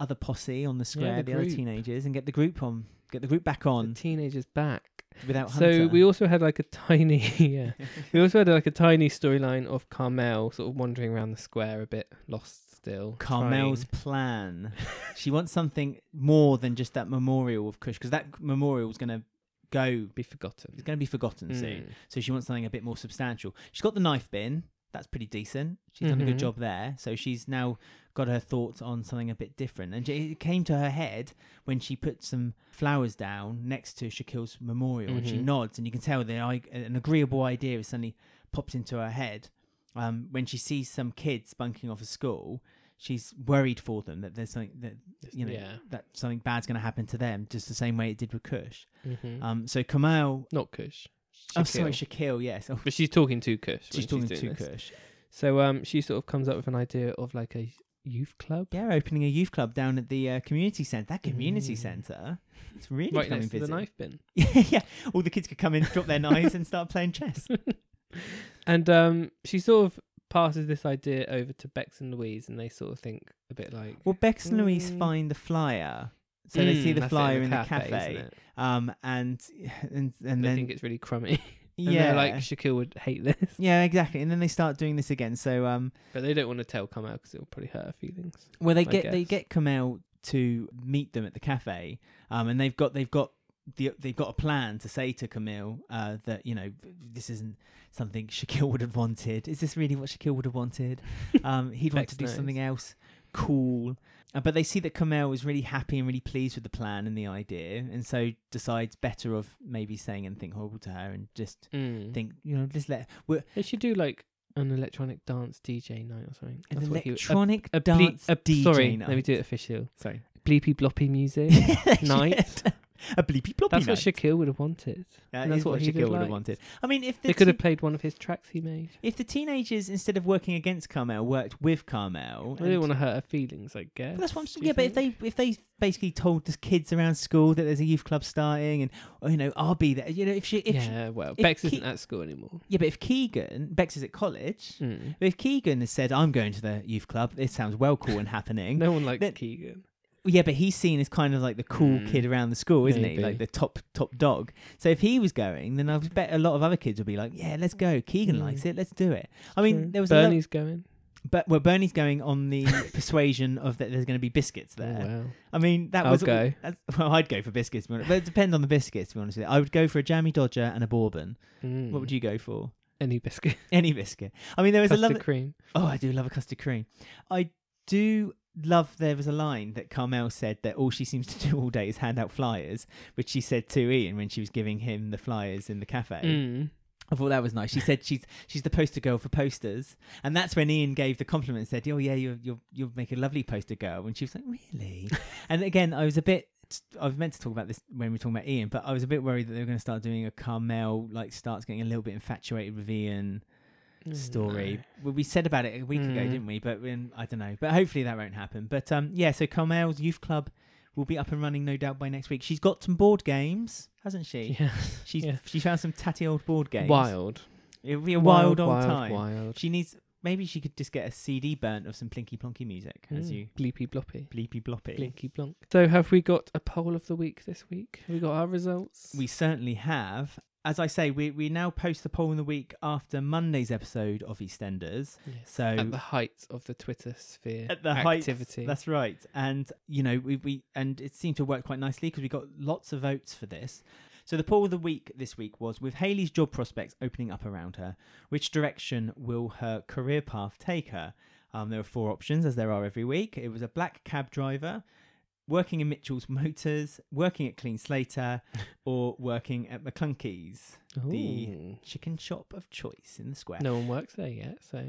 S2: other posse on the
S1: the
S2: square, the, other
S1: group.
S2: teenagers, and get the group on, get the group back
S1: on
S2: on
S1: teenagers back.
S2: without Hunter.
S1: So we also had like a tiny, yeah, we also had like a tiny storyline of Carmel sort of wandering around the square a bit lost still.
S2: Carmel's
S1: trying-
S2: plan. she wants something more than just that memorial of Kush, because that memorial is going to go.
S1: be forgotten.
S2: It's going to be forgotten soon.
S1: Mm.
S2: So she wants something a bit more substantial. She's got the knife bin. That's pretty decent. She's done a good
S1: Mhm.
S2: job there. So she's now got her thoughts on something a bit different. And it came to her head when she put some flowers down next to Shaquille's memorial. And she
S1: Mhm.
S2: nods, and you can tell that I- an agreeable idea has suddenly popped into her head. Um, when she sees some kids bunking off of school, she's worried for them that there's something that you know
S1: yeah.
S2: that something bad's going to happen to them, just the same way it did with Kush.
S1: hmm
S2: Um, so Kamal,
S1: Not Kush.
S2: oh sorry,
S1: Shaquille.
S2: Shaquille, yes, oh,
S1: but she's talking to Kush. when
S2: she's talking
S1: doing
S2: to
S1: this.
S2: Kush.
S1: So um, she sort of comes up with an idea of like a youth club
S2: Yeah, opening a youth club down at the uh, community centre. That community
S1: Mm.
S2: centre, it's really
S1: right
S2: coming
S1: next to
S2: busy.
S1: the knife bin.
S2: yeah, yeah. All the kids could come in, drop their knives, and start playing chess.
S1: And um, she sort of passes this idea over to Bex and Louise, and they sort of think a bit like.
S2: Well, Bex and Louise
S1: Mm.
S2: find the flyer, so they see
S1: "Mm,
S2: the
S1: that's it,
S2: flyer in the cafe,
S1: isn't it?"
S2: um, and and and
S1: they
S2: then
S1: think it's really crummy. And
S2: yeah,
S1: yeah, like Shaquille would hate this,
S2: yeah, exactly. And then they start doing this again. So um,
S1: but they don't want to tell Kamal because it'll probably hurt her feelings.
S2: Well, they
S1: I
S2: get they
S1: guess.
S2: get Kamel to meet them at the cafe, um, and they've got they've got the they've got a plan to say to Camille uh, that you know this isn't something Shaquille would have wanted. Is this really what Shaquille would have wanted? Um, he'd want
S1: Bex
S2: to do
S1: knows.
S2: something else cool. Uh, but they see that Kamel is really happy and really pleased with the plan and the idea, and so decides better of maybe saying anything horrible to her and just
S1: Mm.
S2: think you know just let we're,
S1: They should do like an electronic dance DJ night or something.
S2: an
S1: That's what he- a-
S2: electronic
S1: a ble-
S2: dance
S1: a-
S2: DJ
S1: Sorry,
S2: night.
S1: let me do it official.
S2: Sorry.
S1: Bleepy bloppy music. Night.
S2: a bleepy bloppy
S1: That's what
S2: night.
S1: Shaquille would have wanted.
S2: That
S1: And that's
S2: is
S1: what
S2: what
S1: he
S2: Shaquille
S1: would
S2: would have
S1: like.
S2: wanted. I mean, if the
S1: they could have
S2: teen-
S1: played one of his tracks he made.
S2: if the teenagers instead of working against Carmel worked with Carmel,
S1: They don't
S2: and-
S1: want to hurt her feelings, I guess.
S2: Well, that's what I'm
S1: do
S2: saying.
S1: you
S2: Yeah, but if
S1: think?
S2: they if they basically told the kids around school that there's a youth club starting, and oh, you know I'll be there. You know if she if she-
S1: yeah, well,
S2: if
S1: Bex
S2: Ke-
S1: isn't at school anymore.
S2: yeah, but if Keegan Bex is at college,
S1: Mm.
S2: but if Keegan has said I'm going to the youth club, this sounds well cool and happening.
S1: No one likes
S2: Then-
S1: Keegan.
S2: Yeah, but he's seen as kind of like the cool
S1: Hmm.
S2: kid around the school, isn't he?
S1: Maybe.
S2: Like the top top dog. So if he was going, then I bet a lot of other kids would be like, "Yeah, let's go. Keegan
S1: Hmm.
S2: likes it. Let's do it." I mean,
S1: True.
S2: there was a lo-
S1: Bernie's going.
S2: But well, Bernie's going on the persuasion of that there's going to be biscuits
S1: Oh,
S2: there.
S1: wow.
S2: I mean, that
S1: I'll
S2: was
S1: go.
S2: that's- well, I'd go for biscuits, but it depends on the biscuits. To be honest with you, I would go for a jammy dodger and a bourbon.
S1: Mm.
S2: What would you go for?
S1: Any biscuit?
S2: Any biscuit. I mean, there was
S1: Custard
S2: a lovely.
S1: cream.
S2: Oh, I do love a custard cream. I do love. There was a line that Carmel said that all she seems to do all day is hand out flyers, which she said to Ian when she was giving him the flyers in the cafe.
S1: Mm.
S2: I thought that was nice. She said she's she's the poster girl for posters, and that's when Ian gave the compliment and said, "Oh yeah, you will you will you'll make a lovely poster girl." And she was like, "Really?" and again, I was a bit. I was meant to talk about this when we were talking about Ian, but I was a bit worried that they were going to start doing a Carmel like starts getting a little bit infatuated with Ian
S1: Oh,
S2: story. Well, we said about it a week ago,
S1: Mm.
S2: didn't we? But um, I don't know. But hopefully that won't happen. But um, yeah, so Carmel's youth club will be up and running no doubt by next week. She's got some board games, hasn't
S1: No.
S2: she?
S1: Yeah.
S2: She's
S1: yeah.
S2: she found some tatty old board games.
S1: Wild.
S2: It would be a wild, old
S1: wild,
S2: time.
S1: Wild.
S2: She needs maybe she could just get a CD burnt of some plinky plonky music as
S1: Mm.
S2: you
S1: Bleepy bloppy.
S2: bleepy bloppy.
S1: Blinky blonk. So have we got a poll of the week this week? Have we got our results?
S2: We certainly have. As I say, we, we now post the poll in the week after Monday's episode of EastEnders.
S1: Yes.
S2: So
S1: at the height of the Twitter sphere
S2: at the height
S1: activity.
S2: That's right. And you know, we, we and it seemed to work quite nicely because we got lots of votes for this. So the poll of the week this week was with Haley's job prospects opening up around her, which direction will her career path take her? Um, there were four options, as there are every week. It was a black cab driver, working in Mitchell's Motors, working at Clean Slater, or working at McClunkey's the-
S1: Ooh.
S2: chicken shop of choice in the square.
S1: No one works there yet, so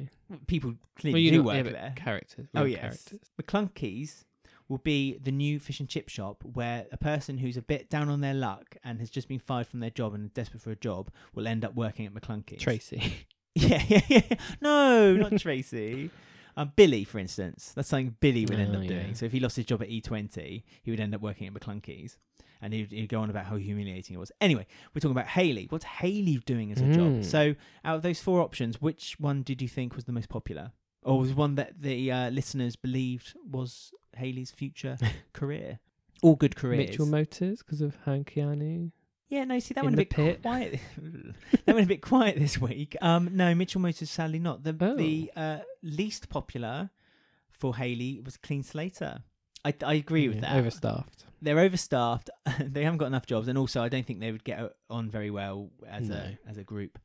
S2: people clearly
S1: Well, you
S2: do
S1: know-
S2: work
S1: yeah, but
S2: there.
S1: Characters.
S2: Oh
S1: real
S2: yes,
S1: characters.
S2: McClunkey's will be the new fish and chip shop where a person who's a bit down on their luck and has just been fired from their job and is desperate for a job will end up working at McClunkey's.
S1: Tracy.
S2: Yeah, yeah, yeah. No, not Tracy. Um, Billy, for instance, that's something Billy would end
S1: Oh,
S2: up doing.
S1: yeah.
S2: So if he lost his job at E20, he would end up working at McClunkey's, and he'd, he'd go on about how humiliating it was. Anyway, we're talking about Haley. What's Haley doing as a
S1: Mm.
S2: job? So out of those four options, which one did you think was the most popular, or was one that the uh, listeners believed was Haley's future career? All good careers.
S1: Mitchell Motors because of Han Keanu.
S2: Yeah, no, see that
S1: In
S2: went a
S1: the
S2: bit
S1: pit.
S2: quiet. that went a bit quiet this week. Um, no, Mitchell Motors sadly not. The
S1: Oh.
S2: the uh, least popular for Haley was Clean Slater. I, I agree with
S1: Yeah,
S2: that.
S1: Overstaffed.
S2: They're overstaffed. they haven't got enough jobs, and also I don't think they would get o- on very well as
S1: No.
S2: a as a group.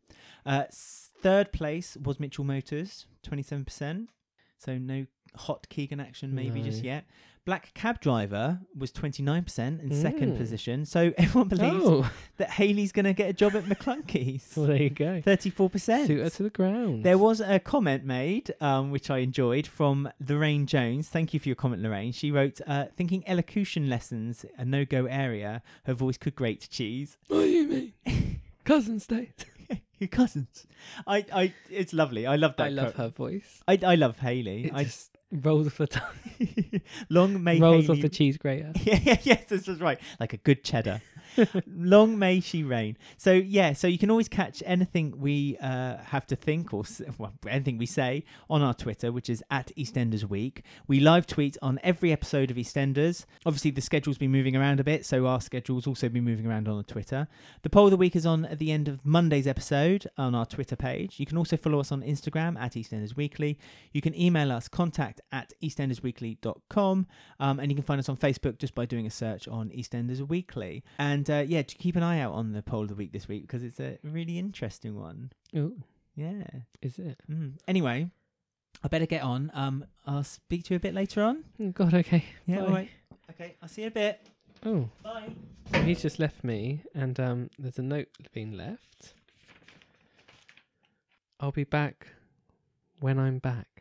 S2: Uh, s- third place was Mitchell Motors, twenty seven percent. So no hot Keegan action maybe just
S1: No.
S2: yet. Black cab driver was 29% in second
S1: Mm.
S2: position. So everyone believes
S1: Oh,
S2: that Haley's going to get a job at McClunkey's.
S1: well, there you go. Suit her
S2: 34%.
S1: to the ground.
S2: There was a comment made, um, which I enjoyed, from Lorraine Jones. Thank you for your comment, Lorraine. She wrote, uh, thinking elocution lessons, a no go area, her voice could grate cheese.
S1: What do you mean? Cousin state.
S2: Your cousins. I, I, it's lovely. I love that.
S1: I love
S2: quote.
S1: her voice.
S2: I, I love Haley.
S1: It
S2: I,
S1: just rolls off the tongue,
S2: long may
S1: rolls
S2: Hayley...
S1: off the cheese grater.
S2: yeah, yeah, yes, this was right. Like a good cheddar. Long may she reign. So yeah, so you can always catch anything we uh, have to think or s- well, anything we say on our Twitter, which is at EastEnders Week. We live tweet on every episode of EastEnders. Obviously, the schedule's been moving around a bit, so our schedule's also been moving around on the Twitter. The poll of the week is on at the end of Monday's episode on our Twitter page. You can also follow us on Instagram at EastEnders Weekly. You can email us contact at eastendersweekly.com. Um, and you can find us on Facebook just by doing a search on EastEnders Weekly. And uh, yeah, to keep an eye out on the poll of the week this week because it's a really interesting one.
S1: Oh,
S2: Yeah.
S1: is it?
S2: Mm. Anyway, I better get on. Um, I'll speak to you a bit later on.
S1: Oh, God, okay.
S2: Yeah.
S1: Bye.
S2: All right. Okay. I'll see you in a bit.
S1: Oh,
S2: Bye.
S1: well, he's just left me, and um, there's a note being left. I'll be back when I'm back.